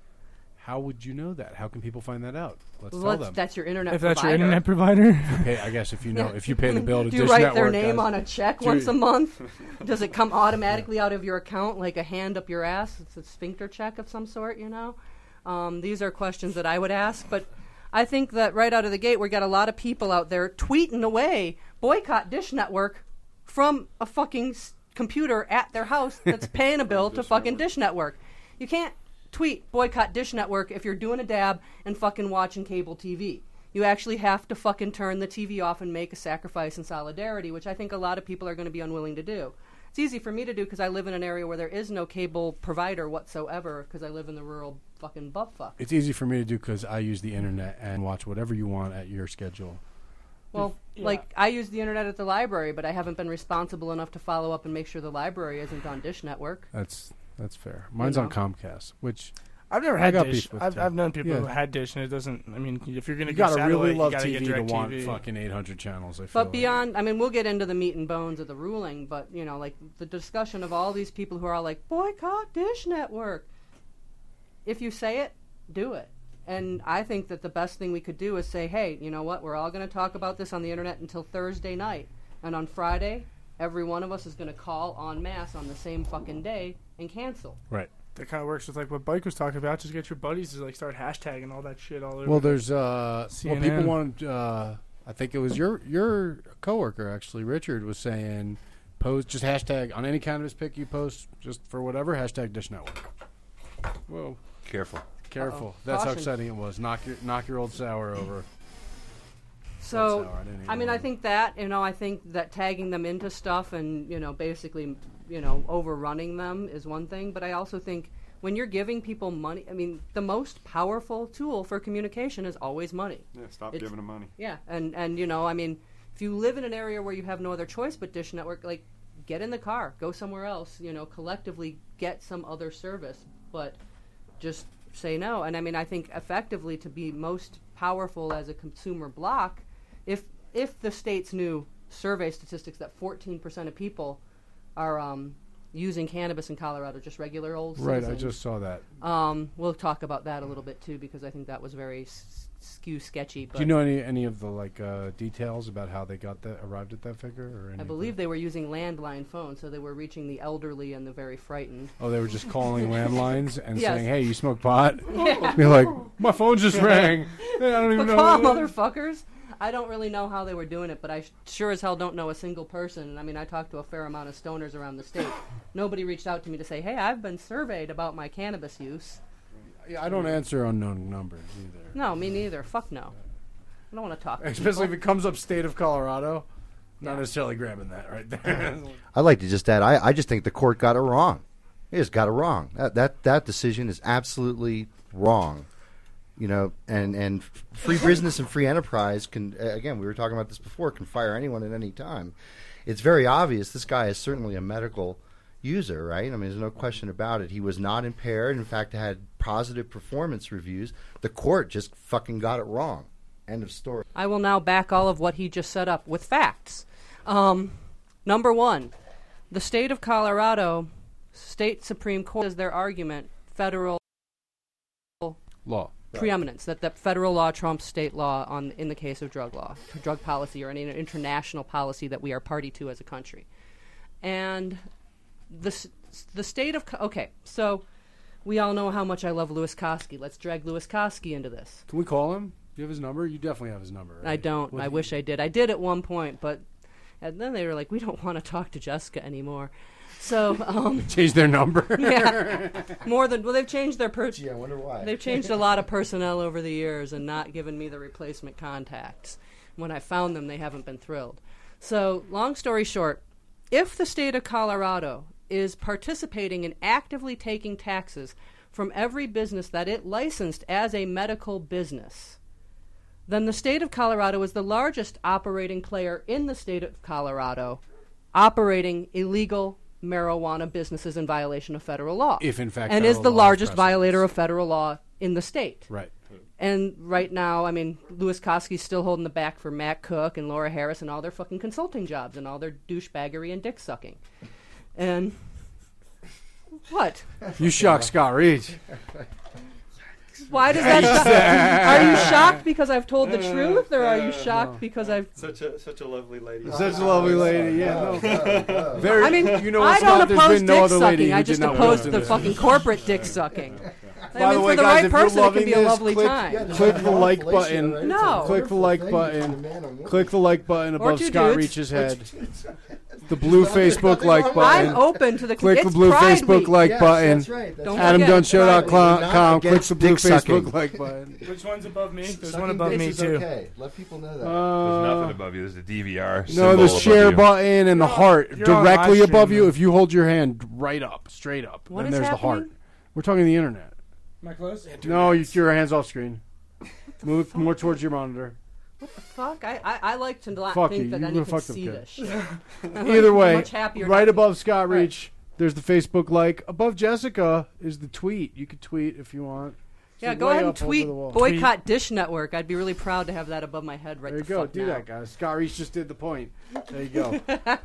C: How would you know that? How can people find that out? Let's
L: Well,
C: tell
L: that's,
C: them.
L: that's your internet.
F: If that's your
L: provider.
F: internet provider,
C: Hey, I guess if you know, if you pay the bill to
L: Do you
C: Dish
L: write
C: Network,
L: their name
C: guys-
L: on a check
C: Do
L: once
C: you-
L: a month? Does it come automatically out of your account like a hand up your ass? It's a sphincter check of some sort, you know? Um, these are questions that I would ask, but I think that right out of the gate, we got a lot of people out there tweeting away boycott Dish Network from a fucking s- computer at their house that's paying a bill to fucking Dish Network. You can't tweet boycott Dish Network if you're doing a dab and fucking watching cable TV. You actually have to fucking turn the TV off and make a sacrifice in solidarity, which I think a lot of people are going to be unwilling to do. It's easy for me to do because I live in an area where there is no cable provider whatsoever because I live in the rural fucking buttfuck.
C: It's easy for me to do because I use the internet and watch whatever you want at your schedule.
L: Well, like I use the internet at the library, but I haven't been responsible enough to follow up and make sure the library isn't on Dish Network.
C: That's that's fair. Mine's
L: know.
C: on Comcast, which
F: I've never
C: I
F: had
C: got
F: dish.
C: beef with
F: I've,
C: that.
F: I've known people
C: Yeah.
F: who had dish, and it doesn't. I mean, if you're gonna
C: you
F: go
C: gotta
F: satellite,
C: really love
F: you gotta
C: TV
F: get
C: to
F: direct
C: want
F: TV.
C: fucking 800 channels. I feel.
L: But beyond, I mean, we'll get into the meat and bones of the ruling, but, you know, like the discussion of all these people who are all like, boycott Dish Network. If you say it, do it. And I think that the best thing we could do is say, hey, you know what? We're all going to talk about this on the internet until Thursday night. And on Friday, every one of us is going to call en masse on the same fucking day and cancel.
C: right.
F: That kind of works with like what Bike was talking about. Just get your buddies to like start hashtagging all that shit all over.
C: Well, there's uh, well, people
F: CNN.
C: want. Uh, I think it was your your coworker actually, Richard, was saying, post just hashtag on any cannabis pic you post, just for whatever hashtag Dish Network. Whoa,
D: Careful.
C: careful!
L: Uh-oh.
C: That's how
L: Caution.
C: exciting it was. Knock your knock your old sour over.
L: So,
C: That's how I didn't
L: I mean,
C: even-
L: I think that you know, I think that tagging them into stuff and you know, basically, you know, overrunning them is one thing. But I also think when you're giving people money, I mean, the most powerful tool for communication is always money.
G: Yeah, stop
L: It's-
G: giving them money.
L: Yeah, and and you know, I mean, if you live in an area where you have no other choice but Dish Network, like, get in the car, go somewhere else. You know, collectively get some other service, but just say no. And I mean, I think effectively to be most powerful as a consumer block, if if the states knew survey statistics that 14% of people are um, using cannabis in Colorado, just regular old
C: Right, I
L: citizens.
C: just saw that.
L: um, we'll talk about that a little bit too because I think that was very s- skew sketchy. But
C: Do you know any any of the like uh, details about how they got that arrived at that figure? Or
L: I
C: anything?
L: believe they were using landline phones, so they were reaching the elderly and the very frightened.
C: Oh, they were just calling landlines and
L: Yes.
C: saying, "Hey, you smoke pot?" You're like, "My phone just rang. I don't even
L: But
C: know."
L: call motherfuckers! I don't really know how they were doing it, but I sh- sure as hell don't know a single person. I mean, I talked to a fair amount of stoners around the state. Nobody reached out to me to say, "Hey, I've been surveyed about my cannabis use."
C: Yeah, I don't answer unknown numbers either,
L: No, me neither. Fuck no. I don't want to talk. to
C: especially if
L: people.
C: it comes up state of Colorado. Not necessarily grabbing that right there.
E: I'd like to just add, I, I just think the court got it wrong. They just got it wrong. That that, that decision is absolutely wrong. You know, and, and free business and free enterprise can, uh, again, we were talking about this before, can fire anyone at any time. It's very obvious this guy is certainly a medical user, right? I mean, there's no question about it. He was not impaired. In fact, had positive performance reviews. The court just fucking got it wrong. End of story.
L: I will now back all of what he just set up with facts. Um, number one, the state of Colorado, state Supreme Court is their argument, federal
C: Law.
L: preeminence that, that federal law trumps state law on in the case of drug law, drug policy, or any international policy that we are party to as a country. And the s- the state of Co- okay, so we all know how much I love Lewis Kosky. Let's drag Lewis Kosky into this.
C: Can we call him? Do you have his number? You definitely have his number.
L: I
C: right?
L: don't.
C: What
L: I
C: do you-
L: wish I did. I did at one point, but and then they were like, we don't want to talk to Jessica anymore. So um,
C: Change their number.
L: yeah, more than well, they've changed their per-
E: Yeah, I wonder why.
L: They've changed a lot of personnel over the years and not given me the replacement contacts. When I found them, they haven't been thrilled. So, long story short, if the state of Colorado is participating in actively taking taxes from every business that it licensed as a medical business, then the state of Colorado is the largest operating player in the state of Colorado operating illegal marijuana businesses in violation of federal law.
C: If, in fact,
L: and is
C: federal
L: the
C: law is
L: largest
C: precedent.
L: violator of federal law in the state.
C: Right.
L: And right now, I mean, Lewis Kosky's still holding the back for Matt Cook and Laura Harris and all their fucking consulting jobs and all their douchebaggery and dick sucking. And what?
C: You shock Scott Reed.
L: Why does that?
C: Yikes.
L: Sho- are you shocked because I've told the truth, or are you shocked because I've?
G: Such a such a lovely lady.
C: Such a lovely lady. Yeah. No. Very.
L: I mean,
C: you know,
L: I don't
C: what, Scott, there's
L: oppose
C: been
L: dick
C: no other
L: sucking.
C: lady who
L: I
C: did
L: just
C: not
L: oppose
C: listen
L: the
C: to
L: fucking corporate dick sucking. I
C: By
L: mean,
C: the way,
L: for the
C: guys,
L: right
C: if you're
L: person, it can
C: loving
L: be a
C: this,
L: lovely
C: click-
L: time.
C: yeah, click the like button.
E: right?
L: No.
C: Click the like button. Click the like button above
L: two dudes.
C: Scott Reach's
L: Or
C: head. The blue Facebook like button.
L: I'm open to the
C: Click the
L: it's
C: blue
L: Pride
C: Facebook
L: Week.
C: like
E: Yes,
C: button.
E: that's right, that's
L: Don't right. forget,
E: Pride Week.
C: AdamDunn.com.
E: Not
C: Click the blue
E: against dick
C: Facebook
E: sucking.
C: like button.
F: Which one's above me? There's
E: Sucking
F: one above
E: dicks
F: me
E: is
F: too.
E: Okay. Let people know that.
D: There's
C: Uh,
D: nothing above you. There's a DVR.
C: no, the share
D: button.
C: button and the heart
F: you're on
C: directly
F: live stream,
C: above you.
F: man.
C: If you hold your hand right up, straight up,
L: What
C: then
L: is
C: there's the heart.
L: happening?
C: We're talking the internet.
F: Am I close?
C: No, you, your hands off screen. Move more towards your monitor.
L: Fuck, I, I, I like to not
C: Fuck
L: think
C: you,
L: that
C: you
L: I
C: little
L: can
C: fucked up
L: see
C: kid.
L: this shit. I'm, like,
C: Either way,
L: much happier
C: right
L: not-
C: above Scott Reach, there's the Facebook like. Above Jessica is the tweet. You could tweet if you want.
L: Yeah,
C: She's
L: go
C: way
L: ahead and
C: up over
L: tweet
C: the wall.
L: boycott Dish Network. I'd be really proud to have that above my head right
C: There you
L: the
C: go.
L: fuck
C: Do
L: now.
C: that, guys. Scott Reach just did the point. There you go.
L: All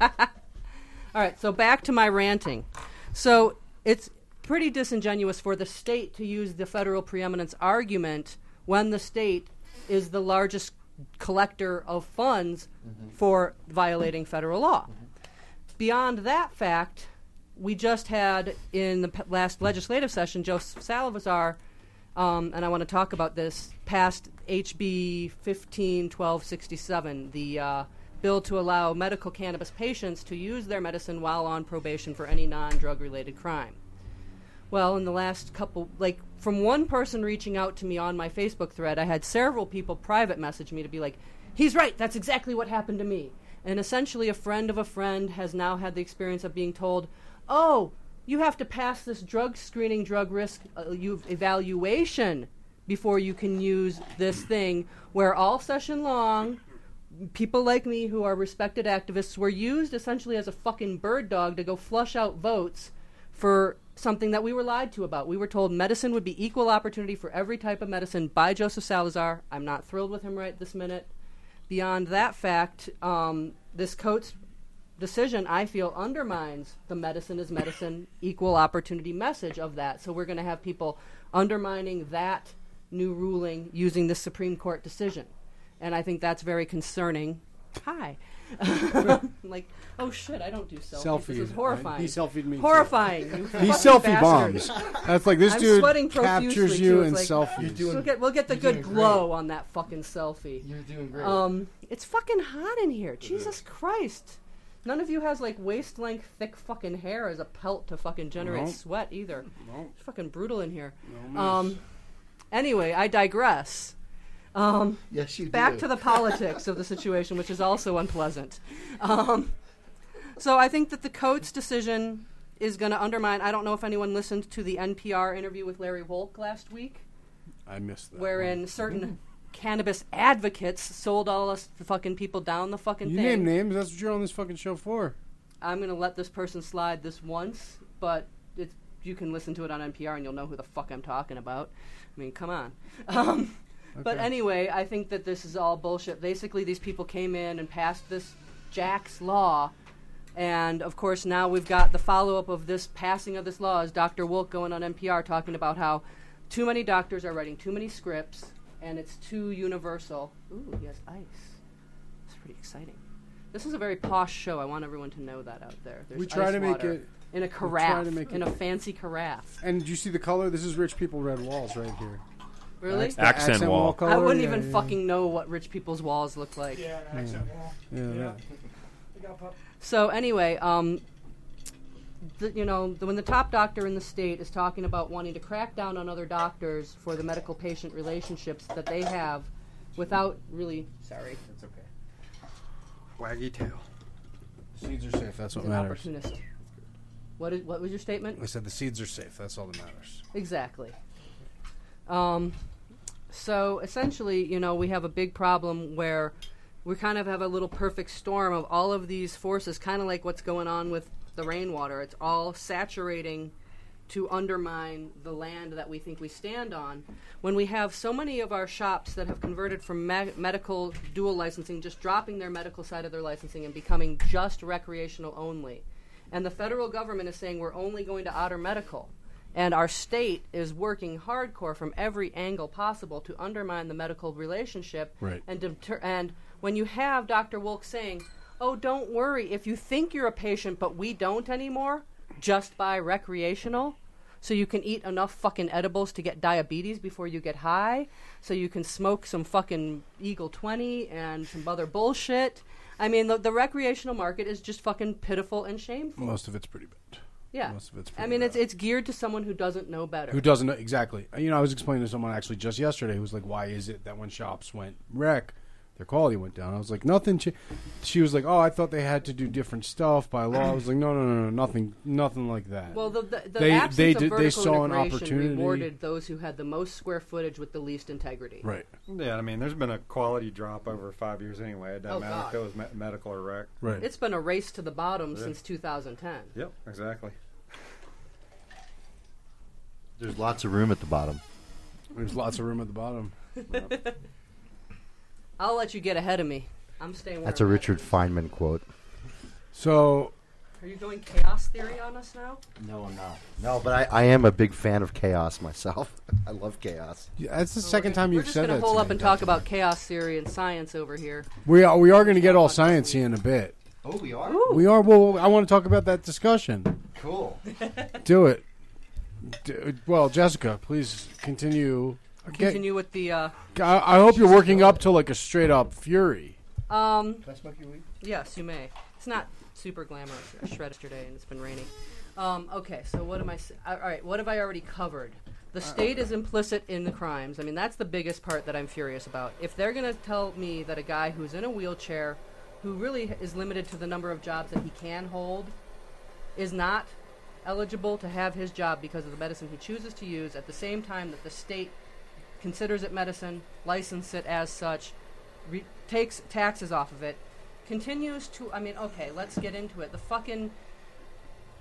L: right, so back to my ranting. So it's pretty disingenuous for the state to use the federal preeminence argument when the state is the largest collector of funds for violating federal law. Beyond that fact, we just had in the p- last legislative session, Joe Salazar, um, and I want to talk about this, passed HB 151267, the uh, bill to allow medical cannabis patients to use their medicine while on probation for any non drug related crime. Well, in the last couple, like from one person reaching out to me on my Facebook thread, I had several people private message me to be like, he's right, that's exactly what happened to me. And essentially, a friend of a friend has now had the experience of being told, oh, you have to pass this drug screening, drug risk uh, you evaluation before you can use this thing, where all session long, people like me who are respected activists were used essentially as a fucking bird dog to go flush out votes for something that we were lied to about. We were told medicine would be equal opportunity for every type of medicine by Joseph Salazar. I'm not thrilled with him right this minute. Beyond that fact, um, this Coates decision, I feel, undermines the medicine is medicine equal opportunity message of that. So we're going to have people undermining that new ruling using the Supreme Court decision. And I think that's very concerning. Hi. I'm like, oh shit, I don't do selfies. This
C: Selfies,
L: is
C: right?
L: horrifying.
C: He selfied me, too.
L: Horrifying. You
C: He
L: fucking
C: selfie
L: bastard.
C: bombs. That's like this
L: I'm sweating
C: dude
L: profusely,
C: captures
L: too.
C: you
L: It's
C: and
L: like-
C: selfies.
L: We'll get, we'll get the good glow on that fucking selfie.
E: You're doing great.
L: Um, it's fucking hot in here. Jesus Christ. None of you has like waist length thick fucking hair as a pelt to fucking generate
C: No.
L: sweat either. It's fucking brutal in here. um, anyway, I digress. Um,
E: yes, you
L: back
E: do.
L: to the politics of the situation, which is also unpleasant. Um, so I think that the Coates decision is going to undermine. I don't know if anyone listened to the NPR interview with Larry Wolk last week
C: I missed that.
L: wherein certain cannabis advocates sold all us fucking people down the fucking
C: You
L: thing.
C: name names. That's what you're on this fucking show for.
L: I'm going to let this person slide this once, but it's, you can listen to it on NPR and you'll know who the fuck I'm talking about. I mean, come on. Um, But
M: Okay.
L: anyway, I think that this is all bullshit. Basically, these people came in and passed this Jack's Law. And of course, now we've got the follow up of this passing of this law is Dr. Wolk going on NPR talking about how too many doctors are writing too many scripts and it's too universal. Ooh, yes, ice. It's pretty exciting. This is a very posh show. I want everyone to know that out there. There's
C: We try
L: ice
C: to make
L: water
C: it-
L: in a
C: we try to
L: carafe,
C: make
L: in
C: it-
L: a fancy carafe.
C: And you see the color? This is rich people red walls right here.
L: Really?
C: That's the accent, wall. color.
L: I wouldn't
C: Yeah,
L: even
C: yeah.
L: fucking know what rich people's walls look like. Yeah,
C: an accent Yeah. wall. Yeah, Yeah. that-
L: So anyway, um, the, you know, the, when the top doctor in the state is talking about wanting to crack down on other doctors for the medical-patient relationships that they have, without really, sorry, it's okay.
G: Waggy tail.
C: Seeds are safe. That's what
L: an
C: matters.
L: opportunist. What is what was your statement?
C: I said the seeds are safe. That's all that matters.
L: Exactly. Um, so essentially, you know, we have a big problem where we kind of have a little perfect storm of all of these forces, kind of like what's going on with the rainwater. It's all saturating to undermine the land that we think we stand on. When we have so many of our shops that have converted from me- medical dual licensing, just dropping their medical side of their licensing and becoming just recreational only. And the federal government is saying we're only going to honor medical. And our state is working hardcore from every angle possible to undermine the medical relationship.
M: Right.
L: And, deter- and when you have Dr. Wilk saying, oh, don't worry, if you think you're a patient, but we don't anymore, just buy recreational. So you can eat enough fucking edibles to get diabetes before you get high. So you can smoke some fucking Eagle 20 and some other bullshit. I mean, the, the recreational market is just fucking pitiful and shameful.
C: Most of it's pretty bad.
L: Yeah.
C: Most of it's
L: I
C: pretty
L: mean, it's, it's geared to someone who doesn't know better.
C: Who doesn't know exactly? Uh, You know, I was explaining to someone actually just yesterday who was like, "Why is it that when shops went wreck, their quality went down?" I was like, "Nothing." Cha-. She was like, "Oh, I thought they had to do different stuff by law." I was like, "No, no, no, no, nothing, nothing like that."
L: Well, the, the, the
C: They-
L: absence
C: they
L: of
C: did- they
L: vertical
C: saw an
L: integration
C: opportunity.
L: rewarded those who had the most square footage with the least integrity.
G: Yeah, I mean, there's been a quality drop over five years anyway. It doesn't
L: Oh,
G: matter
L: God.
G: if it was me- medical or rec.
L: It's been a race to the bottom
G: Yeah.
L: since 2010.
G: Yep, exactly.
E: There's lots of room at the bottom.
C: There's lots of room at the bottom.
L: I'll let you get ahead of me. I'm staying where
E: That's a
L: I'm at.
E: Richard Feynman quote.
C: So
L: Are you going chaos theory on us now?
E: No, I'm not. No, but I, I am a big fan of chaos myself. I love chaos.
C: Yeah, that's the second time you've
L: Oh, Just
C: said
L: gonna
C: that.
L: hole
C: to
L: up
C: me.
L: and talk about chaos theory and science over here.
C: We are we are going to get all sciencey in a bit.
E: Oh, we are.
C: We are. Well, I want to talk about that discussion.
E: Cool.
C: Do it. Do, well, Jessica, please continue. Get-
L: Continue with the. Uh,
C: I, I hope you're working up to like a straight up fury.
L: um, Can
E: I smoke your weed?
L: Yes, you may. It's not super glamorous. I shredded yesterday and it's been raining. Um, okay, so what am I? s- All right, what have I already covered? The state is implicit in the crimes. I mean, that's the biggest part that I'm furious about. If they're going to tell me that a guy who's in a wheelchair, who really h- is limited to the number of jobs that he can hold, is not eligible to have his job because of the medicine he chooses to use, at the same time that the state considers it medicine, license it as such, re- takes taxes off of it, continues to. I mean, okay, let's get into it. The fucking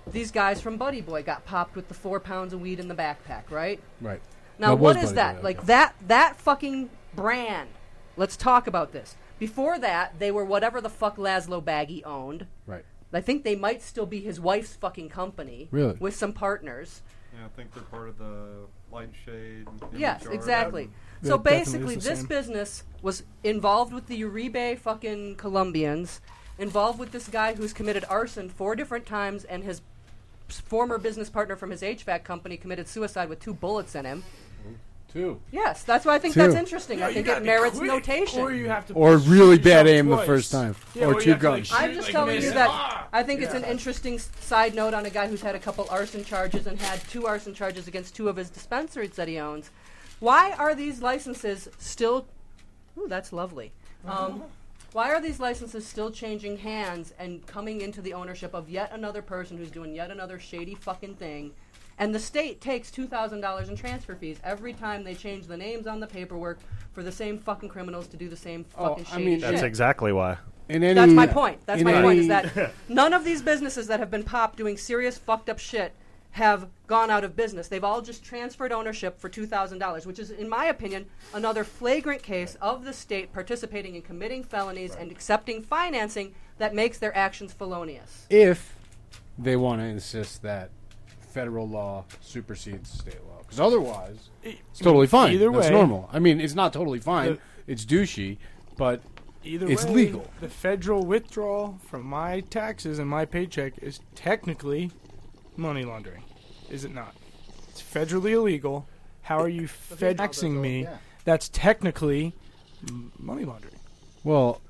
L: these guys from Buddy Boy got popped with the four pounds of weed in the backpack, right?
C: Right.
L: Now,
C: That
L: what
C: was
L: is
C: Buddy
L: that?
C: Boy,
L: Like
C: okay.
L: that that fucking brand. Let's talk about this. Before that, they were whatever the fuck Laszlo Baggy owned.
C: Right.
L: I think they might still be his wife's fucking company.
C: Really?
L: With some partners.
G: Yeah, I think they're part of the light shade.
L: Yes, exactly.
G: Yeah,
L: so
G: it definitely is the
L: basically, this
G: same.
L: business was involved with the Uribe fucking Colombians, involved with this guy who's committed arson four different times, and his s- former business partner from his HVAC company committed suicide with two bullets in him.
C: Two.
L: Yes, that's why I think
C: Two.
L: that's interesting.
F: Yeah,
L: I
F: you
L: think
F: gotta
L: it
F: be
L: merits
F: quick,
L: notation.
F: or you have to
C: Or really bad aim the
F: twice.
C: first time,
F: Yeah,
C: or
F: or you
C: two
F: have to, like,
C: guns.
F: shoot
L: I'm just
F: like
L: telling
F: this.
L: you that
F: Ah!
L: I think it's an
F: Yeah.
L: interesting s- side note on a guy who's had a couple arson charges and had two arson charges against two of his dispensaries that he owns. Why are these licenses still? Ooh, that's lovely. Um, why are these licenses still changing hands and coming into the ownership of yet another person who's doing yet another shady fucking thing? And the state takes $2,000 in transfer fees every time they change the names on the paperwork for the same fucking criminals to do the same fucking shady shit.
H: that's exactly why.
C: In any,
L: That's my point. That's
C: in
L: my point. Is
C: any-
L: that none of these businesses that have been popped doing serious fucked up shit have gone out of business. They've all just transferred ownership for two thousand dollars, which is, in my opinion, another flagrant case of the state participating in committing felonies and accepting financing that makes their actions felonious.
C: if they want to insist that federal law supersedes state law, because otherwise it's totally fine.
F: E, Either
C: That's
F: way-
C: normal. I mean, it's not totally fine.
F: The-
C: it's douchey, but
F: Either
C: it's
F: way,
C: legal.
F: The federal withdrawal from my taxes and my paycheck is technically money laundering, is it not? It's federally illegal. How are you fed taxing me? That's technically m- money laundering.
C: Well,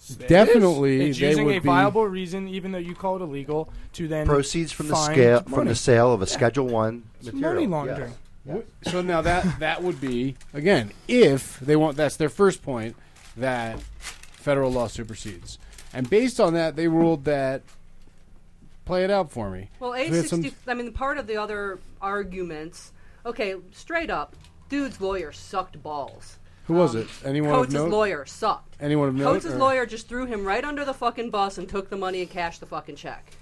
F: It is.
C: definitely
F: it's
C: they
F: using
C: would
F: a
C: be-
F: viable reason, even though you call it illegal, to then
E: Proceeds from the
F: find
E: scale from
F: money.
E: the sale of a
F: Yeah.
E: Schedule One
F: It's
E: material.
F: money
E: yes.
F: laundering.
C: So now that that would be again if they want. That's their first point that federal law supersedes, and based on that, they ruled that. Play it out for me.
L: Well,
C: So
L: A
C: we had some-
L: sixty. I mean, part of the other arguments. Okay, straight up, dude's lawyer sucked balls.
C: Who was it? Anyone
L: um, Coates'
C: of note?
L: lawyer sucked.
C: Anyone of note?
L: Coates'
C: or-
L: lawyer just threw him right under the fucking bus and took the money and cashed the fucking check.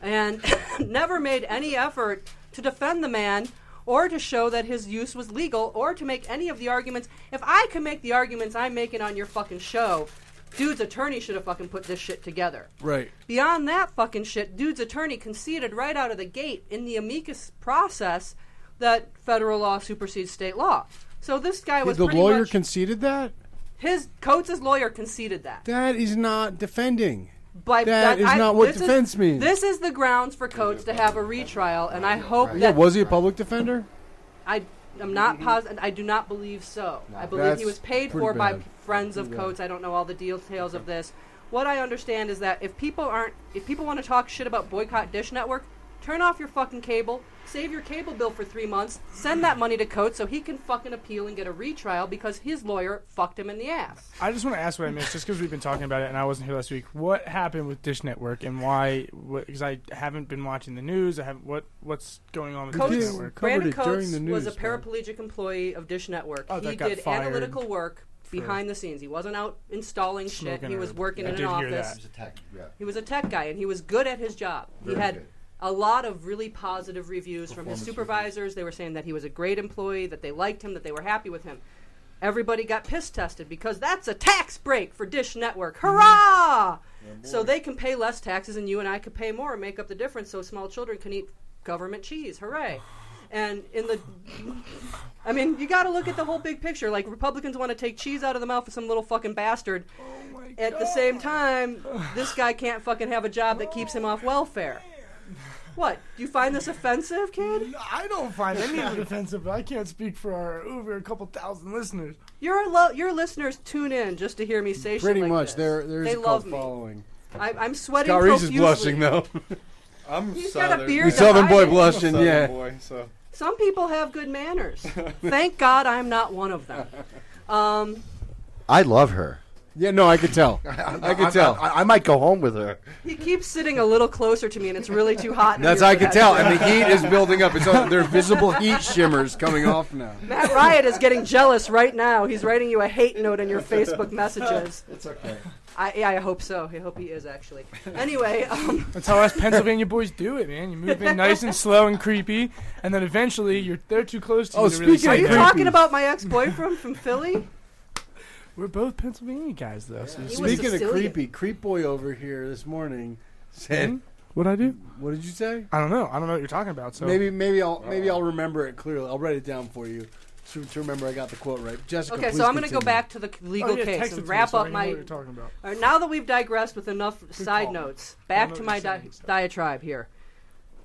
L: And never made any effort to defend the man or to show that his use was legal or to make any of the arguments. If I can make the arguments I'm making on your fucking show, dude's attorney should have fucking put this shit together.
C: Right.
L: Beyond that fucking shit, dude's attorney conceded right out of the gate in the amicus process that federal law supersedes state law. So this guy was
C: the
L: pretty
C: lawyer
L: much-
C: conceded that.
L: his Coates' lawyer conceded that.
C: That is not defending.
L: By,
C: that is not what
L: this
C: defense means.
L: This is the grounds for Coates to have a retrial, and I hope
C: Yeah,
L: that
C: was he a public defender?
L: I am not positive. I do not believe so. I believe
C: That's
L: he was paid
C: pretty
L: for by
C: bad.
L: friends of
C: Pretty bad.
L: Coates. I don't know all the details of this. What I understand is that if people aren't, if people want to talk shit about boycott Dish Network, turn off your fucking cable, save your cable bill for three months, send that money to Coates so he can fucking appeal and get a retrial because his lawyer fucked him in the ass.
F: I just want to ask what I missed, just because we've been talking about it and I wasn't here last week. What happened with Dish Network and why? Because I haven't been watching the news. I have what what's going on with Dish
L: Coates,
F: Network?
L: Brandon
C: covered it
L: Coates
C: during the
L: was a
C: news, man.
L: paraplegic employee of Dish Network.
F: Oh, that
L: he
F: got
L: did
F: fired
L: analytical work behind the scenes. He wasn't out installing shit.
F: Smoking
L: He was
F: herb.
L: working
F: I
L: in an
F: did hear
L: office.
F: that.
L: He was a tech guy, and he was good at his job. he
E: Very
L: had
E: good.
L: a lot of really positive reviews from his supervisors. They were saying that he was a great employee, that they liked him, that they were happy with him. Everybody got piss tested because that's a tax break for Dish Network. Hurrah! So they can pay less taxes, and you and I could pay more and make up the difference so small children can eat government cheese. Hooray! And in the, I mean, you got to look at the whole big picture. Like Republicans want to take cheese out of the mouth of some little fucking bastard. at the same time, this guy can't fucking have a job that keeps him off welfare. What? Do you find this offensive, kid?
F: I don't find any of it offensive, but I can't speak for our over a couple thousand listeners.
L: Your lo- your listeners tune in just to hear me say shit
C: Pretty
L: like
C: much.
L: this.
C: There, there's
L: they
C: a
L: love
C: cult
L: me.
C: following.
L: I, I'm sweating
C: Scott Reese is
L: profusely.
C: blushing though.
G: I'm
L: He's got a
G: southern.
L: beard
C: we saw them boy
L: Southern
C: blushing.
G: Southern
C: Yeah.
G: boy, so
L: Some people have good manners. Thank God I'm not one of them. Um,
E: I love her.
C: Yeah. No, I could tell. I could tell.
E: I, I might go home with her.
L: he keeps sitting a little closer to me, and it's really too hot. in
C: That's
L: here
C: I
L: for
C: could
L: that.
C: tell. And the heat is building up. It's on, there are visible heat shimmers coming off now.
L: Matt Riot is getting jealous right now. He's writing you a hate note in your Facebook messages.
E: It's okay.
L: I, yeah, I hope so. I hope he is actually. Anyway, um,
F: That's how us Pennsylvania boys do it, man. You move in nice and slow and creepy, and then eventually you're they're too close to
C: Oh,
F: you. to really
C: speaking
L: are
F: say
L: you
C: Thank
F: that.
L: talking about my ex-boyfriend from Philly?
F: We're both Pennsylvania guys, though. So
L: He was
C: Speaking of
L: Sicilian.
C: creepy, creep boy over here this morning said,
F: what I do?
C: "What did you say?"
F: I don't know. I don't know what you're talking about. So
C: Maybe maybe I'll maybe
L: Uh.
C: I'll remember it clearly. I'll write it down for you to, to remember I got the quote right. Jessica.
L: Okay,
C: please
L: so I'm going to go
C: continue.
L: back to the c-
F: Oh,
L: legal
F: yeah, text
L: case
F: it to
L: and
F: me
L: wrap
F: so I
L: up
F: know
L: my.
F: what you're talking about.
L: All right, now that we've digressed with enough side
F: call.
L: notes,
F: know
L: back to
F: what
L: my
F: you're
L: di-
F: saying, so.
L: diatribe here.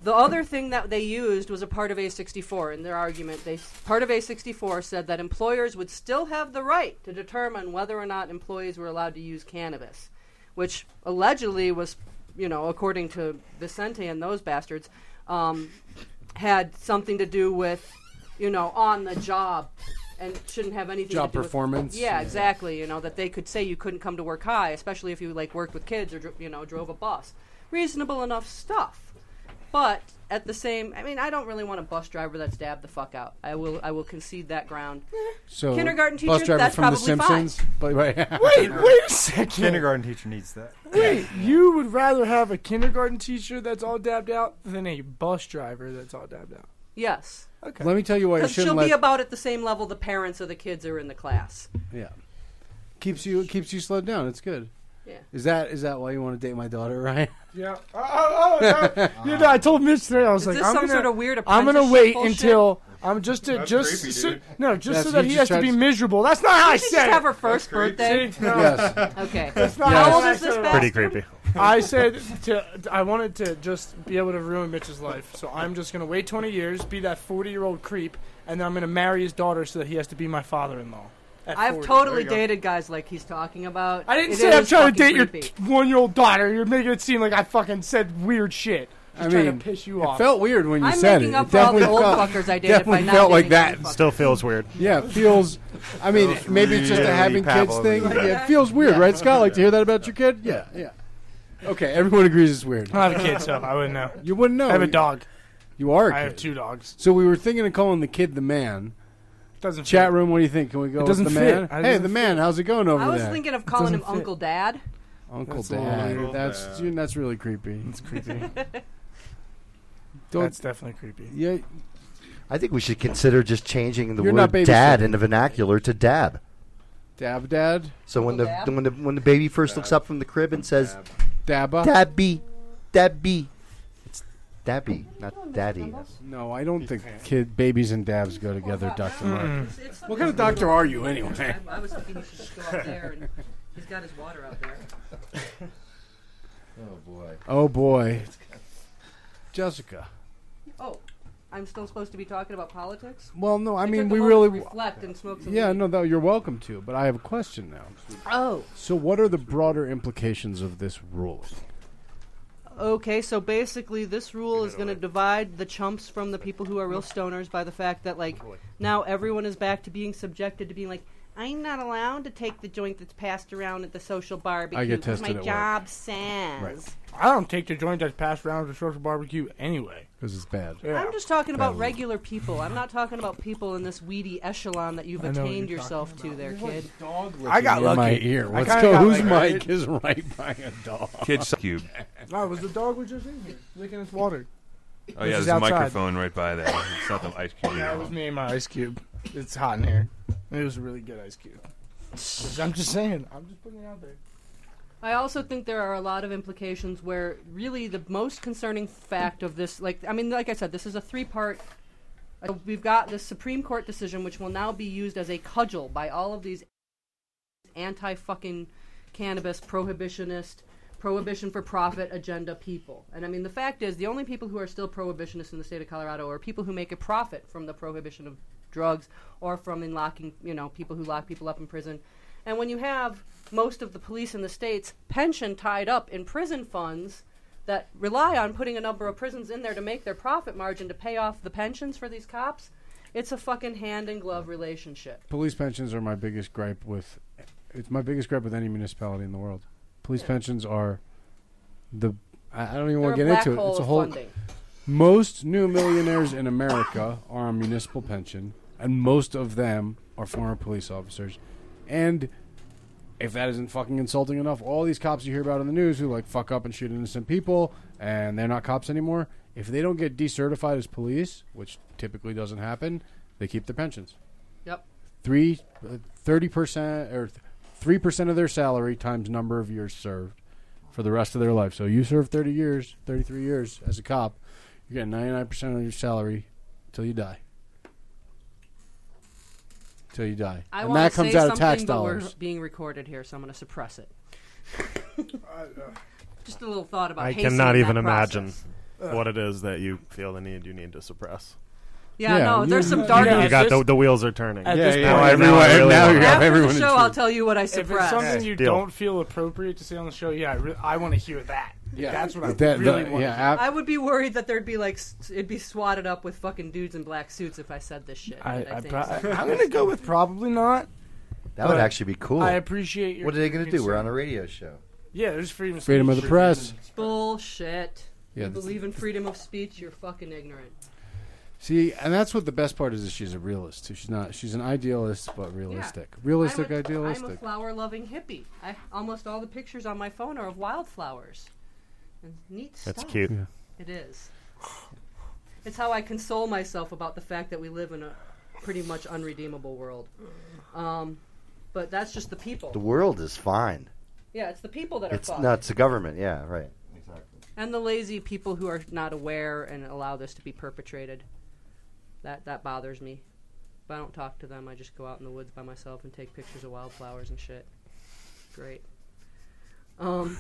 L: The other thing that they used was a part of A64 in their argument. They part of A64 said that employers would still have the right to determine whether or not employees were allowed to use cannabis, which allegedly was, you know, according to Vicente and those bastards, um, had something to do with, you know, on the job, and shouldn't have anything
C: Job
L: to do with-
C: performance.
L: yeah,
C: Yeah.
L: exactly. You know that they could say you couldn't come to work high, especially if you like worked with kids or dr- you know drove a bus. Reasonable enough stuff. But at the same, I mean, I don't really want a bus driver that's dabbed the fuck out. I will, I will concede that ground.
C: Eh. So
L: kindergarten teacher,
C: bus driver
L: that's
C: from The
L: probably
C: Simpsons.
L: fine.
C: But right.
F: Wait, wait a second.
G: Kindergarten teacher needs that.
F: Wait, you would rather have a kindergarten teacher that's all dabbed out than a bus driver that's all dabbed out?
L: Yes.
F: Okay.
C: Let me tell you why you
L: Because she'll
C: shouldn't
L: be
C: let.
L: about at the same level the parents of the kids are in the class.
C: yeah. Keeps you keeps you slowed down. It's good.
L: Yeah.
C: Is that is that why you want to date my daughter, Ryan?
F: Yeah. Oh, oh, oh,
E: Uh-huh.
F: no. you know, I told Mitch today. I was
L: Is
F: like,
L: this
F: I'm
L: some
F: gonna,
L: sort of weird
F: I'm gonna
L: apprenticeship
F: wait
L: bullshit?
F: until I'm just to
G: That's
F: just
G: creepy,
F: so-
G: dude.
F: no, just
C: That's-
F: so that
C: you
F: he
C: just
F: has to
C: tried
F: be
C: to-
F: miserable. That's not how I
L: Did she just
F: said
L: have
F: it.
L: her first birthday?
F: No,
C: Yes.
L: Okay.
F: not
C: Yes.
L: How old
F: how I
L: is this
F: said it.
L: bastard?
H: Pretty creepy.
F: I said to I wanted to just be able to ruin Mitch's life, so I'm just gonna wait 20 years, be that 40 year old creep, and then I'm gonna marry his daughter so that he has to be my father-in-law. at
L: I've
F: 40.
L: totally dated guys like he's talking about.
F: I didn't
L: It
F: say I'm
L: is
F: trying to
L: fucking
F: date your
L: creepy.
F: one year old daughter. You're making it seem like I fucking said weird shit. Just
C: I
F: trying
C: mean,
F: to piss you
C: it
F: off.
C: felt weird when you
L: I'm
C: said
L: making
C: it.
L: up
C: it
L: for all
C: definitely
L: the old
C: felt,
L: fuckers I dated by
C: definitely
L: not
C: felt like
L: dating
C: that.
L: young fuckers.
H: Still feels weird.
C: Yeah, it feels. I mean, maybe it's just a
G: really
C: having kids
G: Pavlovian.
C: thing. Yeah, it feels weird, right, Scott? Like to hear that about your kid? Yeah, yeah. Okay, everyone agrees it's weird.
F: I don't have a kid, so I wouldn't know.
C: You wouldn't know.
F: I have a
C: You-
F: dog.
C: You are. A kid.
F: I have two dogs.
C: So we were thinking of calling the kid the man.
F: Doesn't
C: Chat
F: fit.
C: room, what do you think? Can we go
F: It doesn't
C: with the man?
F: fit. It
C: Hey,
F: doesn't
C: the man, how's it going over
L: I was
C: there?
L: thinking of calling him
F: Doesn't fit.
L: Uncle Dad.
C: Uncle
F: That's a little
C: Dad.
F: weird.
C: That's dude, that's really creepy.
F: It's creepy.
C: Don't.
F: That's definitely creepy.
C: yeah,
E: I think we should consider just changing the
C: You're not
E: word "dad"
C: babysitting.
E: in the vernacular to "dab."
C: dab dad,
E: So when the
L: Dab?
E: when the when the baby first looks up from the crib and says
C: dabba.
E: "dabby, dabby," it's "dabby," not "daddy."
C: No, I don't think kid babies and dabs go together, Doctor
F: Hmm.
C: Mark.
L: It's- it's-
C: Hmm. What kind of doctor are you anyway?
L: I was thinking he should just go up there and he's got his water out there.
C: Oh boy, Jessica.
L: Oh, I'm still supposed to be talking about politics?
C: Well, no, I mean
L: took a moment
C: we
L: to
C: really.
L: reflect and smoke some
C: Yeah,
L: weed.
C: no, though you're welcome to, but I have a question now.
L: Oh,
C: So, what are the broader implications of this ruling?
L: okay. So basically, this rule is going to divide the chumps from the people who are real stoners by the fact that, like, now everyone is back to being subjected to being like, I'm not allowed to take the joint that's passed around at the social barbecue.
C: I get
L: 'cause
C: tested at
L: My
C: work.
L: job says.
C: Right.
F: I don't take the joint that's passed around to social barbecue anyway.
C: Because it's bad.
F: Yeah.
L: I'm just talking about regular people. I'm not talking about people in this weedy echelon that you've
F: I know what
L: attained
F: you're
L: yourself to there, kid.
F: I got
C: in
F: lucky.
C: my ear.
F: I
C: Let's
F: kinda
C: go.
F: got
C: Whose
F: lucky.
C: mic is right by a dog?
D: Kids suck cube.
F: No, it was the dog was just in here licking its water.
D: Oh yeah,
F: This is
D: there's a
F: outside.
D: microphone right by that. It's not the ice cube.
F: That was me and my ice cube. It's hot in here. It was a really good ice cube. I'm just saying. I'm just putting it out there.
L: I also think there are a lot of implications where really the most concerning fact of this, like, I mean, like I said, this is a three part. Uh, we've got the Supreme Court decision, which will now be used as a cudgel by all of these anti fucking cannabis prohibitionist, prohibition for profit agenda people. And I mean, the fact is, the only people who are still prohibitionists in the state of Colorado are people who make a profit from the prohibition of drugs or from in locking, you know, people who lock people up in prison. And when you have most of the police in the states pension tied up in prison funds that rely on putting a number of prisons in there to make their profit margin to pay off the pensions for these cops, it's a fucking hand and glove relationship.
C: Police pensions are my biggest gripe with. It's my biggest gripe with any municipality in the world. Police pensions are the. I I don't
L: They're
C: even want
L: a
C: to get
L: black
C: into it.
L: hole
C: It's a
L: of
C: whole.
L: funding.
C: Most new millionaires in America are on municipal pension, and most of them are former police officers. And if that isn't fucking insulting enough, all these cops you hear about in the news who like fuck up and shoot innocent people and they're not cops anymore, if they don't get decertified as police, which typically doesn't happen, they keep their pensions.
L: Yep.
C: Three, uh, thirty percent or three percent of their salary times number of years served for the rest of their life. So you serve thirty years, thirty-three years as a cop, you get ninety-nine percent of your salary till you die. Till you die,
L: I
C: and
L: wanna
C: that comes
L: say
C: out of tax
L: something, but we're
C: dollars.
L: being recorded here, so I'm going to suppress it.
F: uh,
L: Just a little thought about.
H: I
L: hastening
H: cannot even
L: that
H: imagine
L: process.
F: Uh,
H: what it is that you feel the need you need to suppress.
L: Yeah,
C: Yeah,
L: no,
C: you-
L: there's some
C: you
L: dark.
H: You
F: At
H: got
F: this-
H: the, the wheels are turning.
F: At this
H: Now
F: point,
H: I- now I
C: everyone-
H: really
C: now
H: wanna-
C: you got-
L: After
C: everyone
L: the
C: in
L: show,
C: truth.
L: I'll tell you what I
F: If it's
L: suppressed.
F: something you
H: Deal.
F: don't feel appropriate to say on the show, yeah, I, re- I want to hear that. Yeah, that's what I
C: That-
F: really
C: the-
F: want.
C: yeah,
F: Yeah,
C: ab-
L: I would be worried that there'd be like s- it'd be swatted up with fucking dudes in black suits if I said this shit.
F: I, I,
L: think
F: pro-
L: so.
F: I'm gonna go with probably not.
E: That would
F: But
E: actually be cool.
F: I appreciate your.
E: What are they going to do?
F: concern.
E: We're on a radio show.
F: Yeah, there's freedom. of
C: Freedom of
F: speech.
C: the press.
L: Bullshit.
C: Yeah,
L: you believe in freedom of speech, you're fucking ignorant.
C: See, and that's what the best part is. Is she's a realist too. She's not. She's an idealist, but realistic. Realistic,
L: I'm a-
C: idealistic.
L: I'm a flower-loving hippie. I, almost all the pictures on my phone are of wildflowers. And neat
H: That's
L: stuff.
H: cute. Yeah.
L: It is. It's how I console myself about the fact that we live in a pretty much unredeemable world. Um, but that's just the people.
E: The world is fine.
L: Yeah, it's the people that are
E: It's
L: fucked.
E: no, it's the government. Yeah, right.
L: and the lazy people who are not aware and allow this to be perpetrated. That that bothers me. But I don't talk to them. I just go out in the woods by myself and take pictures of wildflowers and shit. Great. Um.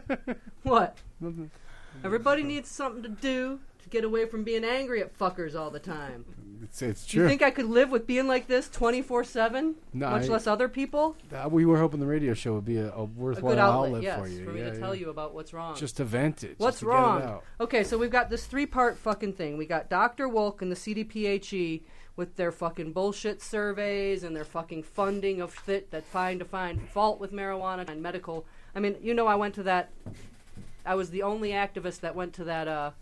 L: what?
C: Nothing.
L: Everybody needs something to do to get away from being angry at fuckers all the time.
C: It's, it's
L: Do
C: true.
L: you think I could live with being like this twenty four seven?
C: No,
L: Much
C: I-
L: less other people.
C: Uh, we were hoping the radio show would be a, a
L: a
C: worthwhile
L: good outlet,
C: outlet
L: yes,
C: for you.
L: me
C: yeah,
L: to tell
C: yeah.
L: you about what's wrong.
C: Just to vent it. just
L: What's
C: to get it
L: wrong?
C: out.
L: Okay, so we've got this three-part fucking thing. We got Dr. Wolk and the CDPHE E with their fucking bullshit surveys and their fucking funding of shit that find to find fault with marijuana and medical. I mean, you know, I went to that. I was the only activist that went to that uh,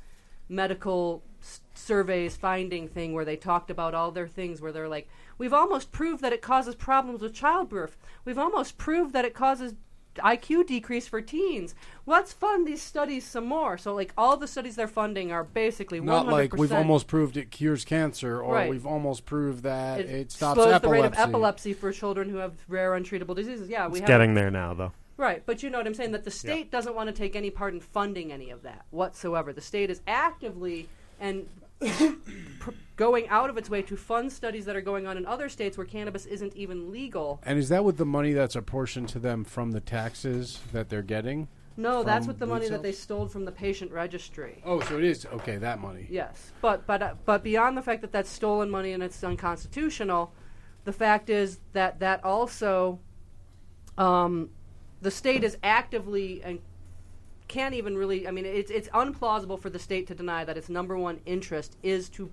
L: medical s- surveys finding thing where they talked about all their things where they're like we've almost proved that it causes problems with childbirth we've almost proved that it causes iq decrease for teens let's fund these studies some more so like all the studies they're funding are basically
C: Not
L: 100%
C: like we've almost proved it cures cancer, or
L: Right.
C: we've almost proved that it, stops
L: slows
C: epilepsy.
L: the rate of epilepsy for children who have rare untreatable diseases yeah we
H: It's
L: have
H: getting there now, though.
L: Right, but you know what I'm saying that the state doesn't want to take any part in funding any of that whatsoever. The state is actively and pr- going out of its way to fund studies that are going on in other states where cannabis isn't even legal.
C: And is that with the money that's apportioned to them from the taxes that they're getting?
L: No, that's
C: from
L: with the
C: weed
L: money
C: sales?
L: that they stole from the patient registry.
C: Oh, so it is okay. That money.
L: Yes, but but uh, but beyond the fact that that's stolen money and it's unconstitutional, the fact is that that also, um, the state is actively and can't even really. I mean, it's it's unplausible for the state to deny that its number one interest is to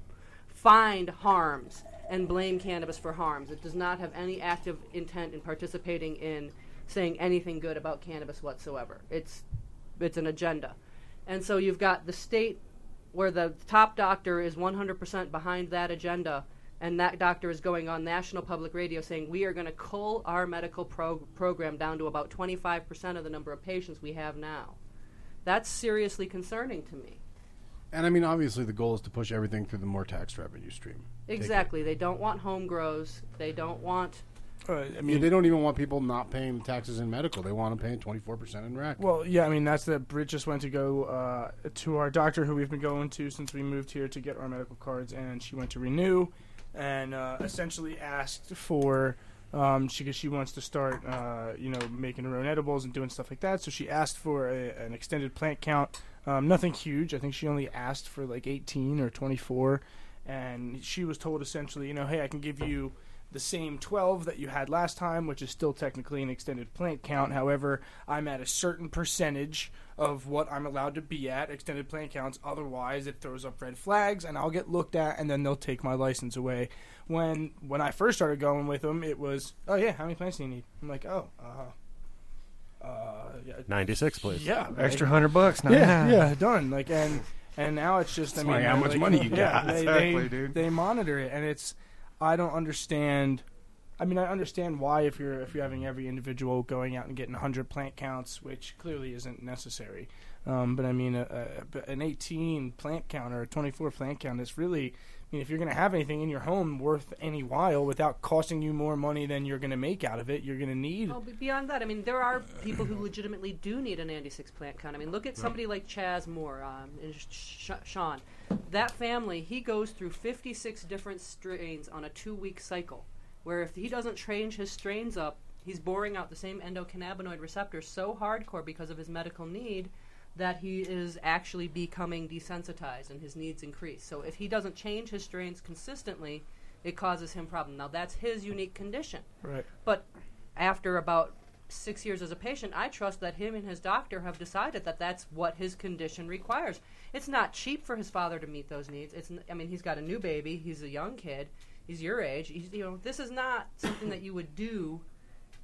L: find harms and blame cannabis for harms. It does not have any active intent in participating in saying anything good about cannabis whatsoever. It's it's an agenda. And so you've got the state where the top doctor is 100% behind that agenda and that doctor is going on national public radio saying we are going to cull our medical pro- program down to about 25% of the number of patients we have now. That's seriously concerning to me.
C: And I mean, obviously, the goal is to push everything through the more tax revenue stream. Take it.
L: Exactly. They don't want home grows. They don't want
C: I mean, they don't even want people not paying taxes in medical. They want them paying twenty four percent in rack.
F: Well, yeah, I mean that's the Brit just went to go uh, to our doctor who we've been going to since we moved here to get our medical cards, and she went to renew, and uh, essentially asked for um, she because she wants to start uh, you know making her own edibles and doing stuff like that. So she asked for a, an extended plant count. Um, nothing huge. I think she only asked for like 18 or 24, and she was told essentially, you know, hey, I can give you the same 12 that you had last time, which is still technically an extended plant count. However, I'm at a certain percentage of what I'm allowed to be at extended plant counts. Otherwise, it throws up red flags, and I'll get looked at, and then they'll take my license away. When when I first started going with them, it was, oh yeah, how many plants do you need? I'm like, oh, uh, uh, yeah,
H: 96, please.
F: Yeah,
H: Extra
F: like-
H: 100 bucks, not
F: yeah,
H: bad.
F: yeah, done. Like and and now it's just, I
H: It's
F: mean,
H: like how
F: they're
H: much money you
F: yeah,
H: got.
F: They,
H: Exactly,
F: they,
H: dude.
F: They monitor it, and it's I don't understand. I mean, I understand why if you're if you're having every individual going out and getting 100 plant counts, which clearly isn't necessary. Um, but I mean, a, a, an 18 plant count or a 24 plant count is really, I mean, if you're going to have anything in your home worth any while without costing you more money than you're going to make out of it, you're going to need.
L: Well, be- Oh, beyond that, I mean, there are people who legitimately do need an anti-six plant count. I mean, look at somebody like Chaz Moore um, and Sh- Sh- Sean. That family, he goes through 56 different strains on a two-week cycle, where if he doesn't change his strains up, he's boring out the same endocannabinoid receptor so hardcore because of his medical need that he is actually becoming desensitized and his needs increase. So if he doesn't change his strains consistently, it causes him problem. Now that's his unique condition.
F: Right.
L: But after about six years as a patient, I trust that him and his doctor have decided that that's what his condition requires. It's not cheap for his father to meet those needs. It's, n- I mean, he's got a new baby. He's a young kid. He's your age. He's, you know, this is not something that you would do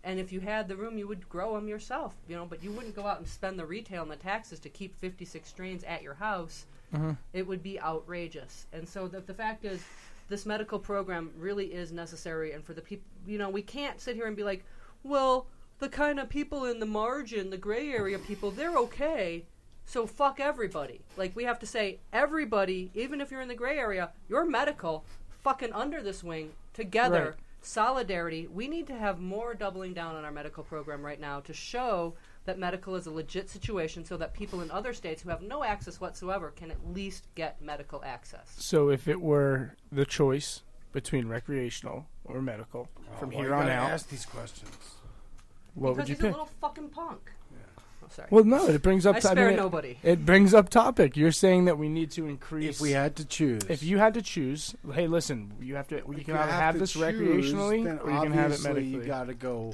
L: And if you had the room, you would grow them yourself, you know. But you wouldn't go out and spend the retail and the taxes to keep 56 strains at your house.
F: Mhm.
L: It would be outrageous. And so the, the fact is, this medical program really is necessary. And for the people, you know, we can't sit here and be like, well, the kind of people in the margin, the gray area people, they're okay. So fuck everybody. Like we have to say everybody, even if you're in the gray area, you're medical, fucking under this wing together.
F: Right.
L: Solidarity. We need to have more doubling down on our medical program right now to show that medical is a legit situation so that people in other states who have no access whatsoever can at least get medical access.
F: So if it were the choice between recreational or medical from
C: Oh, why you
F: here on
C: gotta
F: out,
C: ask these questions.
F: What
L: because
F: would you
L: he's a
F: pick?
L: little fucking punk. Oh, sorry.
F: Well, no, it brings up.
L: I
F: to-
L: spare
F: mean, it-
L: nobody.
F: It, brings up topic. You're saying that we need to increase.
C: If we had to choose.
F: If you had to choose, hey, listen, you have to. You
C: If
F: can either have
C: to
F: this
C: choose,
F: recreationally,
C: then
F: or you can have it
C: obviously
F: medically.
C: You got to go.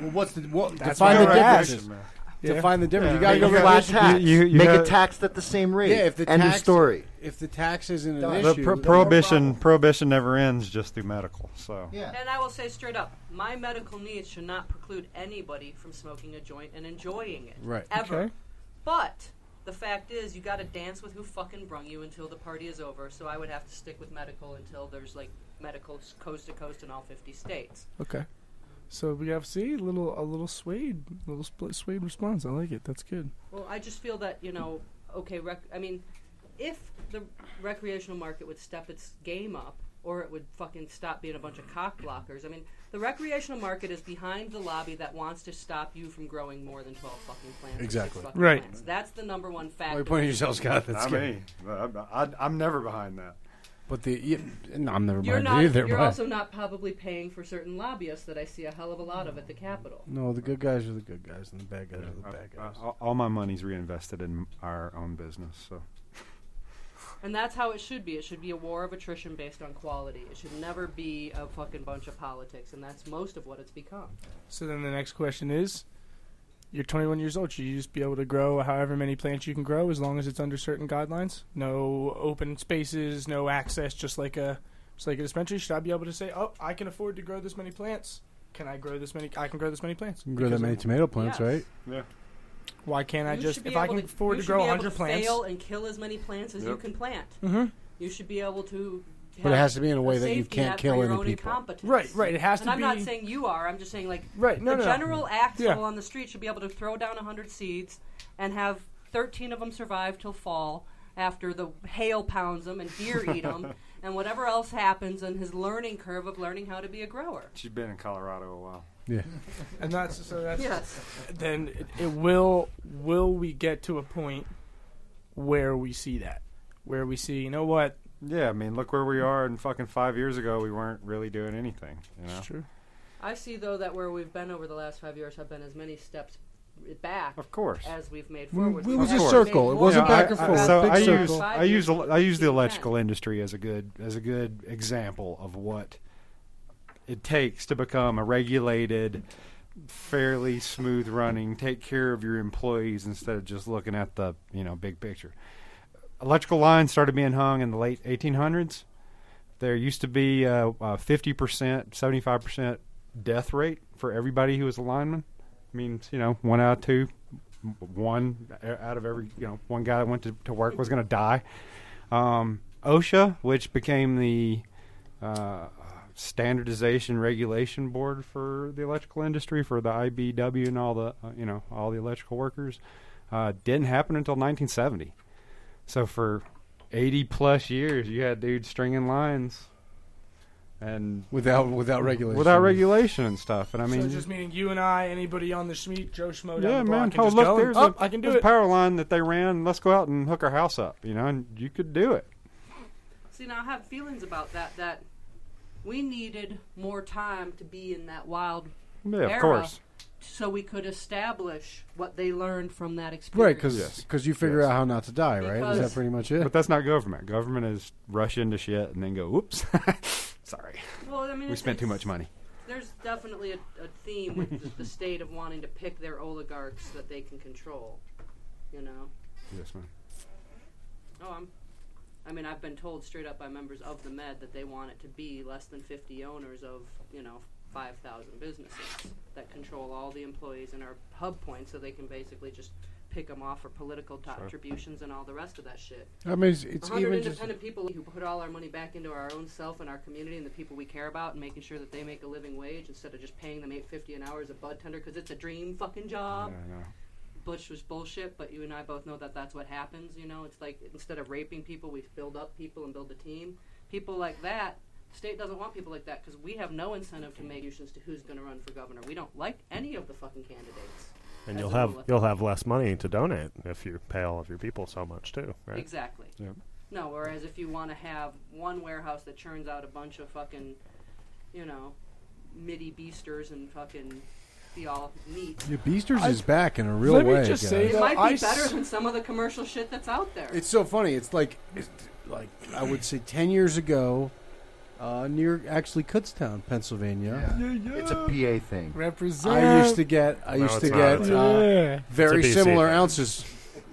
C: Well, what's the what?
F: That's
C: define the
F: where we're at.
C: difference.
F: Yeah.
C: Define the difference.
F: Yeah.
C: You got to go
F: Make
C: with
F: a flat
C: the-
F: tax. You- you Make a have-
E: tax at the same rate.
C: Yeah, if the
E: End of
C: tax,
E: story.
C: If the tax isn't an
G: The
C: issue,
G: pro-
C: then-
G: prohibition prohibition never ends just through medical. So
L: And I will say straight up, my medical needs should not preclude anybody from smoking a joint and enjoying it.
G: Right.
L: Ever.
G: Okay.
L: But the fact is, you got to dance with who fucking brung you until the party is over. So I would have to stick with medical until there's like medical s- coast to coast in all 50 states.
F: Okay. So we have see a little a little suede little split suede response. I like it. That's good.
L: Well, I just feel that you know, okay, rec- I mean, if the recreational market would step its game up, or it would fucking stop being a bunch of cock blockers. I mean, the recreational market is behind the lobby that wants to stop you from growing more than twelve fucking plants. or six
C: Exactly.
L: fucking
C: Right.
L: plants. That's the number one factor.
G: I mean, I'm, I- I'm never behind that.
C: But the you, no, I'm never
L: You're
C: mind
L: not.
C: either.
L: you're
C: but-
L: also not probably paying for certain lobbyists that I see a hell of a lot of at the Capitol.
C: no, the good guys are the good guys, and the bad guys are the bad guys.
G: All, all my money's reinvested in our own business. So
L: And that's how it should be. It should be a war of attrition based on quality. It should never be a fucking bunch of politics, and that's most of what it's become.
F: So then the next question is, you're 21 years old. Should you just be able to grow however many plants you can grow as long as it's under certain guidelines? No open spaces, no access, just like a just like a dispensary. Should I be able to say, oh, I can afford to grow this many plants? Can I grow this many? I can grow this many plants.
C: You can grow that
F: Because
C: many
F: of-
C: tomato plants, right?
G: Yeah.
F: Why can't I
L: You
F: just
L: should be
F: if I
L: able
F: can afford
L: you
F: to
L: should
F: grow
L: be able
F: 100
L: to
F: plants?
L: fail and kill as many plants as you
F: Yep.
L: can plant.
F: Mhm.
L: You should be able to.
C: But it
L: have
C: has to be in a way that you
L: safety
C: can't
L: net for
C: kill
L: your
C: any
L: own
C: people.
L: incompetence.
F: Right, right, it has
L: and
F: to
L: I'm not
F: be-
L: saying you are. I'm just saying like
F: Right, no,
L: the
F: no, no.
L: general axle
F: Yeah.
L: on the street should be able to throw down 100 seeds and have 13 of them survive till fall after the hail pounds them and deer eat them and whatever else happens in his learning curve of learning how to be a grower.
G: she's been in Colorado a while.
C: Yeah.
F: and that's so that's
L: Yes.
F: then it, it will will we get to a point where we see that where we see you know what
G: Yeah, I mean, look where we are. And fucking five years ago, we weren't really doing anything. You know?
F: It's true.
L: I see though that where we've been over the last five years have been as many steps back, of
G: course,
L: as we've made
C: We-
L: forward.
C: it
L: We've
C: was a
L: actually
C: circle.
L: made
C: It
L: more
C: wasn't
L: progress
C: back and
L: in the
C: forth.
L: last
G: so I
L: five years.
G: use I
L: Five
G: use
L: years.
G: the- I use the electrical industry as a good as a good example of what it takes to become a regulated, fairly smooth running. Take care of your employees instead of just looking at the you know big picture. Electrical lines started being hung in the late 1800s. There used to be a fifty percent, seventy five percent death rate for everybody who was a lineman. Means you know one out of two, w- one uh, out of every you know one guy that went to, to work was going to die. Um, OSHA, which became the uh, standardization regulation board for the electrical industry for the IBW and all the uh, you know all the electrical workers, uh, didn't happen until 1970. So for 80 plus years, you had dudes stringing lines. And
C: without without regulation,
G: without regulation and stuff, and I
F: so
G: mean,
F: just meaning you and i anybody on the schmeet joe schmo down
G: yeah,
F: the block
G: man.
F: can
G: Oh,
F: just
G: look,
F: go and,
G: there's
F: oh,
G: a,
F: I can do
G: there's a
F: it
G: power line that they ran. Let's go out and hook our house up, you know, and you could do it.
L: See, now I have feelings about that. That we needed more time to be in that wild
G: Yeah, of
L: era
G: course.
L: so we could establish what they learned from that experience.
C: right? Because you figure out how not to die, right? Is that
L: Because-
C: pretty much it?
G: But that's not government. Government is rush into shit and then go, oops, sorry.
L: Well, I mean,
G: we
L: it's-
G: spent too
L: it's-
G: much money.
L: There's definitely a, a theme with the, the state of wanting to pick their oligarchs that they can control. You know.
G: Yes, man.
L: Oh, I'm. I mean, I've been told straight up by members of the Med that they want it to be less than 50 owners of, you know, 5,000 businesses that control all the employees in our hub points, so they can basically just pick them off for political contributions and all the rest of that shit.
C: I mean, it's- it's
L: 100
C: even just-
L: independent people who put all our money back into our own self and our community and the people we care about, and making sure that they make a living wage instead of just paying them 8.50 an hour as a bud tender because it's a dream fucking job. Bush was bullshit, but you and I both know that that's what happens. You know, it's like instead of raping people, we build up people and build a team. People like that, the state doesn't want people like that because we have no incentive to make decisions to who's going to run for governor. We don't like any of the fucking candidates.
H: And
L: as
H: you'll
L: a
H: have
L: rule.
H: you'll have less money to donate if you pay all of your people so much too, right?
L: Exactly. No, whereas if you want to have one warehouse that churns out a bunch of fucking, you know, midi beasters and fucking be all neat.
C: Your Beasters
L: I-
C: is back in a real
F: Let me
C: way.
F: just
C: guys.
F: say
L: It might be better than some of the commercial shit that's out there.
C: It's so funny. It's like, it's like I would say, ten years ago, uh, near actually Kutztown, Pennsylvania.
E: It's a PA thing.
F: Represent.
C: I used to get, I
H: No,
C: used to
H: it's
C: get
H: not.
F: Yeah.
C: uh, very
H: It's a BC
C: similar
H: thing.
C: ounces,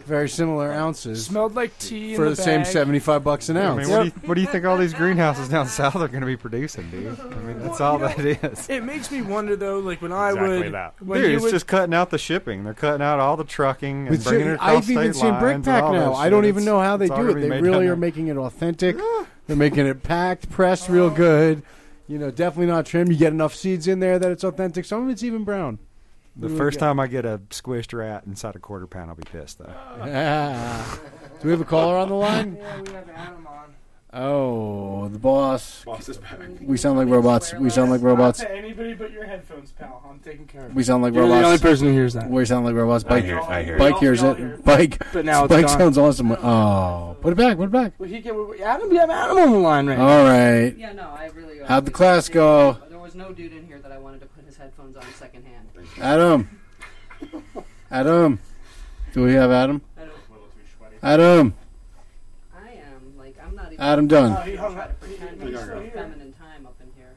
C: very similar ounces
F: smelled like tea
C: for
F: in
C: the,
F: the,
C: same
F: bag.
C: seventy-five bucks an
G: I
C: ounce.
G: mean, what do, you, what do you think all these greenhouses down south are going to be producing, dude? I mean, that's
F: Well,
G: all
F: you
G: that is.
F: It makes me wonder though, like when I
H: Exactly
F: would,
H: that.
F: when
G: Dude,
F: you
G: it's
F: would,
G: just cutting out the shipping. They're cutting out all the trucking and
C: It's
G: bringing
C: ju-
G: it across
C: I've even
G: state
C: seen
G: lines and
C: Brickpack
G: all that
C: now. I
G: shit.
C: don't
G: It's-
C: even know how they
G: it's
C: do it.
G: already
C: They
G: made
C: really
G: down
C: are
G: there.
C: making it authentic. They're making it packed, pressed real good. You know, definitely not trimmed. You get enough seeds in there that it's authentic. Some of it's even brown.
G: The
C: Really
G: first
C: good.
G: time I get a squished rat inside a quarter pound, I'll be pissed though.
C: Ah. Do we have a caller on the line?
F: yeah, we have Adam on.
C: Oh, the boss. We sound like robots. We sound like robots.
F: anybody but your headphones, pal. I'm taking care of.
C: We sound like robots.
F: person who hears that.
C: We sound like robots. Bike,
D: hear it, I hear it.
C: bike hears it. Bike,
F: But now it's
C: bike
F: gone.
C: sounds awesome. Oh, put it back. Put it back.
F: Well, he can, we- Adam, we have Adam on the line right now.
C: All right.
L: Yeah, no, I really.
C: How'd the class go?
L: There was no dude in here that I wanted to put his headphones on secondhand.
C: Adam. Adam. Do we have Adam?
L: I don't.
C: Adam.
L: I am like I'm not even.
C: Adam
F: Oh,
C: Dunn.
F: he hung
L: trying to
F: up.
L: pretend
F: He's
L: it's
F: still
L: a
F: here.
L: feminine time up in here.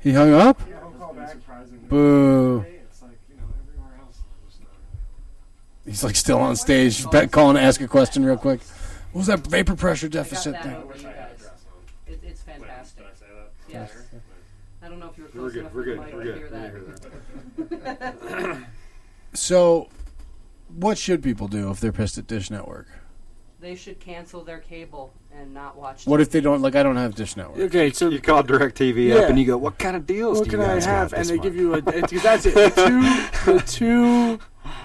C: He hung up?
F: Yeah, he'll call back.
C: Boo. He's like still on stage. Bet calling to ask a question real quick. What was that vapor pressure
L: I got
C: deficit
L: that
C: thing?
L: over you guys. It, it's fantastic. Yes. I don't know if you were close enough to the mic to hear that.
C: So, what should people do if they're pissed at Dish Network?
L: They should cancel their cable and not watch.
C: What if they don't like? I don't have Dish Network.
F: Okay, so
G: You call DirecTV
F: Yeah.
G: up and you go, "What kind of deals
F: what
G: do you
F: can I
G: guys
F: have? And
G: this
F: they give
G: month?"
F: you a because that's it. The two, the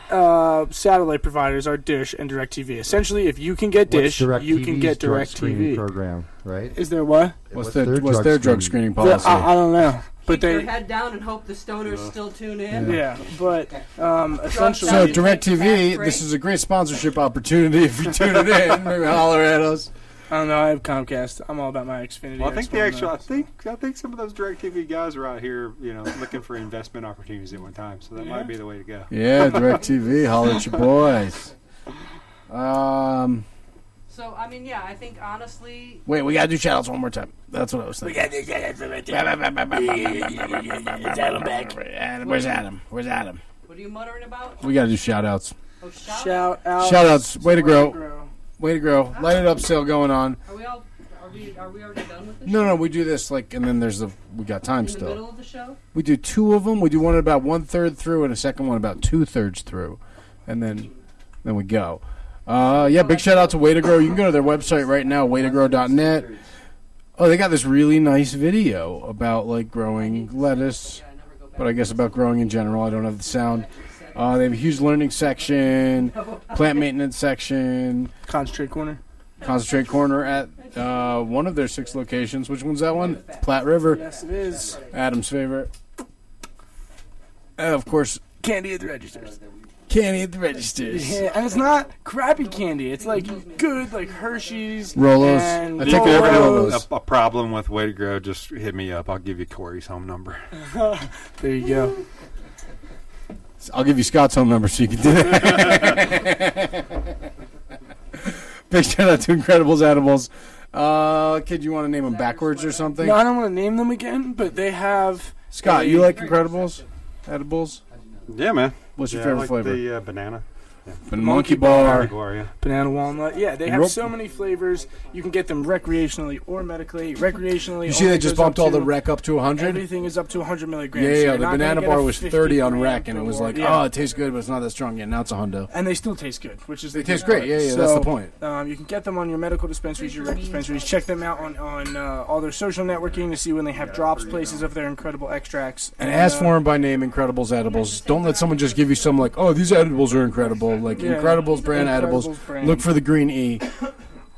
F: two uh, satellite providers are Dish and DirecTV. Essentially, if you can get Dish, you can get
E: TV
F: DirecTV.
E: program, right?
F: Is there what?
C: What's
E: What's
C: their
E: their
C: what's
E: drug
C: their drug
E: screening?
C: screening policy?
F: I, I don't know, but
L: Keep your
F: they.
L: head down and hope the stoners still tune in.
F: Yeah, but um, essentially,
C: So
L: Sounds like
C: DirecTV,
L: tax-free.
C: this is a great sponsorship opportunity. If you tune it in, maybe holler at us.
F: I don't know. I have Comcast. I'm all about my Xfinity.
G: Well, I think
F: Xfinity.
G: the actual, I think, I think some of those DirecTV guys are out here, you know, looking for investment opportunities at one time. So that
F: Yeah.
G: might be the way to go.
C: Yeah, DirecTV, holler at your boys. Um,
L: So I mean, yeah, I think honestly,
C: wait, we gotta do shoutouts one more time. That's what I was thinking. Adam Where's Adam? Where's Adam?
L: what are you muttering about?
C: We gotta do shoutouts.
L: Oh, shout!
F: Shout out.
C: Shoutouts, way to grow, way to grow. Light it up sale going on.
L: Are we all? Are we? Are we already done with this?
C: No, no, we do this like, and then there's the we got time
L: In the
C: still.
L: middle of the show.
C: We do two of them. We do one at about one third through, and a second one about two thirds through, and then then we go. Uh, yeah, big shout out to Way to Grow. You can go to their website right now, waytogrow.net. Oh, they got this really nice video about like growing lettuce,
L: I never go back.
C: but I guess about growing in general. I don't have the sound. Uh, they have a huge learning section, plant maintenance section,
F: Concentrate corner.
C: concentrate corner at uh, one of their six locations. Which one's that one? Platte River,
F: Yes, it is.
C: Adam's favorite. And of course,
F: Candy at the registers.
C: Can't eat the registers.
F: Yeah, and it's not crappy candy. It's like good, like Hershey's.
C: Rolos.
F: And
C: I think they
G: If you
C: have
G: ever
C: Rolos.
G: have a, a problem with Way to Grow, just hit me up. I'll give you Corey's home number.
F: There you go.
C: I'll give you Scott's home number so you can do that. Big shout out to Incredibles Animals. Uh, kid, you want to name them backwards or something?
F: No, I don't want to name them again, but they have.
C: Scott, you like Incredibles? Edibles?
G: Yeah, man.
C: What's your
G: Yeah, I
C: favorite
G: like
C: flavor?
G: The uh, banana.
C: But monkey bar.
F: banana walnut. Yeah, they have
C: Nope.
F: so many flavors. You can get them recreationally or medically. Recreationally,
C: You see, they
F: only
C: just
F: goes up
C: bumped all the
F: to-
C: rec up to 100.
F: Everything is up to 100 milligrams.
C: Yeah, yeah,
F: so you're
C: the
F: not gonna
C: banana
F: get
C: bar
F: a
C: was
F: 50
C: 30 on
F: gram
C: rec, and it was like,
F: reward. Yeah.
C: oh, it tastes good, but it's not that strong yet. Now it's a hundo.
F: and they still taste good, which is they
C: taste great. Yeah, yeah, that's the point.
F: Um, you can get them on your medical dispensaries, your rec dispensaries. Check them out on on uh, all their social networking to see when they have drops, places of their incredible extracts.
C: And ask
F: uh,
C: for them by name, Incredibles edibles. Don't let someone just give you some like, oh, these edibles are incredible. Like
F: Yeah.
C: Incredibles brand edibles.
F: Incredibles brand.
C: Look for the green E.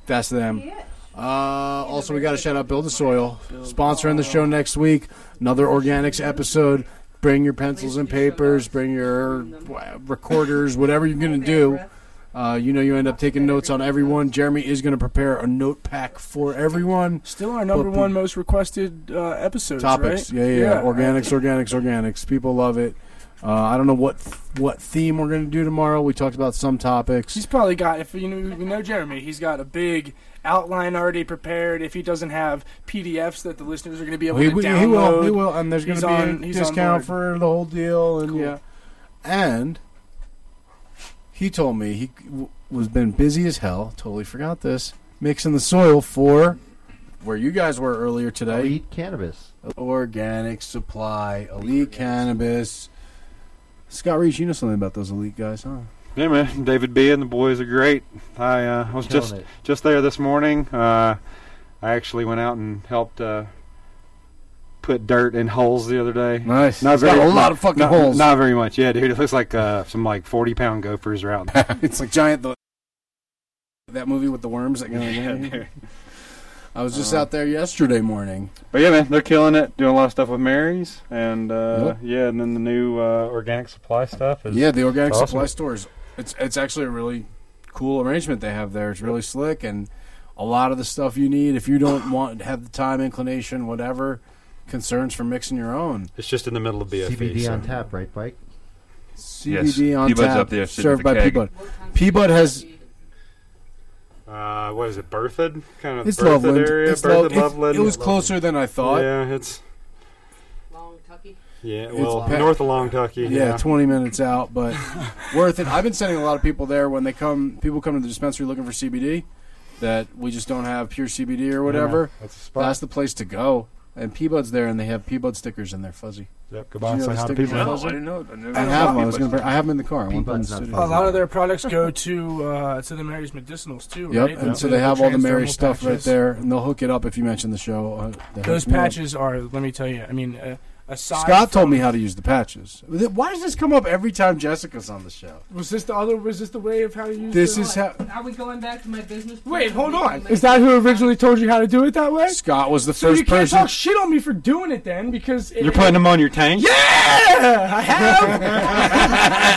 C: That's them. Uh, also, we got to shout out Build the Soil, sponsoring the show next week. Another organics episode. Bring your pencils and papers. Bring your uh, recorders. Whatever you're gonna do. Uh, you know, you end up taking notes on everyone. Jeremy is going to prepare a note pack for everyone.
F: Still our number
C: But-
F: one most requested uh, episodes.
C: topics.
F: right?
C: Yeah, yeah, yeah. Organics, organics, organics. People love it. Uh, I don't know what what theme we're going to do tomorrow. We talked about some topics.
F: He's probably got if you know we know Jeremy, he's got a big outline already prepared. If he doesn't have PDFs that the listeners are going to be able
C: he,
F: to
C: will-
F: download,
C: he will. He will. And there's going
F: he's
C: to be
F: on-
C: a
F: he's on
C: discount
F: board.
C: for the whole deal. And yeah, and he told me he w- was been busy as hell. Totally forgot this mixing the soil for where you guys were earlier today.
E: Elite cannabis.
C: Organic supply. Elite cannabis. Scott Reach, you know something about those elite guys, huh?
G: Yeah, man. David B and the boys are great. I uh, was
C: Killing
G: just
C: it.
G: just there this morning. Uh, I actually went out and helped uh, put dirt in holes the other day.
C: Nice. It's got a lot of fucking
G: not-
C: holes.
G: Not very much. Yeah, dude. It looks like uh, some like forty pound gophers are out.
C: it's like giant. The, that movie with the worms that go in there. I was just
G: Uh,
C: out there yesterday morning.
G: But yeah, man, they're killing it. Doing a lot of stuff with Mary's and uh,
C: Yep.
G: yeah, and then the new uh, organic supply stuff is
C: Yeah, the organic
G: it's awesome.
C: supply stores. It's it's actually a really cool arrangement they have there. It's really slick and a lot of the stuff you need if you don't want have the time, inclination, whatever concerns for mixing your own.
G: It's just in the middle of BFE.
E: CBD on
G: so-
E: tap, right, Mike?
C: CBD on
D: Peabud's
C: tap,
D: up there sitting
C: served
D: with
C: by
D: the keg.
C: Peabud. Peabud has
G: Uh, what is it, Berthoud? Kind of
C: it's
G: Berthoud
C: Loveland.
G: area.
C: It's
G: Berthoud,
C: Love- it's-
G: Loveland.
C: It was closer than I thought.
G: Yeah, it's yeah.
C: It's
G: Well,
C: pa-
G: north of Longtucky.
C: yeah, 20 minutes out, but worth it. I've been sending a lot of people there when they come. People come to the dispensary looking for CBD that we just don't have pure CBD or whatever.
G: that's,
C: the place to go. And Peabud's there, and they have Peabud stickers in there, fuzzy.
G: Yep,
C: Did
G: goodbye.
C: you know
G: Say
C: the
G: hi to
C: stickers
G: Peabud. No,
C: are fuzzy?
G: I didn't know- I never
C: I
G: saw
C: have them. I was
G: Peabud's.
C: gonna. bring- I have them in the car. I want them in the
E: Peabud's not
C: studio.
G: Oh,
F: A lot of their products go to uh, to the Mary's medicinals too.
C: Yep,
F: right?
C: and
F: Like
C: so they have all the Mary
F: transdermal
C: stuff right
F: patches.
C: there, and they'll hook it up if you mention the show. Uh, they
F: Those
C: hook me up.
F: patches are. Let me tell you. I mean, uh, aside
C: Scott told
F: from-
C: me how to use the patches. Why does this come up every time Jessica's on the show?
F: Was this the other? Was this the way of how to use?
C: This
F: the-
C: is how
L: Are we going back to my business?
F: Wait, hold on.
L: Is
F: that who originally told you how to do it that way?
C: Scott was the
F: So
C: first
F: you can't
C: person.
F: talk shit on me for doing it then, because it,
G: You're putting them on your tank.
F: Yeah, I have.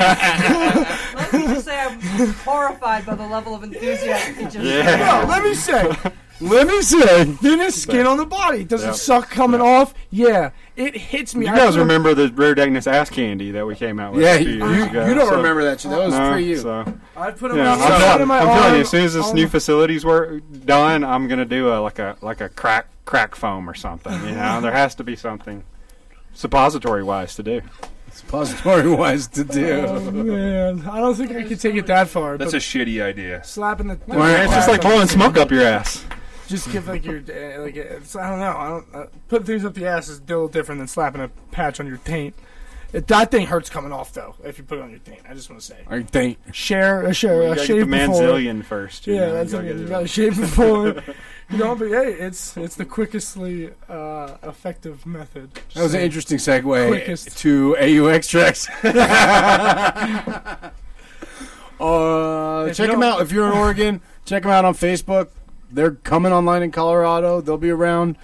L: Let me just say I'm horrified by the level of enthusiasm he just
G: Yeah.
F: No, let me say. Let me say, thinnest skin on the body. Does
G: Yeah.
F: it suck coming off? Yeah, it hits me.
G: You
F: I
G: guys
F: feel-
G: remember the rare dankness ass candy that we came out with?
C: Yeah,
G: a few
C: you-
G: years
C: you-
G: ago,
C: you don't
G: so-
C: remember that shit. That was
G: no,
C: pre you.
G: So.
F: I put them
G: Yeah,
F: on
G: I'm,
F: the side of
G: telling,
F: my
G: I'm telling
F: arm.
G: you, as soon as this
F: on-
G: new facilities were done, I'm gonna do a like a like a crack crack foam or something. You know, there has to be something suppository wise to do.
C: Suppository wise to do.
F: Oh, man, I don't think I could take it that far.
D: That's
F: but
D: a shitty idea.
F: slapping the.
G: it's just like blowing smoke up your ass.
F: Just give like your uh, like it's, I don't know. I don't uh, put things up the ass is a little different than slapping a patch on your taint. It, that thing hurts coming off though if you put it on your taint. I just want to say
C: I think.
F: share a share
G: You
F: a
G: gotta get the
F: shave before.
G: manzillion first. you
F: Yeah,
G: know,
F: that's
G: you
F: what
G: gotta
F: I mean. You
G: get
F: gotta shave before. you know, but hey, it's it's the quickestly uh, effective method. Just
C: That was an
F: saying.
C: interesting segue
F: Quickest.
C: to AU extracts. uh,
F: If
C: check
F: you
C: them
F: don't-
C: out if you're in Oregon. Check them out on Facebook. They're coming online in Colorado. They'll be around.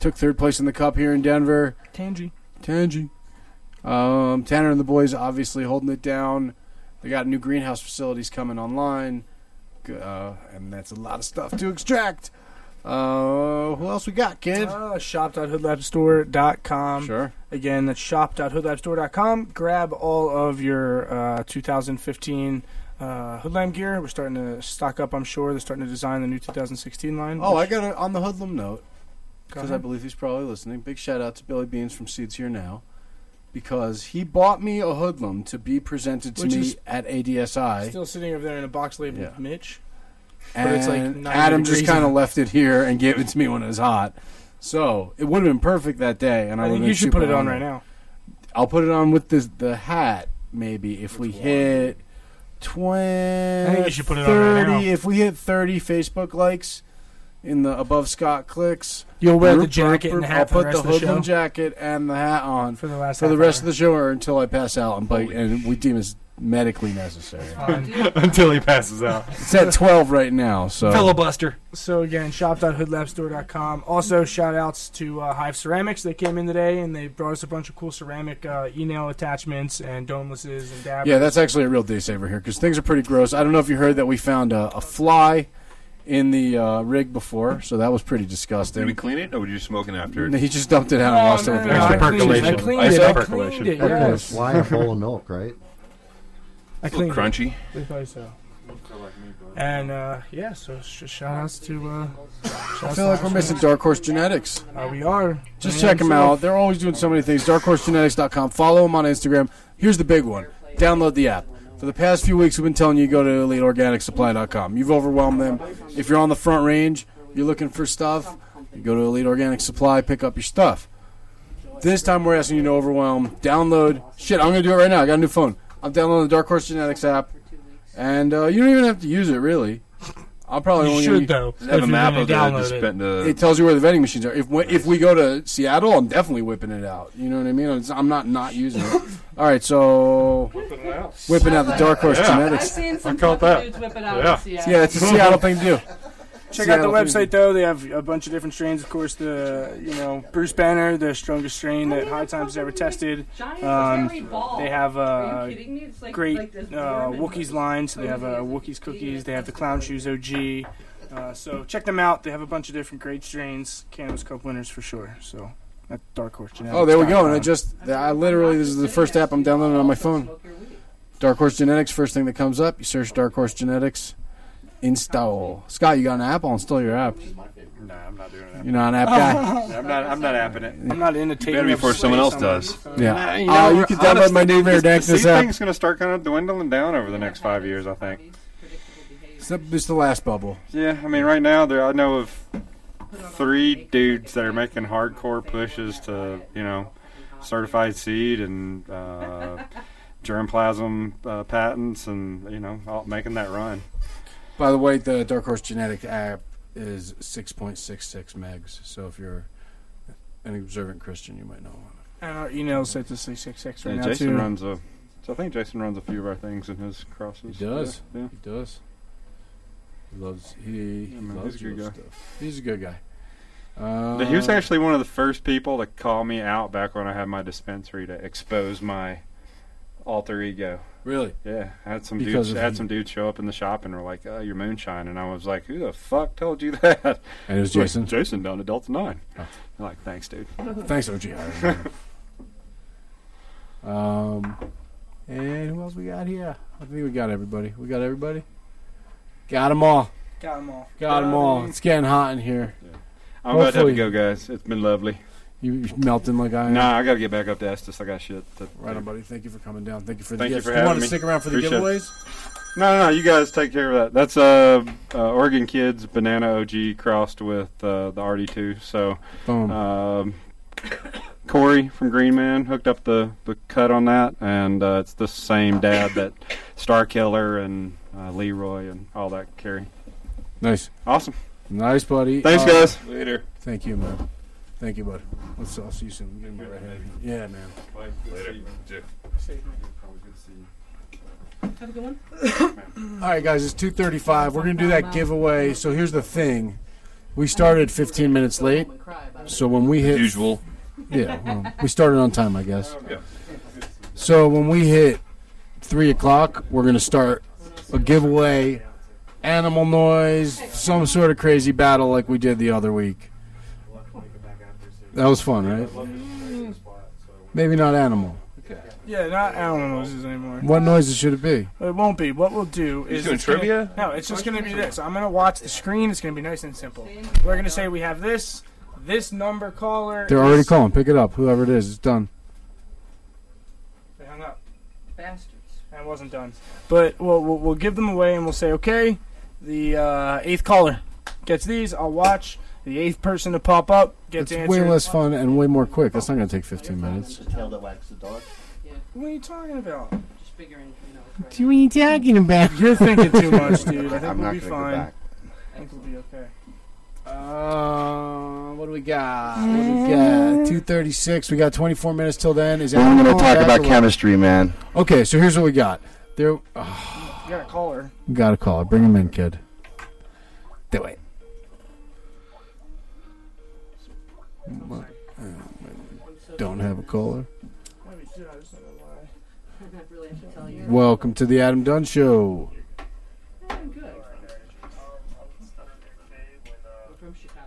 C: Took third place in the cup here in Denver.
F: Tangy.
C: Tangy. Um, Tanner and the boys obviously holding it down. They got new greenhouse facilities coming online, G- uh, and that's a lot of stuff to extract. Uh, who else we got, kid?
F: Uh, shop.hoodlabstore.com.
C: Sure.
F: Again, that's shop.hoodlabstore.com. Grab all of your uh, 2015 uh, Hoodlam gear. We're starting to stock up, I'm sure. They're starting to design the new 2016 line.
C: Oh, I
F: which-
C: got it on the hoodlum note
F: Go
C: because I
F: ahead.
C: believe he's probably listening. Big shout out to Billy Beans from Seeds Here Now. because he bought me a hoodlum to be presented to
F: Which
C: me
F: is
C: at ADSI.
F: Still sitting over there in a box labeled
C: Yeah.
F: Mitch.
C: and
F: But it's like 90
C: Adam just
F: degrees in-
C: kind of left it here and gave it to me when it was hot. So it would have been perfect that day, and I,
F: I
C: would
F: think you
C: have been
F: should
C: super
F: put it on
C: hungry.
F: right now.
C: I'll put it on with this, the hat, maybe if we hit twenty.
F: I think you should put it on right
C: 30,
F: now.
C: If we hit thirty Facebook likes in the above Scott clicks,
F: You'll wear the
C: burp, burp,
F: jacket and
C: burp,
F: hat
C: I'll
F: for the
C: put
F: rest
C: the
F: of the
C: hoodlum
F: show?
C: jacket and the hat on for the
F: last
C: for the
F: half
C: rest
F: hour.
C: of the show or until I pass out and, bike, and we deem as medically necessary.
G: Until he passes out.
C: It's at twelve right now, so
F: Filibuster. So again, shop.hoodlabstore.com. Also, shout outs to uh, Hive Ceramics. They came in today and they brought us a bunch of cool ceramic uh, email attachments and domelesses and dabbers.
C: Yeah, that's actually a real day saver here because things are pretty gross. I don't know if you heard that we found a, a fly in the uh, rig before, so that was pretty disgusting.
D: Did we clean it, or were you smoking after? it?
C: He just dumped it out and
D: No,
C: lost
D: no,
C: it with
D: no, no,
C: water.
D: I cleaned it, Percolation. I cleaned I it, said I percolation. cleaned it,
E: Everything
D: yes.
E: is fly in a bowl of milk, right?
F: I cleaned it.
D: crunchy.
F: They probably so. And uh, yeah, so sh- shout outs to. Uh,
C: I feel like we're missing Dark Horse Genetics.
F: Uh, we are.
C: Just check them out. They're always doing so many things. DarkHorseGenetics.com. Follow them on Instagram. Here's the big one download the app. For the past few weeks, we've been telling you to go to EliteOrganicSupply.com. You've overwhelmed them. If you're on the front range, you're looking for stuff, you go to Elite Organic Supply, pick up your stuff. This time, we're asking you to overwhelm. Download. Shit, I'm going to do it right now. I got a new phone. I'm downloading the Dark Horse Genetics app. And uh, you don't even have to use it, really. I'll probably
D: You
C: only
D: should,
C: use-
D: though, Does it have if a you're map gonna of the download dispen- it. the-
C: It tells you where the vending machines are. If we, if we go to Seattle, I'm definitely whipping it out. You know what I mean? It's- I'm not not using it. All right, so whipping out, the Dark Horse
L: Yeah.
C: Genetics.
L: I've seen some I caught fucking that. dudes whip it out in
C: yeah.
L: Seattle.
C: Yeah, it's a Seattle thing to do.
F: Check
C: Seattle
F: out
C: thing
F: the
C: to
F: website though. They have a bunch of different strains. Of course, the you know Bruce Banner, the strongest strain that High Times has ever tested.
L: giant
F: Um,
L: hairy ball.
F: they have
L: Are
F: uh,
L: you kidding me? It's like-
F: great
L: like this Oh,
F: uh,
L: worm in-
F: Wookiees line. So they have uh, Wookiees cookies. They have the Clown Shoes OG. Uh, so check them out. They have a bunch of different great strains. Cannabis Cup winners for sure. So that's Dark Horse Genetics. uh,
C: Oh, there we go. And I just, I literally, this is the first app I'm downloading on my phone. Dark Horse Genetics, first thing that comes up. You search Dark Horse Genetics, install. Scott, you got an app? I'll install your app.
G: Nah, I'm not doing that.
C: You're not an app guy?
G: I'm not. I'm not apping it.
F: I'm not into
G: taking.
D: Better before someone else does.
C: Yeah.
G: Uh,
C: Uh, you can download my new Rare
G: this-
C: Dankness
G: This
C: app.
G: thing's going to start kind of dwindling down over the next five years, I think.
C: It's the, it's the last bubble.
G: Yeah, I mean, right now there I know of three dudes that are making hardcore pushes to you know certified seed and uh, germplasm uh, patents and you know all, making that run.
C: By the way, the Dark Horse Genetic app is 6.66 megs. So if you're an observant Christian, you might know.
F: And our uh, email set to six six six right
G: Yeah,
F: now
G: Jason
F: too.
G: runs a. So I think Jason runs a few of our things in his crosses.
C: He does.
G: Yeah. yeah.
C: He does. He loves. He
G: Yeah, man,
C: loves
G: he's a good
C: your
G: guy.
C: stuff. He's a good guy.
G: Yeah, he was
C: Uh,
G: actually one of the first people to call me out back when I had my dispensary to expose my alter ego.
C: Really?
G: Yeah, I had some
C: Because
G: dudes
C: of
G: I had
C: you.
G: some dudes show up in the shop and were like, "Oh, you're moonshine," and I was like, "Who the fuck told you that?"
C: And it was
G: Like,
C: Jason? Oh.
G: Jason down at Delta Nine. I'm like, thanks, dude.
C: Thanks, OG. um, and who else we got here? I think we got everybody. We got everybody. Got them all.
F: Got 'em all.
C: Got them all. It's getting hot in here.
G: I'm about to have to
C: Hopefully-
G: go, guys. It's been lovely.
C: You you melting like I am.
G: Nah, I got to get back up to Estes. I got shit. To
C: Right on, buddy. Thank you for coming down. Thank you for the
G: Thank you
C: gifts.
G: for
C: You,
G: having
C: want
G: me.
C: to stick around for the
G: Appreciate it.
C: giveaways?
G: No, no, no. You guys take care of that. That's uh, uh Oregon Kids Banana OG crossed with uh, the RD2. So,
C: Boom.
G: Um, Corey from Green Man hooked up the, the cut on that, and uh, it's the same dad that Star Killer and uh, Leroy and all that carry.
C: Nice.
G: Awesome.
C: Nice, buddy.
G: Thanks,
C: Uh,
G: guys. Later.
C: Thank you, man. Thank you, bud. Let's. I'll see you soon. Give me a right hand. Yeah, man.
D: Later.
L: Have a good one.
C: All right, guys, it's two thirty-five. We're gonna do that giveaway. So here's the thing: we started fifteen minutes late, so when we hit
D: usual,
C: yeah, well, we started on time, I guess. So when we hit three o'clock, we're gonna start a giveaway, animal noise, some sort of crazy battle like we did the other week. That was fun, right? Maybe not animal.
F: Yeah, not animal noises anymore.
C: What noises should it be?
F: It won't be. What we'll do is
C: doing
F: it's gonna-
C: trivia?
F: no, it's just going to be this. I'm going to watch the screen. It's going to be nice and simple. We're going to say we have this, this number caller.
C: They're already
F: this-
C: calling. Pick it up. Whoever it is, it's done.
F: wasn't done. But we'll, we'll, we'll give them away and we'll say, okay, the uh, eighth caller gets these. I'll watch. The eighth person to pop up gets
C: It's way
F: answered.
C: less fun and way more quick. That's not going to take 15 minutes.
E: Tail that wags the dog.
F: What are you talking about?
L: Just figuring, you know.
C: What are you talking about?
F: You're thinking too much, dude. I think
E: I'm
F: we'll
E: not gonna
F: be
E: go
F: fine.
E: back.
F: I think we'll be okay.
C: Uh, what do we got? What do we got? 236. We got 24 minutes till then. Is
E: I'm going
C: Alan
E: to talk
C: back
E: about
C: or-
E: chemistry, man.
C: Okay, so here's what we got. There,
F: You got a caller.
C: we got a call. Bring him in, kid. Do it. Don't have a caller.
L: really have to tell you.
C: Welcome to the Adam Dunn Show.
L: I'm good. I'm from Chicago.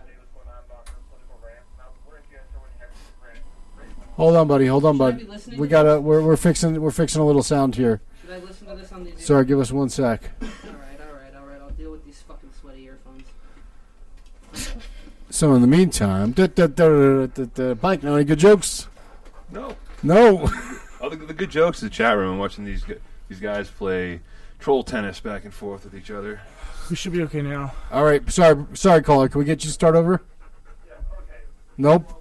C: Hold on, buddy. Hold on,
L: Should I
C: bud.
L: be listening
C: We
L: to
C: gotta. We're, we're fixing. We're fixing a little sound here.
L: Should I listen to this on these?
C: Sorry, give us one sec.
L: All right, all right, all right. I'll deal with these fucking sweaty earphones.
C: So in the meantime, da, da, da, da, da, da, Mike, know any good jokes?
D: No.
C: No.
D: Oh, the, the good jokes in the chat room. I'm watching these gu- these guys play troll tennis back and forth with each other.
F: We should be okay now.
C: All right. Sorry, sorry, caller. Can we get you to start over? Nope.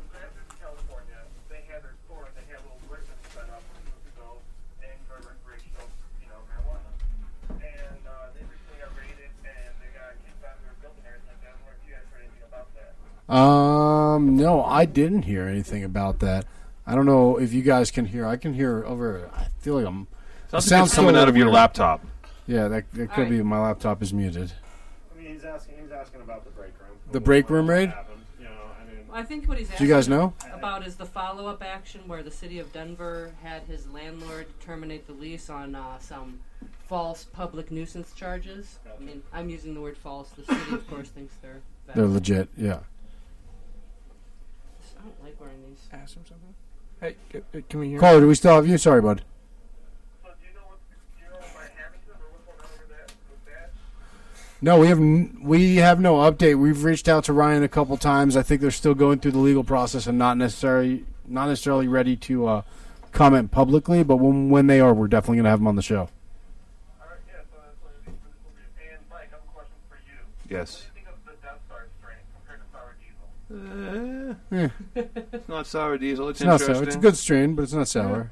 C: Um, no, I didn't hear anything about that. I don't know if you guys can hear. I can hear over. I feel like I'm.
D: Sounds like
C: sound's
D: it's coming
C: still
D: out of your
C: weird.
D: laptop.
C: Yeah, that, that could
L: All right.
C: be. My laptop is muted.
H: I mean, he's asking. He's asking about the break room.
C: The break room raid.
H: You know, I mean,
L: I think what he's
C: Do you guys know?
L: about is the follow-up action where the city of Denver had his landlord terminate the lease on uh, some false public nuisance charges. I mean, I'm using the word false. The city, of course, thinks they're. Bad.
C: They're legit. Yeah.
L: I don't like wearing these.
F: Ask him something. Hey, c- c- can we hear?
C: Caller, do we still have you? Sorry, bud. No, we have n- we have no update. We've reached out to Ryan a couple times. I think they're still going through the legal process and not necessarily not necessarily ready to uh, comment publicly. But when when they are, we're definitely going to have them on the show.
D: Yes.
C: Yeah,
D: Uh, It's not sour diesel. It's,
C: it's not
D: interesting.
C: sour. It's a good strain, but it's not sour.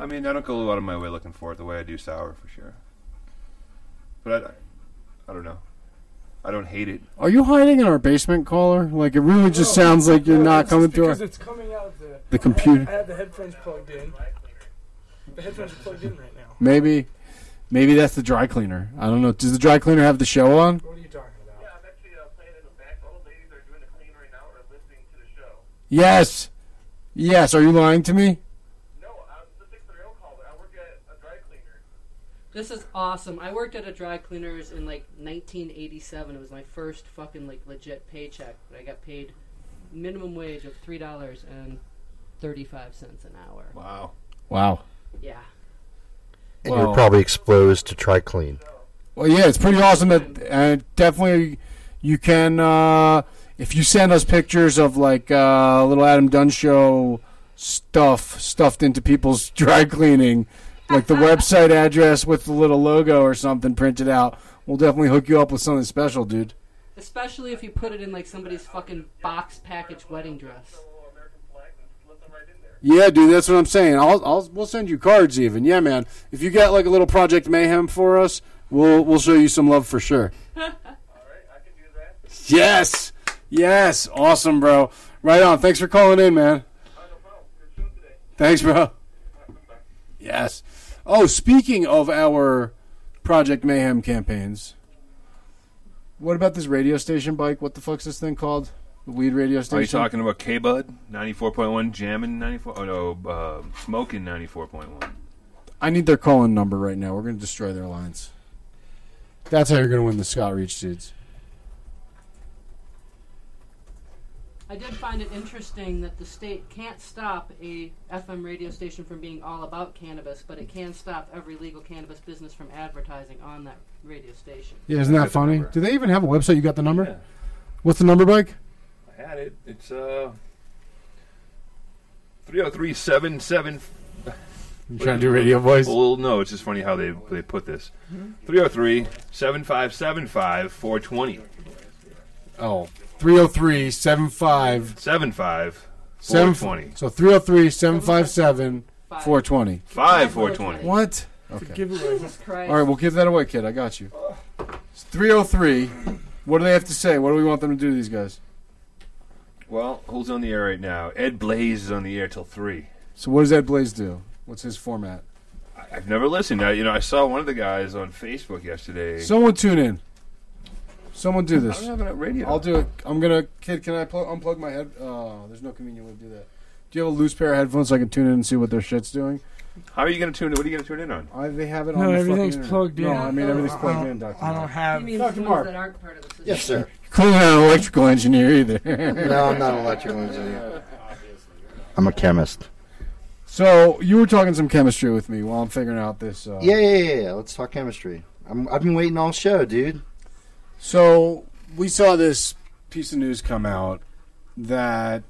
D: I mean, I don't go out of my way looking for it the way I do sour for sure. But I, I don't know. I don't hate it.
C: Are you hiding in our basement, caller? Like it really just sounds like you're not coming through our,
F: Because it's coming out of the.
C: the computer.
F: I have the headphones plugged in. The headphones are plugged in right now.
C: Maybe, maybe that's the dry cleaner. I don't know. Does the dry cleaner have the show on?
F: What are you talking about?
C: Yes. Yes. Are you lying to me?
L: This is awesome. I worked at a dry cleaners in like 1987. It was my first fucking like legit paycheck, but I got paid minimum wage of three dollars and thirty-five cents an hour.
D: Wow.
C: Wow.
L: Yeah.
E: And
D: Well-
E: you're probably exposed to TriClean.
C: Well, yeah, it's pretty awesome. That uh, definitely you can uh, if you send us pictures of like uh, little Adam Dunn show stuff stuffed into people's dry cleaning, like the website address with the little logo or something printed out. We'll definitely hook you up with something special, dude.
L: Especially if you put it in like somebody's fucking box package wedding dress.
C: Yeah, dude, that's what I'm saying. I'll, I'll we'll send you cards even. Yeah, man. If you got like a little Project Mayhem for us, we'll we'll show you some love for sure. Yes, yes, awesome, bro. Right on. Thanks for calling in, man. Thanks, bro. Yes. Oh, speaking of our Project Mayhem campaigns, what about this radio station bike? What the fuck's this thing called? The weed radio station.
D: Are you talking about K Bud ninety four point one, Jammin ninety four? Oh no, uh, Smoking ninety four point one.
C: I need their call in number right now. We're going to destroy their lines. That's how you're going to win the Scott Reach dudes.
L: I did find it interesting that the state can't stop a FM radio station from being all about cannabis, but it can stop every legal cannabis business from advertising on that radio station.
C: Yeah, isn't
D: I got
C: that
D: the
C: funny?
D: number.
C: Do they even have a website? You got the number?
D: Yeah.
C: What's the number, Mike?
D: I had it. oh It's uh, three zero three seven seven
C: You trying to do radio voice?
D: Well, no, it's just funny how they they put this. 303 7575 420.
C: Oh, 303 75
D: 75 420.
C: 720. So 303 757 420.
D: 5 420.
C: What?
D: It's a
C: Okay.
D: giveaway. Jesus Christ.
C: All right, we'll give that away, kid. I got you. It's 303. What do they have to say? What do we want them to do to these guys?
D: Well, who's on the air right now? Ed Blaze is on the air till 3.
C: So, what does Ed Blaze do? What's his format?
D: I've never listened. I, you know, I saw one of the guys on Facebook yesterday.
C: Someone tune in. Someone do this.
D: I don't have a radio.
C: I'll do it. I'm gonna. Kid, can I plug, unplug my head? Oh, there's no convenient way to do that. Do you have a loose pair of headphones so I can tune in and see what their shit's doing?
D: How are you going to tune in? What are you going to tune in on?
C: I, they have it on.
F: No,
C: the
F: everything's
C: fucking internet.
F: plugged in.
C: No, I mean everything's
F: I
C: plugged
F: don't-
C: in, Doctor.
F: I don't have.
L: You mean the
C: Doctor
L: ones
C: Mark.
L: that aren't part of the system?
E: Yes, sir.
C: Clearly not an electrical engineer either.
E: no, I'm not an electrical engineer. I'm a chemist.
C: So you were talking some chemistry with me while I'm figuring out this. Uh,
E: Yeah, yeah, yeah, yeah. Let's talk chemistry. I'm, I've been waiting all show, dude.
C: So we saw this piece of news come out that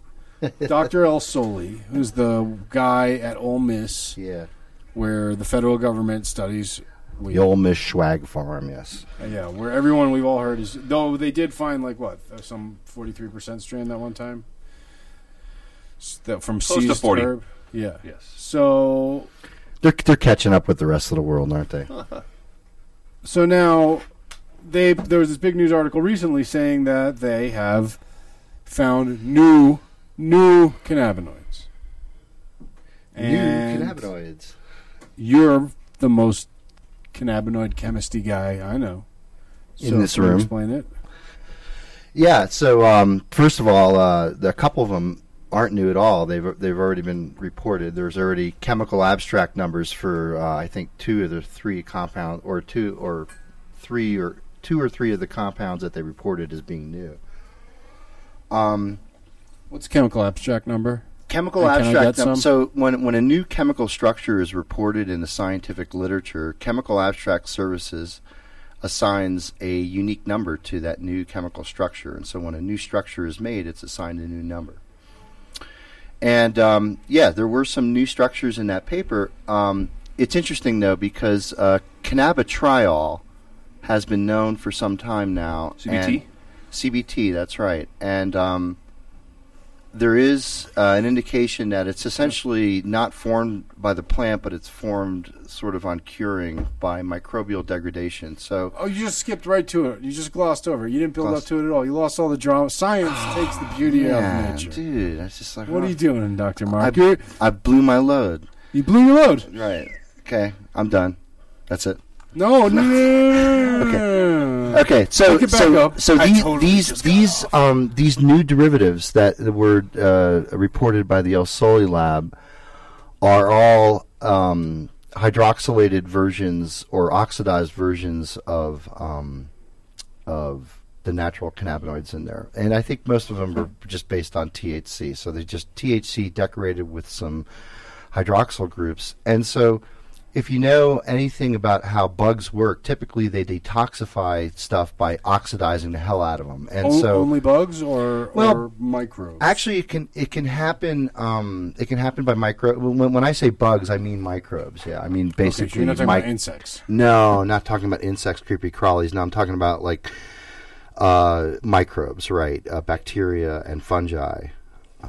C: Dr. El Soli, who's the guy at Ole Miss,
E: yeah,
C: where the federal government studies weed,
E: The old Miss Schwag Farm, yes.
C: Uh, yeah, where everyone we've all heard is though they did find like what uh, some forty three percent strain that one time. S- That from
D: Close to
C: seized
D: 40.
C: herb. Yeah.
D: Yes.
C: So
E: They're, they're catching up with the rest of the world, aren't they?
C: So now, they there was this big news article recently saying that they have found new new cannabinoids. And
E: New cannabinoids.
C: You're the most cannabinoid chemistry guy I know.
E: In
C: So
E: this
C: can you
E: room.
C: explain it.
E: Yeah. So um, first of all, uh, the- a couple of them aren't new at all. They've they've already been reported. There's already chemical abstract numbers for uh, I think two of the three compound or two or three or two or three of the compounds that they reported as being new. Um,
C: What's chemical abstract number?
E: Chemical
C: And can I
E: abstract.
C: get
E: num-
C: some?
E: So when when a new chemical structure is reported in the scientific literature, chemical abstract services assigns a unique number to that new chemical structure, and so when a new structure is made, it's assigned a new number. And um, yeah, there were some new structures in that paper. Um, it's interesting though because uh, cannabitriol has been known for some time now.
D: CBT?
E: and- CBT, that's right. And um, there is uh, an indication that it's essentially not formed by the plant, but it's formed sort of on curing by microbial degradation. So
C: Oh, you just skipped right to it. You just glossed over. it. You didn't build
E: Glossed-
C: up to it at all. You lost all the drama. Science takes the beauty out
E: Yeah,
C: of nature.
E: dude, that's just like
C: What are you doing, Doctor
E: I,
C: Mark? You're-
E: I blew my load.
C: You blew your load.
E: Right. Okay, I'm done. That's it.
C: No, no, no, no, no, no, no.
E: Okay, so
C: Look it back
E: so,
C: up.
E: so
C: I
E: these
C: totally
E: these these um these new derivatives that were uh, reported by the El Soli lab are all um, hydroxylated versions or oxidized versions of um, of the natural cannabinoids in there, and I think most of them are just based on THC. So they just THC decorated with some hydroxyl groups, and so if you know anything about how bugs work, typically they detoxify stuff by oxidizing the hell out of them, and
C: O-
E: so
C: only bugs or
E: Well,
C: or microbes.
E: Actually, it can it can happen. Um, it can happen by micro. When, when I say bugs, I mean microbes. Yeah, I mean basically.
C: okay, so you're not talking
E: mic-
C: about insects.
E: no, not talking about insects, creepy crawlies. No, I'm talking about like uh, microbes, right? Uh, bacteria and fungi. Uh,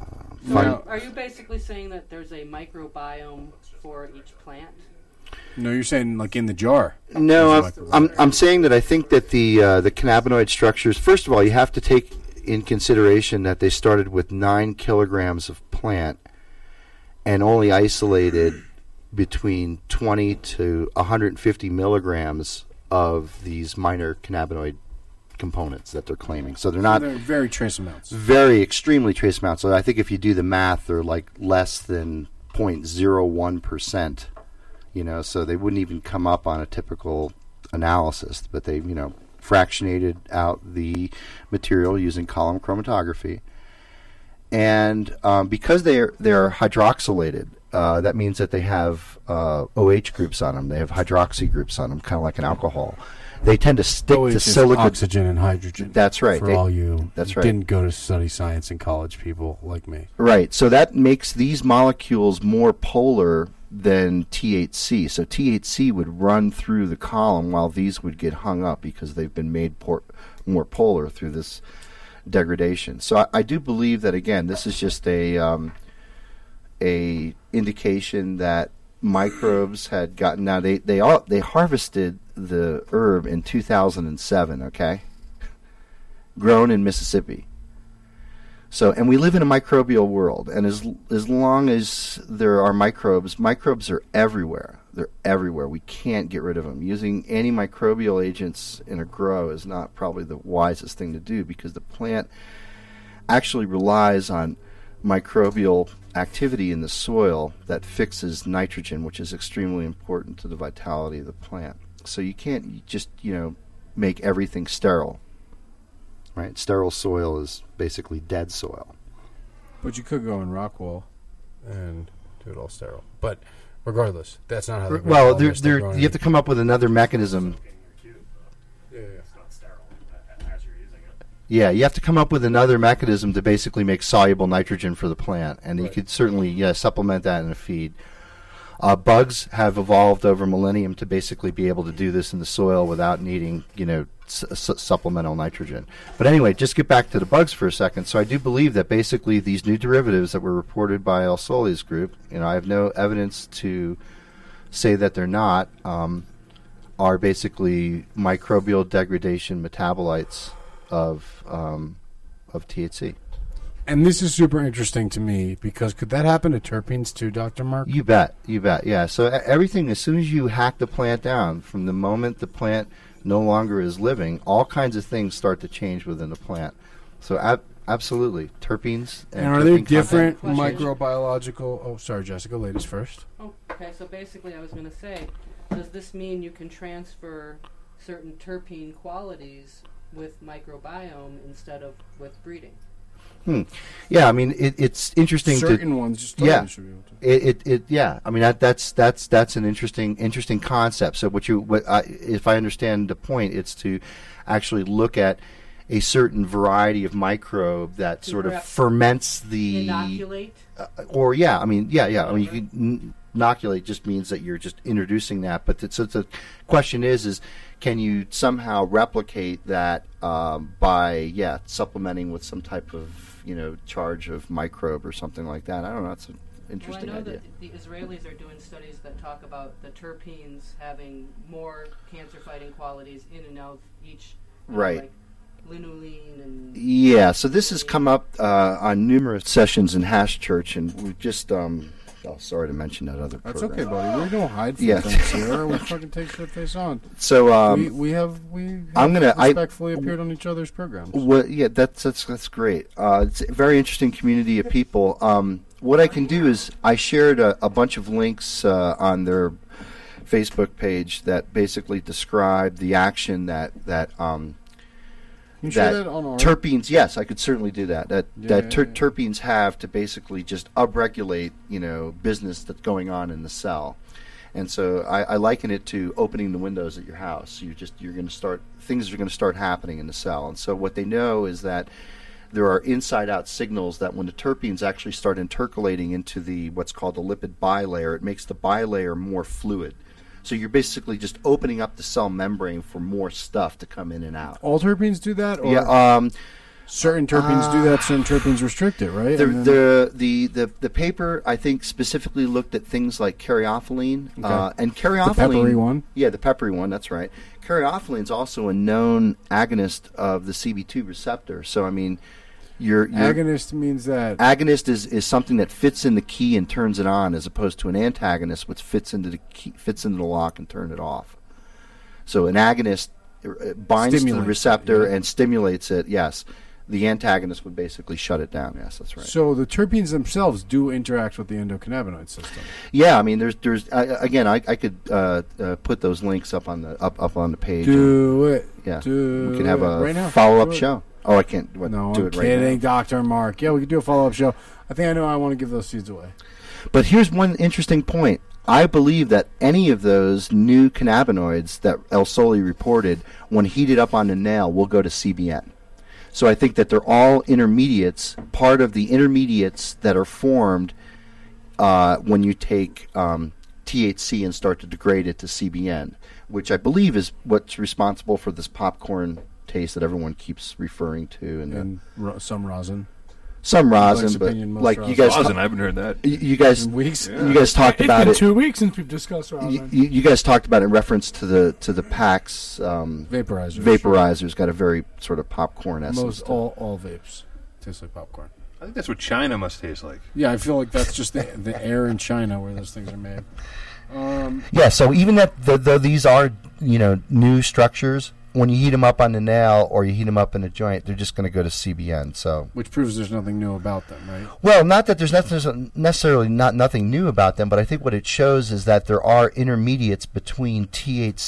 E: fun-
C: Now-
L: Are you basically saying that there's a microbiome for each plant?
C: No, you're saying like in the jar.
E: No, I'm,
C: Those are
E: I'm I'm saying that I think that the uh, the cannabinoid structures. First of all, you have to take in consideration that they started with nine kilograms of plant, and only isolated between 20 to 150 milligrams of these minor cannabinoid components that they're claiming. So they're not
C: They're very trace amounts.
E: very extremely trace amounts. So I think if you do the math, they're like less than 0.01 percent. You know, so they wouldn't even come up on a typical analysis, but they you know fractionated out the material using column chromatography, and um, because they're they're hydroxylated. Uh, that means that they have uh, OH groups on them. They have hydroxy groups on them, kind of like an alcohol. They tend to stick
C: OH
E: to
C: is
E: silica.
C: oxygen and hydrogen.
E: That's right.
C: For
E: They-
C: all you
E: that's
C: you
E: right.
C: didn't go to study science in college, people like me.
E: Right. So that makes these molecules more polar than THC. So THC would run through the column while these would get hung up because they've been made por- more polar through this degradation. So I, I do believe that again, this is just a um, a indication that microbes had gotten now they they all they harvested the herb in 2007. Okay, grown in Mississippi. So, and we live in a microbial world, and as as long as there are microbes, microbes are everywhere. They're everywhere. We can't get rid of them. Using antimicrobial agents in a grow is not probably the wisest thing to do because the plant actually relies on microbial activity in the soil that fixes nitrogen, which is extremely important to the vitality of the plant. So you can't just you know make everything sterile. Right, sterile soil is basically dead soil.
C: But you could go in rock wall and do it all sterile. But regardless, that's not how.
E: R-
C: The
E: well, there, there, you have to come up with another mechanism. Yeah, you have to come up with another mechanism to basically make soluble nitrogen for the plant, and you could certainly yeah supplement that in a feed. Uh, bugs have evolved over millennium to basically be able to do this in the soil without needing, you know, su- su- supplemental nitrogen. But anyway, just get back to the bugs for a second. So I do believe that basically these new derivatives that were reported by El Soli's group, you know, I have no evidence to say that they're not, um, are basically microbial degradation metabolites of um, of THC.
C: And this is super interesting to me because could that happen to terpenes too, Doctor Mark?
E: You bet, you bet. Yeah. So e- everything, as soon as you hack the plant down, from the moment the plant no longer is living, all kinds of things start to change within the plant. So ab- absolutely, terpenes. And,
C: And are there
E: terpene content-
C: different microbiological? Oh, sorry, Jessica. Ladies first.
L: Oh, Okay, so basically, I was going to say, does this mean you can transfer certain terpene qualities with microbiome instead of with breeding?
E: Hmm. Yeah, I mean it, it's interesting.
C: Certain
E: to,
C: ones just totally
E: yeah.
C: should be able to.
E: It, it, it yeah. I mean that, that's that's that's an interesting interesting concept. So what you what I, if I understand the point, it's to actually look at a certain variety of microbe that
L: To
E: sort of
L: perhaps
E: ferments the
L: Inoculate?
E: uh, or yeah, I mean yeah yeah. I mean you can n- inoculate just means that you're just introducing that. But it's, so the question is is can you somehow replicate that um, by yeah supplementing with some type of you know charge of microbe or something like that? I don't know. That's an interesting
L: well, I know
E: idea.
L: that the Israelis are doing studies that talk about the terpenes having more cancer-fighting qualities in and of each. you know,
E: Right.
L: like linolene and
E: Yeah, so this has come up uh, on numerous sessions in Hash Church, and we just. Um, oh, sorry to mention that other.
C: That's
E: program.
C: okay, buddy. We don't hide from
E: Yeah.
C: things here. We fucking take shit face on.
E: So um,
C: we, we have we. Have
E: I'm gonna- I-
C: respectfully appeared on each other's programs.
E: What? Yeah, that's that's that's great. Uh, it's a very interesting community of people. Um, what I can do is I shared a, a bunch of links uh, on their Facebook page that basically describe the action that that um,
C: Can you share
E: that,
C: that on our-
E: terpenes. Yes, I could certainly do that. That
C: Yeah,
E: that
C: yeah,
E: ter- terpenes have to basically just upregulate you know business that's going on in the cell. And so I, I liken it to opening the windows at your house. You just you're going to start things are going to start happening in the cell. And so what they know is that there are inside out signals that when the terpenes actually start intercalating into the what's called the lipid bilayer, it makes the bilayer more fluid. So you're basically just opening up the cell membrane for more stuff to come in and out.
C: All terpenes do that, or
E: yeah, um,
C: certain terpenes do
E: uh,
C: that. Certain terpenes restrict it, right?
E: the,
C: And then-
E: the, the, the, the paper, I think, specifically looked at things like caryophyllene. Uh,
C: Okay.
E: and
C: The
E: caryophyllene.
C: peppery one?
E: Yeah, the peppery one, that's right. Caryophyllene is also a known agonist of the CB2 receptor. So, I mean, you're. you're
C: agonist means that
E: agonist is, is something that fits in the key and turns it on as opposed to an antagonist which fits into the key, fits into the lock and turn it off so an agonist uh, binds to
C: Stimulates
E: the
C: it,
E: receptor and stimulates it yes the antagonist would basically shut it down yes that's right
C: So the terpenes themselves do interact with the endocannabinoid system.
E: yeah i mean there's there's I, I- again i, I could uh, uh, put those links up on the up, up on the page
C: Do it.
E: yeah
C: Do
E: we can have
C: it.
E: a
C: Right now.
E: follow-up
C: Do it.
E: show oh i can't what,
C: No,
E: do
C: I'm
E: it right now
C: kidding, Doctor Mark. Yeah, we could do a follow up show. I think I know. I want to give those seeds away.
E: But here's one interesting point. I believe that any of those new cannabinoids that El Soli reported, when heated up on the nail, will go to CBN. So I think that they're all intermediates, part of the intermediates that are formed uh, when you take um, THC and start to degrade it to CBN, which I believe is what's responsible for this popcorn taste that everyone keeps referring to. And,
C: And ro- some rosin.
E: some
C: Blake's
E: rosin, but
C: opinion, most
E: like you
C: rosin.
E: guys,
C: Rosin,
E: ta-
D: I haven't heard that.
E: You, you guys,
C: weeks.
E: you guys talked
F: It's
E: about
F: been
E: it.
F: two weeks since we've discussed
E: You,
F: Robin.
E: you you guys talked about it in reference to the to the PAX um,
C: Vaporizers.
E: Vaporizers got a very sort of popcorn essence.
C: Most all, all vapes taste like popcorn.
D: I think that's what China must taste like.
C: Yeah, I feel like that's just the, the air in China where those things are made. Um,
E: Yeah, so even if th though these are you know new structures, when you heat them up on the nail or you heat them up in a joint, they're just going to go to CBN. So
C: which proves there's nothing new about them, right?
E: well, not that there's nothing necessarily not nothing new about them, but I think what it shows is that there are intermediates between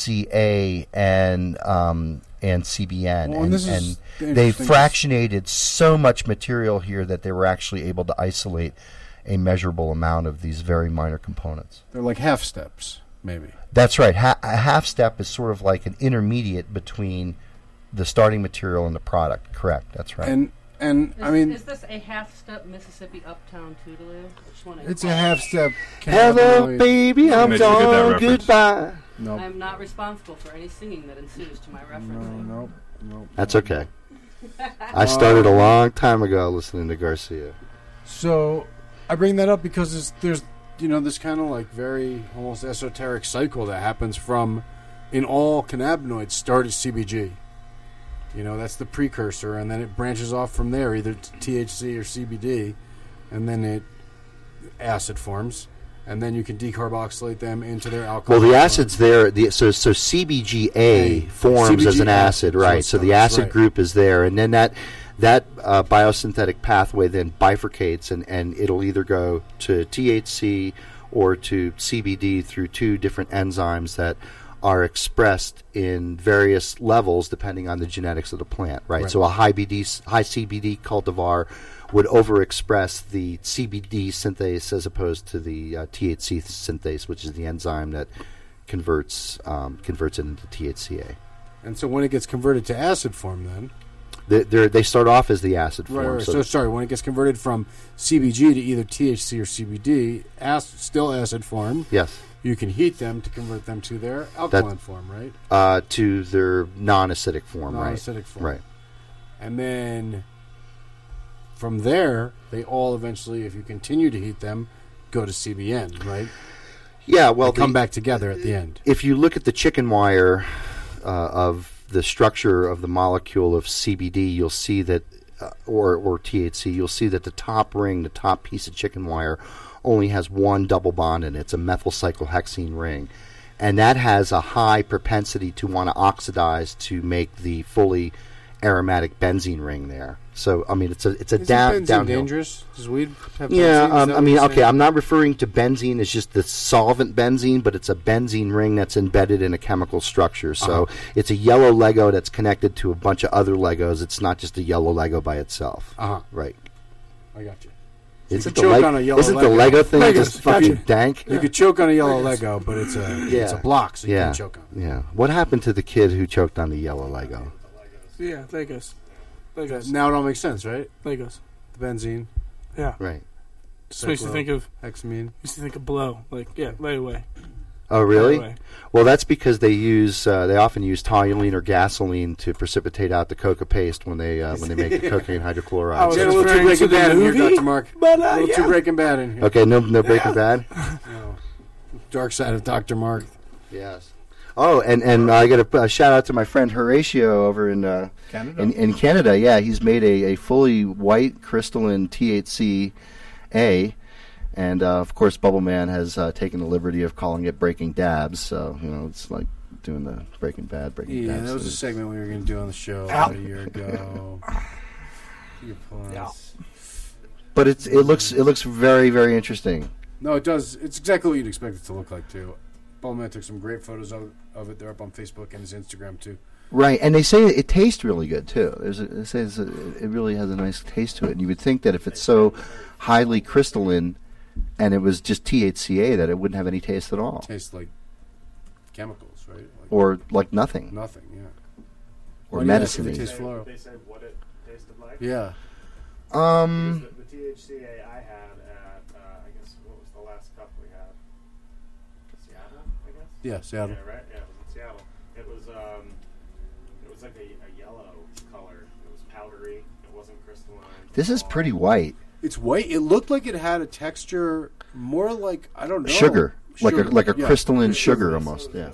E: THCA and um, and CBN,
C: Well, and
E: and,
C: this is the
E: and they
C: interesting-
E: fractionated so much material here that they were actually able to isolate a measurable amount of these very minor components.
C: They're like half steps, maybe.
E: That's right. Ha- a half step is sort of like an intermediate between the starting material and the product. Correct. That's right.
C: And and I mean,
L: is this a half step Mississippi uptown Toodaloo? I just wanna-
C: it's a half step.
E: Hello,
C: cannabinoid-
E: baby. I'm
D: Imagine you get that
E: gone.
D: reference.
E: Goodbye.
C: Nope.
L: I'm not responsible for any singing that ensues to my reference.
C: Nope. Nope.
E: That's okay. I started a long time ago listening to Garcia.
C: So I bring that up because it's, there's you know this kind of like very almost esoteric cycle that happens from in all cannabinoids start at CBG. You know that's the precursor, and then it branches off from there, either t- THC or CBD, and then it acid forms, and then you can decarboxylate them into their alcohol.
E: Well, the acid's there. The, so, so CBGA forms as an
C: CBGA,
E: acid, right? So
C: so
E: the
C: it's-
E: acid
C: right.
E: group is there, and then that that uh, biosynthetic pathway then bifurcates, and, and it'll either go to THC or to CBD through two different enzymes that are expressed in various levels depending on the genetics of the plant, right? So a high BD, s- high CBD cultivar would overexpress the CBD synthase as opposed to the uh, THC synthase, which is the enzyme that converts um, converts it into THCA.
C: and so when it gets converted to acid form, then
E: They, they're- they start off as the acid form.
C: Right, right.
E: so
C: So, sorry, when it gets converted from CBG to either THC or CBD, acid, still acid form,
E: yes,
C: you can heat them to convert them to their alkaline form, right?
E: uh, to their non-acidic form,
C: Non-acidic
E: right?
C: form.
E: Right.
C: And then from there, they all eventually, if you continue to heat them, go to CBN, right?
E: Yeah. Well,
C: They'll come
E: the-
C: back together at the end.
E: If you look at the chicken wire uh, of the structure of the molecule of CBD, you'll see that, uh, or or THC, you'll see that the top ring, the top piece of chicken wire, only has one double bond in it. It's a methyl cyclohexene ring, and that has a high propensity to want to oxidize to make the fully aromatic benzene ring there. So I mean, it's a it's a
C: Is
E: down
C: benzene
E: downhill.
C: dangerous? Does weed have
E: Yeah,
C: benzene?
E: um,
C: Is that
E: I
C: what
E: mean,
C: you're
E: okay,
C: saying?
E: I'm not referring to benzene as just the solvent benzene, but it's a benzene ring that's embedded in a chemical structure. So
C: Uh-huh.
E: it's a yellow Lego that's connected to a bunch of other Legos. It's not just a yellow Lego by itself.
C: Uh-huh.
E: Right.
C: I got you.
E: isn't
C: could
E: the,
C: choke
E: Leg-
C: on a yellow
E: isn't the
C: Lego.
E: Lego thing
C: Legos,
E: just
C: gotcha.
E: fucking dank?
C: You could choke on a yellow Lego, but it's a
E: Yeah.
C: it's a block, so you
E: yeah.
C: can choke on it.
E: Yeah. What happened to the kid who choked on the yellow Lego?
F: Yeah, Legos. Legos.
C: Now it all makes sense, right?
F: Legos.
C: The benzene,
F: Yeah.
E: Right.
F: Just makes you think of
C: hexamine.
F: makes you think of blow. Like yeah, layaway.
E: Oh, really?
F: Layaway.
E: Well, that's because they use uh, they often use toluene or gasoline to precipitate out the coca paste when they uh, when they make the cocaine hydrochloride.
F: I was
E: So-
C: Get a little too
F: referring to
C: Breaking
F: the
C: Bad in here,
F: movie,
C: Dr. Mark.
F: but, uh,
C: a little too
F: yeah.
C: Breaking Bad in here.
E: Okay, no, no Breaking Bad.
C: Dark Side of Dr. Mark.
E: Yes. Oh, and and I got a uh, shout out to my friend Horatio over in uh, Canada. In, in Canada, yeah, he's made a, a fully white crystalline THC A, and uh, of course, Bubble Man has uh, taken the liberty of calling it Breaking Dabs. So you know, it's like doing the Breaking Bad, Breaking
C: Yeah,
E: Dabs.
C: that was a
E: thing.
C: segment we were going to do on the show about a year ago. Your puns.
E: But it's it looks it looks very very interesting.
C: No, it does. It's exactly what you'd expect it to look like, too. Bowman took some great photos of, of it. They're up on Facebook and his Instagram, too.
E: Right, and they say it tastes really good too. There's a, they say it's a, it really has a nice taste to it, and you would think that if it's so highly crystalline, and it was just THCA, that it wouldn't have any taste at
F: Oh.
E: all,
C: Tastes like chemicals, right? Like
E: or like nothing,
C: nothing, Oh, yeah.
M: Oh,
E: or
C: Why do you ask if
E: medicine.
C: It tastes floral.
H: They said what it tasted like.
C: Yeah.
E: Um,
H: The, the THCA I had at, uh, I guess, what was the last cup we had?
C: Yeah, Seattle.
M: Yeah, right. Yeah, it was in Seattle. It was um, it was like a, a yellow color. It was powdery. It wasn't crystalline.
E: This is pretty white.
C: It's white. It looked like it had a texture more like I don't know
E: Sugar. Like a- like a
C: yeah.
E: crystalline sugar almost, yeah.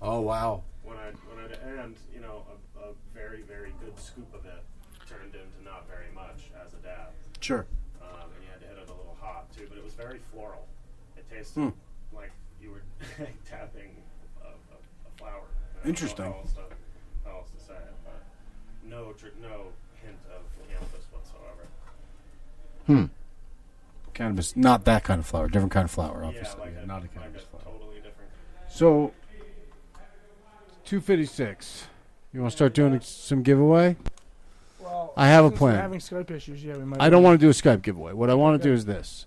C: Oh wow.
M: When I when I and you know a, a very very good scoop of it turned into not very much as a dab.
C: Sure.
M: Um, and you had to hit it a little hot too, but it was very floral. It tasted like you were tapping a, a, a flower. I don't know
C: Interesting.
M: How else, to, how else to say it? But no, tr- no hint of cannabis whatsoever.
C: Hmm. Cannabis, not that kind of flower. Different kind of flower, obviously.
M: Yeah, like
C: yeah,
M: a,
C: not a
M: like
C: cannabis
M: a totally different.
C: So, 256. You want to start doing some giveaway?
F: Well,
C: I have a
F: since
C: plan.
F: We're having Skype issues. Yeah, we might.
C: I don't want to do a Skype giveaway. What I want to do is this.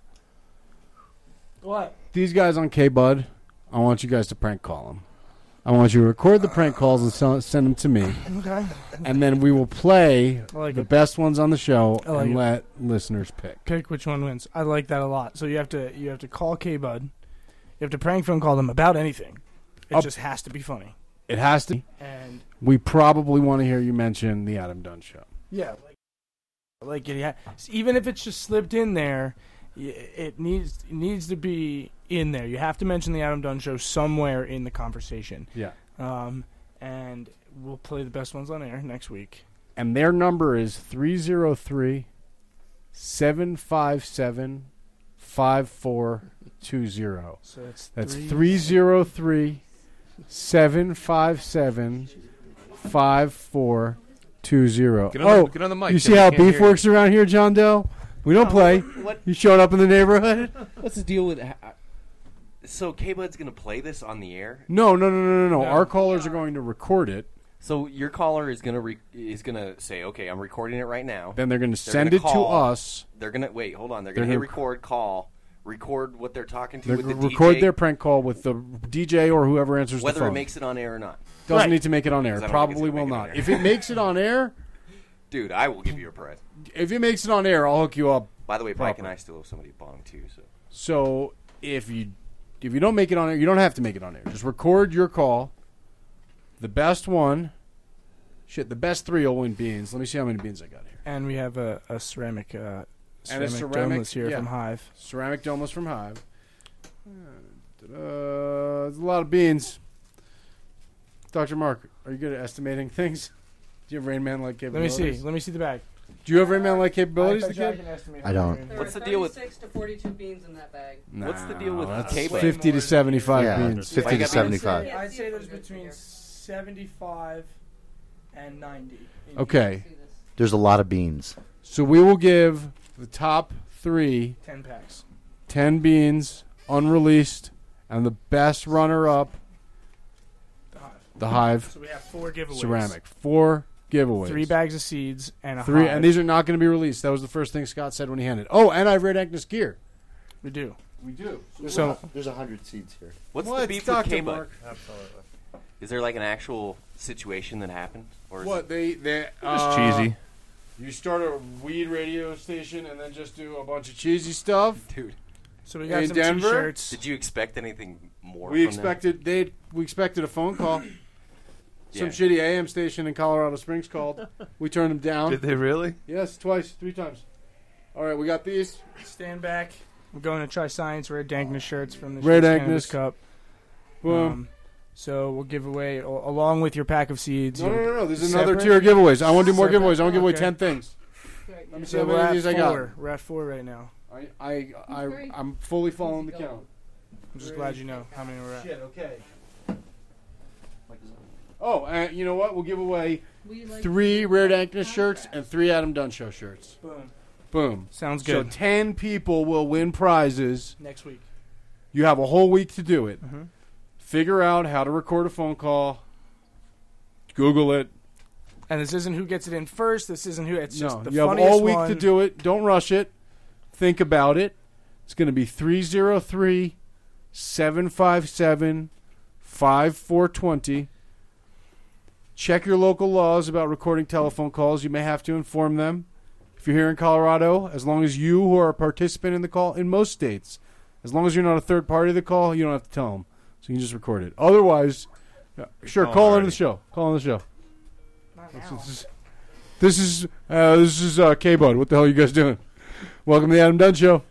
F: What?
C: These guys on K Bud, I want you guys to prank call them. I want you to record the prank calls and sell, send them to me.
F: Okay.
C: And then we will play
F: I like
C: the
F: it.
C: best ones on the show
F: I like
C: and
F: it.
C: let listeners pick.
F: Pick which one wins. I like that a lot. So you have to you have to call K Bud. You have to prank phone call them about anything. It just has to be funny.
C: It has to.
F: And-
C: we probably want to hear you mention the Adam Dunn show.
F: Yeah. Like, like it, yeah. Even if it's just slipped in there, y- it needs it needs to be in there. You have to mention the Adam Dunn show somewhere in the conversation.
C: Yeah.
F: Um, and we'll play the best ones on air next week.
C: and their number is 303 757 5420.
F: So that's
C: That's
F: three-
C: 303 757 5420.
D: Get on the-
C: Oh,
D: get on the mic.
C: you
D: They
C: see how
D: can't hear
C: beef
D: you.
C: works around here, John Doe? We don't play.
I: Uh, what-
C: You showed up in the neighborhood?
I: What's the deal with? ha- So K Bud's gonna play this on the air.
C: No, no, no, no, no, no. Our callers are going to record it.
I: So your caller is gonna re- is gonna say, "Okay, I'm recording it right now."
C: Then they're gonna
I: They're
C: send
I: gonna
C: it to
I: call.
C: us.
I: They're gonna wait. Hold on. They're
C: They're
I: gonna, hit
C: gonna-
I: record, call, record what they're talking to
C: They
I: with the
C: record
I: DJ,
C: their prank call with the DJ or whoever answers the
I: whether
C: phone.
I: it makes it on air or not.
C: Doesn't need to make it on air.
I: 'Cause I don't think it's
C: Probably
I: gonna
C: will
I: make on
C: not.
I: air.
C: If it makes it on air,
I: dude, I will give you a prize.
C: if it makes it on air, I'll hook you up.
I: By the way, Mike and
C: proper.
I: I still owe somebody a bong too. So
C: So if you if you don't make it on air, you don't have to make it on air. Just record your call. The best one, shit. The best three will win beans. Let me see how many beans I got here.
F: And we have a, a ceramic uh,
C: And a
F: ceramic,
C: ceramic-
F: domeless here
C: yeah.
F: from Hive.
C: Ceramic domeless from Hive. Uh, there's a lot of beans. Doctor Mark, are you good at estimating things? Do you have Rain Man like
F: Let me
C: capabilities?
F: see. Let me see the bag.
C: Do you have Rain Man like capabilities?
F: I
C: the
F: bet you I
C: kid?
F: can estimate
E: I don't.
L: There
I: What's
L: are
I: the deal with-
L: 36 to 42 beans in that bag.
I: What's the deal with
C: that's
I: cable?
C: Fifty to seventy-five
E: Yeah,
C: beans.
E: 50 to 75.
F: I'd say there's between 75 and 90.
C: Okay.
E: There's a lot of beans.
C: So we will give the top three
F: 10 packs.
C: 10 beans unreleased, and the best runner up,
F: The Hive.
C: the hive.
F: So we have four giveaways.
C: Ceramic. Four giveaways.
F: Three bags of seeds and a
C: Three,
F: Hive.
C: and these are not going to be released. That was the first thing Scott said when he handed. Oh, and I have Red Agnes gear.
F: We do.
E: We do.
F: So-
E: there's a hundred seeds here.
I: what's
C: What,
I: the beef
C: Dr.
I: with K Bud?
C: Mark?
E: Absolutely.
I: Is there like an actual situation that happened, or is
C: What
I: It,
C: they they
D: Just
C: uh,
D: cheesy.
C: You start a weed radio station and then just do a bunch of cheesy stuff.
I: dude?
F: So we got
C: In
F: some
C: Denver?
F: t-shirts.
I: Did you expect anything more?
C: We
I: from them?
C: expected they we expected a phone call.
I: Yeah.
C: Some shitty AM station in Colorado Springs called. We turned them down.
D: Did they really?
C: Yes, twice, three times. All right, we got these.
F: Stand back. We're going to try science. Red Dankness shirts from the
C: Red
F: Shirts Cannabis
C: Dankness.
F: Cup. Um,
C: Boom.
F: so we'll give away a- along with your pack of seeds.
C: no, no,
F: you'll-
C: no, no. There's another
F: Separate?
C: tier of giveaways. I want to do more
F: Separate?
C: giveaways. I want to give away
F: Okay.
C: ten things. Let me see
F: So
C: how
F: we're
C: many of
F: at
C: these
F: four.
C: I got.
F: We're at four right now.
C: I, I, I, I'm fully following the count.
F: I'm just glad you know how many we're at.
C: okay. Oh, and you know what? We'll give away
L: We like
C: three Rare Dankness shirts and three Adam Dunn Show shirts.
F: Boom.
C: Boom.
F: Sounds
C: So
F: good.
C: ten people will win prizes.
F: Next week.
C: You have a whole week to do it.
F: Mhm.
C: Figure out how to record a phone call. Google it.
F: And this isn't who gets it in first. This isn't who. It's
C: no,
F: just the
C: you have
F: funniest
C: all week
F: one.
C: to do it. Don't rush it. Think about it. It's going to be 303 757 5420. Check your local laws about recording telephone calls. You may have to inform them. If you're here in Colorado, as long as you who are a participant in the call, in most states, as long as you're not a third party to the call, you don't have to tell them. So you can just record it. Otherwise, uh, sure,
D: Oh,
C: call on the
D: alrighty.
C: show. Call on the show. This is this is, uh, this is uh, K Bud. What the hell are you guys doing? Welcome to the Adam Dunn Show.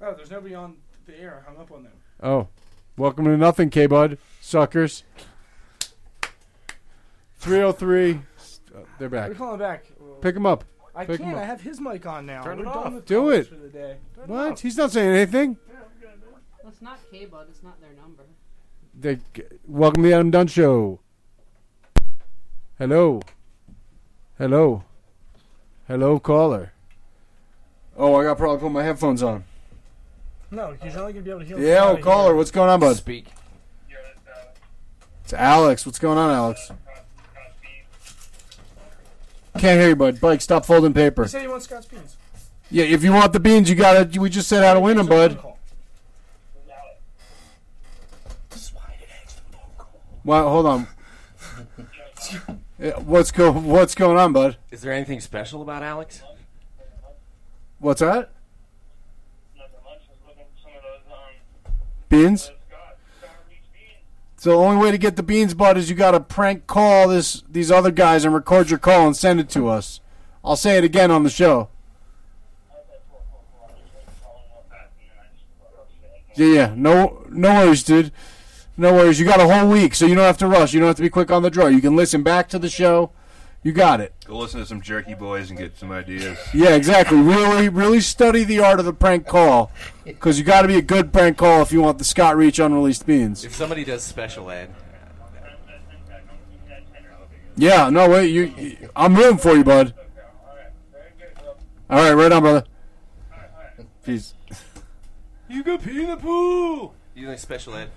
F: Oh, there's nobody on the air. I hung up on them.
C: Oh, welcome to nothing, K Bud suckers. Three hundred three. They're back.
F: We're calling back.
C: Pick him up.
F: I
C: Pick 'em
F: can't.
C: up.
F: I have his mic on now.
C: Turn
F: We're
C: it
F: done
C: off.
F: with
C: Do
F: calls
C: it.
F: for the day.
C: What? He's not saying anything.
L: Well, it's not K Bud, it's not their number.
C: They, welcome to the Adam Dunn Show. Hello. Hello. Hello, caller. Oh, I got probably put my headphones on.
F: No, he's only gonna be able to hear. us
C: Yeah,
F: out
C: oh,
F: of here.
C: caller, what's going on, bud? Speak. It's Alex. What's going on, Alex? Can't hear you, bud. Bike, stop folding
F: He
C: paper.
F: said he wants Scott's beans.
C: Yeah, if you want the beans, you gotta. We just said how to win them, bud. Well, hold on. Yeah, What's go? What's going on, bud?
I: Is there anything special about Alex?
C: What's that? Beans. So the only way to get the beans, bud, is you got to prank call this these other guys and record your call and send it to us. I'll say it again on the show. Yeah, yeah. No, no worries, dude. No worries. You got a whole week, so you don't have to rush. You don't have to be quick on the draw. You can listen back to the show. You got it.
D: Go listen to some jerky boys and get some ideas.
C: Yeah, exactly. Really, really study the art of the prank call, because you got to be a good prank call if you want the Scott Reach unreleased beans.
I: If somebody does special ed,
C: Yeah, no wait, you, you- I'm rooting for you, bud. All right, right on, brother. Peace.
I: you go pee in the pool. You think special ed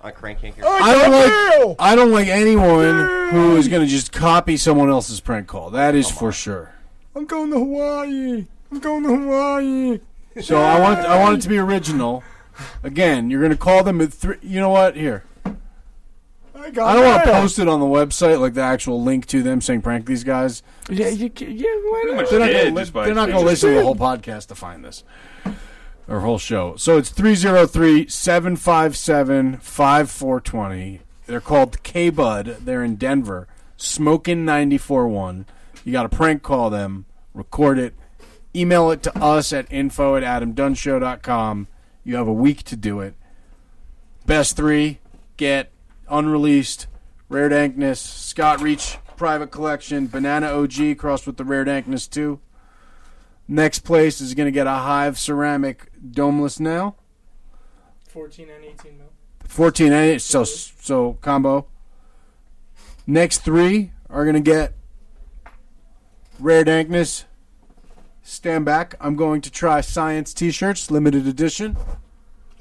I: on crank anchor?
C: I don't like I don't like anyone who is going to just copy someone else's prank call. That is for sure.
F: I'm going to Hawaii. I'm going to Hawaii.
C: So I want I want it to be original. Again, you're going to call them at three. You know what? Here,
F: I,
C: I don't want to post it on the website like the actual link to them saying prank these guys.
F: Yeah, you, ca- yeah, why not?
C: They're not gonna li- they're not going to listen to the whole podcast to find this. Our whole show. So it's 303 757 5420. They're called K Bud. They're in Denver. Smokin' 941. You got to prank call them, record it, email it to us at info at adamdunshow.com. You have a week to do it. Best three get unreleased Rare Dankness, Scott Reach Private Collection, Banana OG crossed with the Rare Dankness 2. Next place is going to get a Hive Ceramic Domeless Now.
F: 14 and 18 mil.
C: 14 and eight, so so combo. Next three are gonna get rare dankness. Stand back. I'm going to try science T-shirts, limited edition.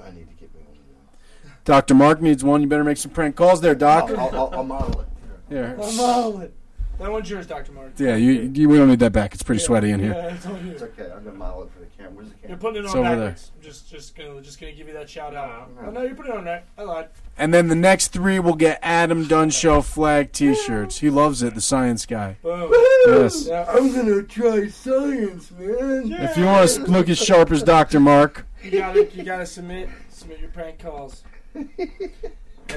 E: I need to get me one.
C: Doctor Mark needs one. You better make some prank calls there, Doc.
E: I'll, I'll, I'll model it.
C: Yeah.
F: That one's yours, Dr. Mark.
C: Yeah, you, you we don't need that back. It's pretty sweaty in here.
F: Yeah, it's all
E: It's
F: yours.
E: okay. I'm gonna model it for the camera. Where's the camera?
F: You're putting it
C: It's
F: on
C: over there.
F: backwards. I'm just, just gonna, just gonna give you that shout out. Oh, no, you put it on right. I lied.
C: And then the next three will get Adam Dunshow flag T-shirts. He loves it. The science guy.
F: Boom.
C: Yes.
F: Yeah.
E: I'm gonna try science, man.
C: If you want to look as sharp as Doctor Mark,
F: You gotta, you gotta submit, submit your prank calls. And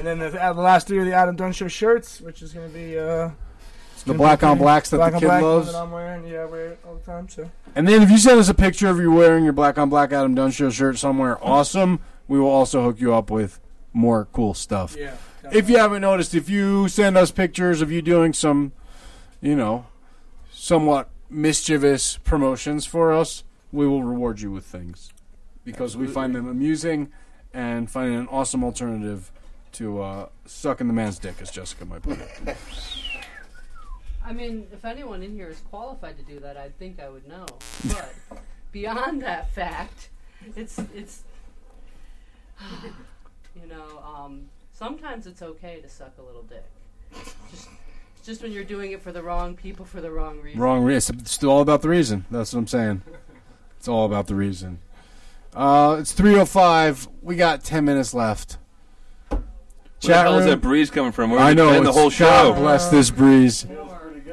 F: then the, the last three are the Adam Dunn Show shirts, which is gonna be uh,
C: the black on blacks that
F: black
C: the
F: on
C: kid
F: black
C: loves.
F: that I'm wearing. Yeah, I wear it all the time. So
C: And then if you send us a picture of you wearing your black on black Adam Dunshow shirt somewhere awesome, we will also hook you up with more cool stuff.
F: yeah,
C: If you haven't noticed, if you send us pictures of you doing some, you know, somewhat mischievous promotions for us, we will reward you with things because we find them amusing and find it an awesome alternative to uh, sucking the man's dick, as Jessica might put it.
L: I mean, if anyone in here is qualified to do that, I'd think I would know. But beyond that fact, it's it's you know, um, sometimes it's okay to suck a little dick. Just it's just when you're doing it for the wrong people for the wrong reason.
C: Wrong reason. It's still all about the reason. That's what I'm saying. It's all about the reason. Uh, it's 3:05. We got 10 minutes left.
D: Where the
C: Chat
D: hell is
C: room.
D: that breeze coming from? We're
C: I know.
D: the
C: it's-
D: whole
C: God
D: show.
C: bless this breeze.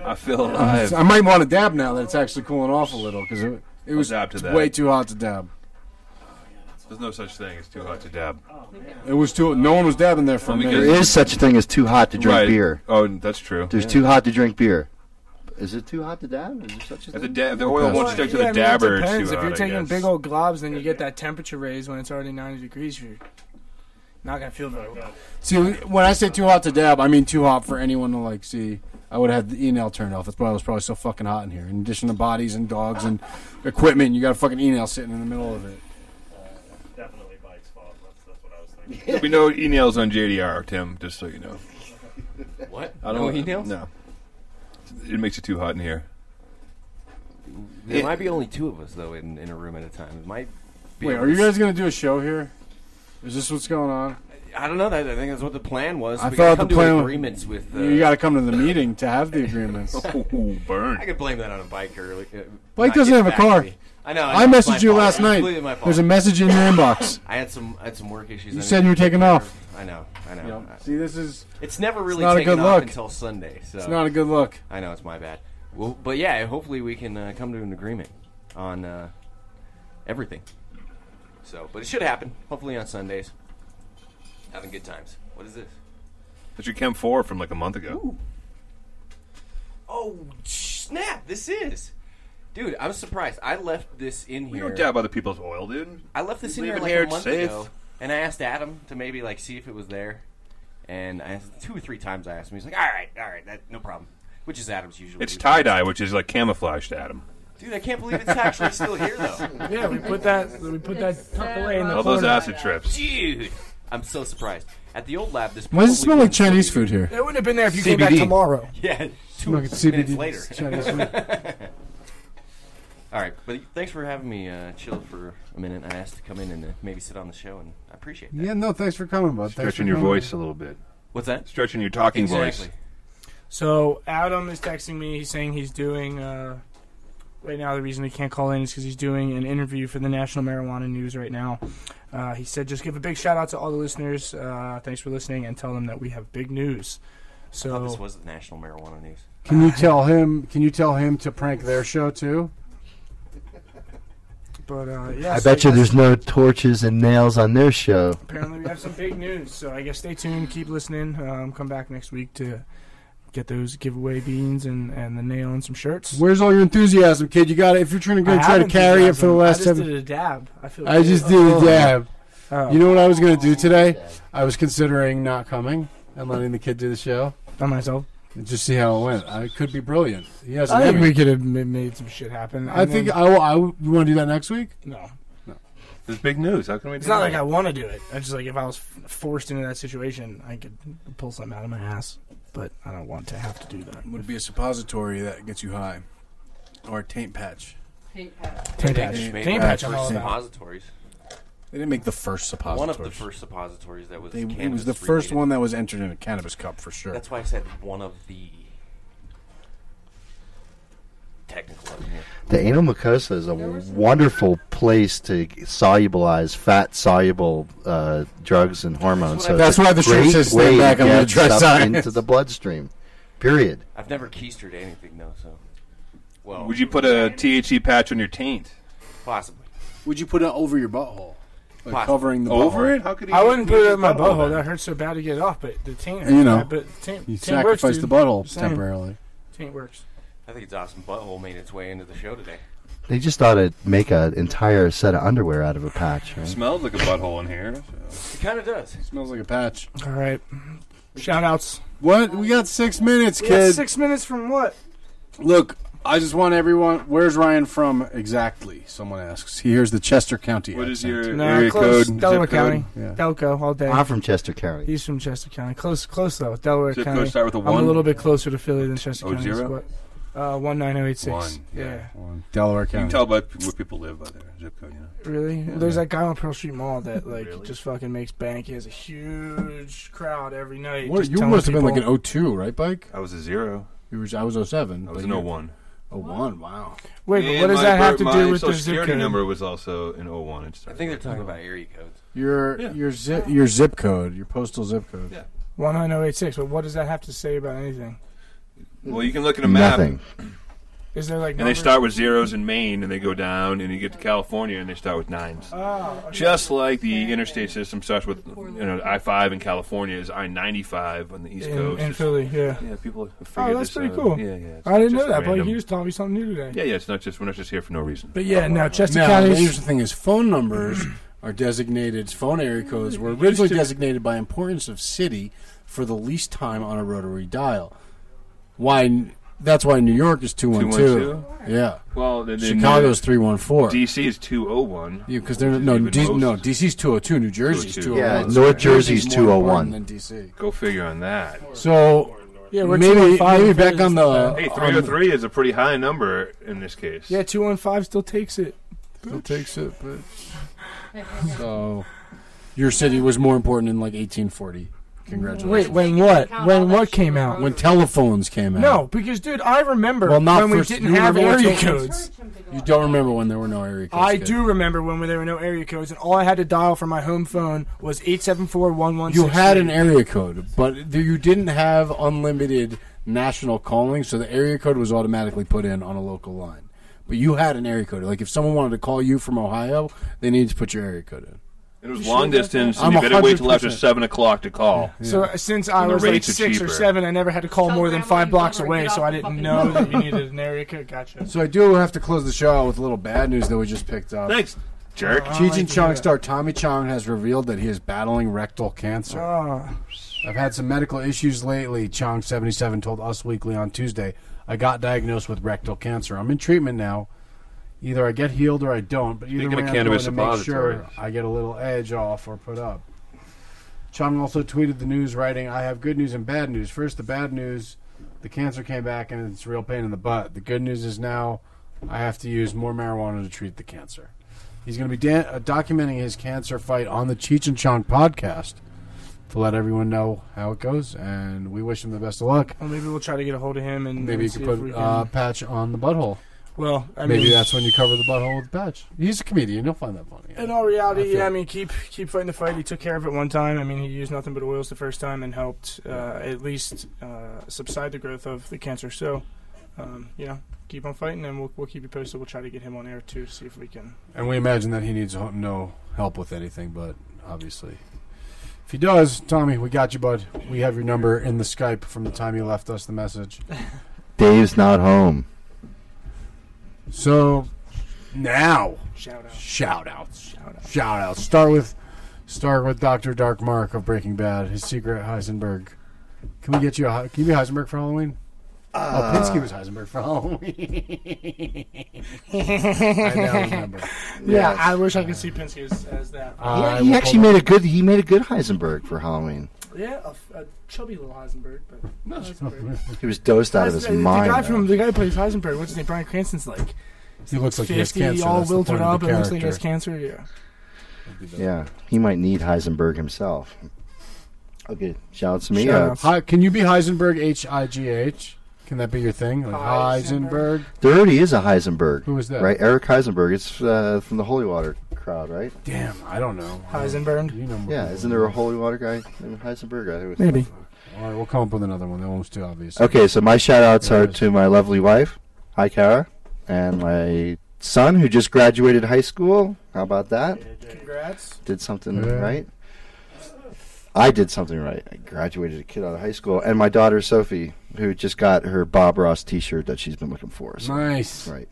D: I feel alive.
C: I might want to dab now that it's actually cooling off a little because it, it was
D: dab to that.
C: way too hot to dab.
D: There's no such thing. It's too hot to dab.
C: It was too. No one was dabbing there for
D: Well,
C: me.
D: because-
C: There
D: There
C: is
D: is
C: such a thing as too hot to drink
D: Right.
C: beer.
D: Oh, that's true.
C: There's
D: Yeah.
C: too hot to drink beer. Is it too hot to dab? Is there such a
D: If
C: thing?
D: the dab- the oil won't stick to the
F: I mean, it
D: dabber. it's
F: depends.
D: too
F: If you're
D: hot, I
F: taking
D: guess.
F: big old globs, then you get that temperature raise when it's already 90 degrees. You're not gonna feel very well.
C: See, when I say too hot to dab, I mean too hot for anyone to like see. I would have had the email turned off. That's why it was probably so fucking hot in here. In addition to bodies and dogs and equipment, you got a fucking email sitting in the middle of it.
D: There'll be no e nails on JDR, Tim. Just so you know.
I: What?
D: I
I: No
D: don't
I: e-nails?
D: No. It makes it too hot in here.
I: There
D: It-
I: might be only two of us though in, in a room at a time. It might. Be
C: Wait,
I: able
C: are
I: to
C: you guys going to do a show here? Is this what's going on?
I: I don't know. That I think that's what the plan was.
C: I
I: we gotta
C: thought the
I: come
C: plan
I: to
C: was-
I: agreements with. Uh, Oh.
C: You got to come to the meeting to have the agreements.
I: I could blame that on a biker. Like, uh,
C: Blake
I: not
C: doesn't
I: getting
C: have a
I: back to
C: car.
I: me. I know.
C: I
I: know, it's
C: messaged
I: my
C: you
I: fault.
C: last
I: It's
C: night.
I: completely my fault.
C: There's a message in your inbox.
I: I had some. I had some work issues.
C: You
I: I
C: said
I: needed
C: you were
I: to take
C: taken
I: care
C: off.
I: of. I know. I know.
C: Yep.
I: I-
C: See, this is-
I: It's never
C: it's
I: really
C: not a
I: taken
C: good
I: off
C: look.
I: until Sunday. So
C: It's not a good look.
I: I know it's my bad. Well, but yeah, hopefully we can uh, come to an agreement on uh, everything. So, but it should happen. Hopefully on Sundays. Having good times. What is this?
D: That's your Chem 4 from like a month ago.
I: Oh snap! This is, dude. I was surprised. I left this in here.
D: You don't dab other people's oil, dude.
I: I left this in
D: Leave
I: here
D: it
I: like
D: here,
I: a
D: it's
I: month
D: safe.
I: ago, and I asked Adam to maybe like see if it was there. And I asked, two or three times I asked him. He's like, "All right, all right, that, no problem." Which is Adam's usual.
D: It's tie dye, which is like camouflage to Adam.
I: Dude, I can't believe it's actually still here though.
F: Yeah, we put that. We put that tucked away in the
D: All those
F: corner.
D: acid trips.
I: Dude, I'm so surprised. At the old lab, this
C: Why does it smell
I: probably
C: like Chinese food here?
F: It wouldn't have been there if you came back tomorrow.
I: Yeah, two
C: Look, it's
I: minutes
C: CBD, it's Chinese
I: later. All right, but thanks for having me uh, chill for a minute. I asked to come in and uh, maybe sit on the show, and I appreciate.
C: Yeah, no, thanks for coming, bud. Thanks
D: Stretching
C: for
D: your
C: coming.
D: voice a little bit.
I: What's that?
D: Stretching your talking voice.
F: So Adam is texting me. He's saying he's doing. Uh, right now, the reason he can't call in is because he's doing an interview for the National Marijuana News right now. Uh, he said, "Just give a big shout out to all the listeners. Uh, thanks for listening, and tell them that we have big news."
I: I thought this
F: So
I: was the National Marijuana News.
C: Can you tell him? Can you tell him to prank their show too?
F: But uh, yeah,
E: I
F: so
E: bet you
F: guess-
E: there's no torches and nails on their show.
F: Apparently, we have some big news. So I guess stay tuned, keep listening. Um, come back next week to get those giveaway beans and, and the nail and some shirts.
C: Where's all your enthusiasm, kid? You got to If you're trying to go
F: I
C: try to
F: have
C: carry it for
F: enthusiasm.
C: the last
F: I just
C: seven.
F: did a dab. I feel.
C: I
F: good.
C: just did a
F: Oh.
C: dab.
F: Oh.
C: You know what I was going to do today? I was considering not coming and letting the kid do the show
F: by myself.
C: Just see how it went. I it could be brilliant. He has
F: I think we could have ma- made some shit happen.
C: I
F: And
C: think
F: then-
C: I will. I will you want to do that next week?
F: No.
D: There's big news. How can we do
F: It's not
D: that?
F: like I want to do it. I just like if I was f- forced into that situation, I could pull something out of my ass. But I don't want to have to do that.
N: Would be a suppository that gets you high, or a taint patch.
O: Taint patch.
F: Taint patch.
I: Maybe
F: Taint
I: the
F: patch. I'm
I: first
F: all about.
I: suppositories.
N: They didn't make the first suppository.
I: One of the first suppositories that was.
N: They- it was
I: cannabis
N: the first
I: related.
N: one that was entered in a cannabis cup for sure.
I: That's why I said one of the technical. I mean,
E: The anal mucosa is a wonderful place to solubilize fat soluble uh, drugs and hormones. So
C: That's
E: it's a
C: why the shirt
E: great
C: says, "Stand
E: way to
C: back, I'm gonna
E: get
C: try
E: stuff
C: science."
E: into the bloodstream. Period.
I: I've never keistered anything though, so. Well,
D: Would you put a THC patch on your taint?
I: possibly?
N: Would you put it over your butthole, like
I: Possibly.
N: covering the
D: Over
N: butthole?
D: it? How could he
F: I wouldn't
D: use
F: put it
D: his
F: in my
D: butthole
F: butthole.
D: then?
F: That hurts so bad to get it off, but the taint.
C: You know,
F: but taint,
C: you
F: taint works,
C: sacrifice the
F: dude.
C: butthole
F: Just saying.
C: temporarily.
F: Taint works.
I: I think it's awesome. Butthole made its way into the show today.
E: They just thought it'd make an entire set of underwear out of a patch. Right?
D: Smells like a butthole in here.
I: It kind of does.
C: Smells like a patch.
F: All right. Shout outs.
C: What? We got six minutes,
F: We got
C: kid.
F: six minutes from what?
C: Look, I just want everyone. Where's Ryan from exactly? Someone asks. He hears the Chester County.
D: What is
C: accent.
D: your
F: Nah,
D: area
F: close.
D: code?
F: Delaware
D: zip code?
F: County.
C: Yeah.
F: Delco all day.
E: I'm from Chester County.
F: He's from Chester County. Close, close though. Delaware
D: Zip code
F: County.
D: start with a
F: I'm
D: one?
F: a little bit closer to Philly than Chester
D: Oh,
F: County. is
D: zero?
F: What? Uh, one nine zero eight six.
D: One,
F: Yeah.
D: yeah.
C: Delaware
D: You can
C: County?
D: tell by p- where people live by their zip code, you know.
F: Really?
C: Yeah.
F: There's that guy on Pearl Street Mall that like just fucking makes bank. He has a huge crowd every night.
C: What,
F: just
C: you
F: telling
C: must have been like
F: people-
C: an 02, right, Bike?
D: I was a zero.
C: You were, I was 07.
D: I was
C: but
D: an
C: you-
D: 01.
C: 01, wow.
F: Wait, but
D: And
F: what does
D: my
F: that have
D: bir-
F: to
D: my
F: do with
D: social
F: the zip
D: security
F: code?
D: number was also oh an 01. It
I: I
D: started
I: think they're
D: with.
I: talking about area codes.
C: Your
D: Yeah.
C: your zip your zip code, your postal zip code.
D: Yeah.
F: One oh nine zero eight six. But what does that have to say about anything?
D: Well, you can look at a map.
E: Nothing.
F: Is there like
D: And they start with zeros in Maine, and they go down, and you get to California, and they start with nines.
F: Oh, okay.
D: Just like the interstate system starts with, you know, I five in California is I ninety five on the East
F: in,
D: Coast.
F: in
D: It's-
F: Philly? Yeah.
D: Yeah, people.
F: Oh,
D: figured
F: that's
D: this
F: pretty
D: out.
F: cool.
D: Yeah, yeah. it's
F: I didn't
D: just
F: know that, but
D: random.
F: you just taught me something new today.
D: Yeah, yeah. It's not just we're not just here for no reason.
F: But yeah, no, Chester
C: now,
F: County.
C: The interesting thing is phone numbers are designated. Phone area
F: Mm-hmm.
C: codes were originally designated by importance of city for the least time on a rotary dial. Why? That's why New York is two one two.
D: 212?
C: Yeah.
D: Well, then, then
C: Chicago's
D: uh,
C: three one four.
D: DC is two oh one.
C: Yeah, because they're no D, no DC's two hundred two. New Jersey's two
D: oh
C: hundred one.
E: North Jersey's
C: two hundred one.
E: than
C: DC.
D: Go figure on that.
C: So
F: Yeah, we're oh
C: maybe
F: 215
C: maybe back on the
D: Hey,
C: on
D: three oh three is a pretty high number in this case.
F: Yeah, two one five still takes it.
C: Still takes it, but so your city was more important in like 1840. Congratulations.
F: Wait, when what? When what came out?
C: When telephones came out.
F: No, because dude, I remember
C: well, not
F: when we
C: first-
F: didn't
C: you
F: have
C: remember
F: area
C: what telephones?
F: codes.
C: You don't remember when there were no area codes.
F: I
C: kid.
F: do remember when there were no area codes, and all I had to dial from my home phone was eight seven four one one.
C: You had an area code, but th- you didn't have unlimited national calling, so the area code was automatically put in on a local line. But you had an area code. Like if someone wanted to call you from Ohio, they needed to put your area code in.
D: It was
C: You
D: long
C: sure about
D: distance,
C: that?
D: and you
C: I'm
D: better wait till
C: 100%.
D: after seven o'clock to call.
F: So uh, since I
D: And the
F: was like
D: rates are
F: six or
D: cheaper.
F: seven, I never had to call more than five blocks away, so I didn't know that you needed an area code. Gotcha.
C: So I do have to close the show out with a little bad news that we just picked up.
D: Thanks, jerk.
C: Cheech and Chong star Tommy Chong has revealed that he is battling rectal cancer. I've had some medical issues lately, Chong 77 told Us Weekly on Tuesday. I got diagnosed with rectal cancer. I'm in treatment now. Either I get healed or I don't, but either
D: Speaking
C: way,
D: of
C: I'm
D: cannabis
C: going to make
D: suppositories.
C: sure I get a little edge off or put up. Chung also tweeted the news, writing, I have good news and bad news. First, the bad news the cancer came back and it's a real pain in the butt. The good news is now I have to use more marijuana to treat the cancer. He's going to be dan- uh, documenting his cancer fight on the Cheech and Chong podcast to let everyone know how it goes, and we wish him the best of luck.
F: Well, maybe we'll try to get a hold of him and
C: Maybe
F: and
C: you
F: Mm, see
C: could
F: if we
C: put
F: can-
C: uh, patch on the butthole.
F: Well, I
C: maybe
F: mean-
C: that's when you cover the butthole with patch. He's a comedian; he'll find that funny.
F: In all reality,
C: I feel-
F: yeah, I mean, keep keep fighting the fight. He took care of it one time. I mean, he used nothing but oils the first time and helped uh, at least uh, subside the growth of the cancer. So, um, you know, keep on fighting, and we'll, we'll keep you posted. We'll try to get him on air too, see if we can.
C: And we imagine that he needs ho- no help with anything, but obviously. If he does, Tommy, we got you, bud. We have your number in the Skype from the time you left us the message.
E: Dave's not home.
C: So now,
F: shout out,
C: shout outs, shout outs, shout outs. Start with, start with Doctor Dark Mark of Breaking Bad. His secret Heisenberg. Can we get you? A, Hei- can you be Heisenberg for Halloween?
J: Uh,
C: oh, Pinsky was Heisenberg for Halloween.
F: I
C: now remember.
F: Yeah,
C: Yes.
F: I wish I could see Pinsky as, as that.
E: yeah, he actually made a good. He made a good Heisenberg for Halloween.
F: yeah, a, f- a chubby little Heisenberg, but Heisenberg.
E: He was dosed out of
F: Heis-
E: his
F: the,
E: mind.
F: The guy
E: though.
F: from the guy who plays Heisenberg, what's his name? Brian Cranston's like
C: He looks like he has
F: fifty,
C: cancer.
F: all
C: That's the
F: wilted
C: point of
F: up,
C: the
F: and looks like he has
C: character.
F: cancer. Yeah.
E: yeah, he might need Heisenberg himself. Okay, shout out to me.
C: Shout
E: Uh,
C: out. Hi- can you be Heisenberg? H I G H. Can that be your thing? Like Heisenberg.
E: there already is a Heisenberg.
C: Who is that?
E: Right, Eric Heisenberg. It's uh, from the Holy Water crowd, right?
C: Damn, I don't know.
F: Heisenberg.
C: You know more
E: Yeah,
C: people
E: isn't there a Holy Water guy named Heisenberg? I always
C: Maybe.
E: thought-
C: All right, we'll come up with another one. That one's too obvious.
E: Okay, so my shout outs
C: There
E: are
C: it is.
E: to my lovely wife, hi Kara, and my son who just graduated high school. How about that?
F: Congrats.
E: Did something
F: Yeah.
E: right. I did something right. I graduated a kid out of high school, and my daughter Sophie, who just got her Bob Ross T-shirt that she's been looking for. So
C: Nice.
E: Right.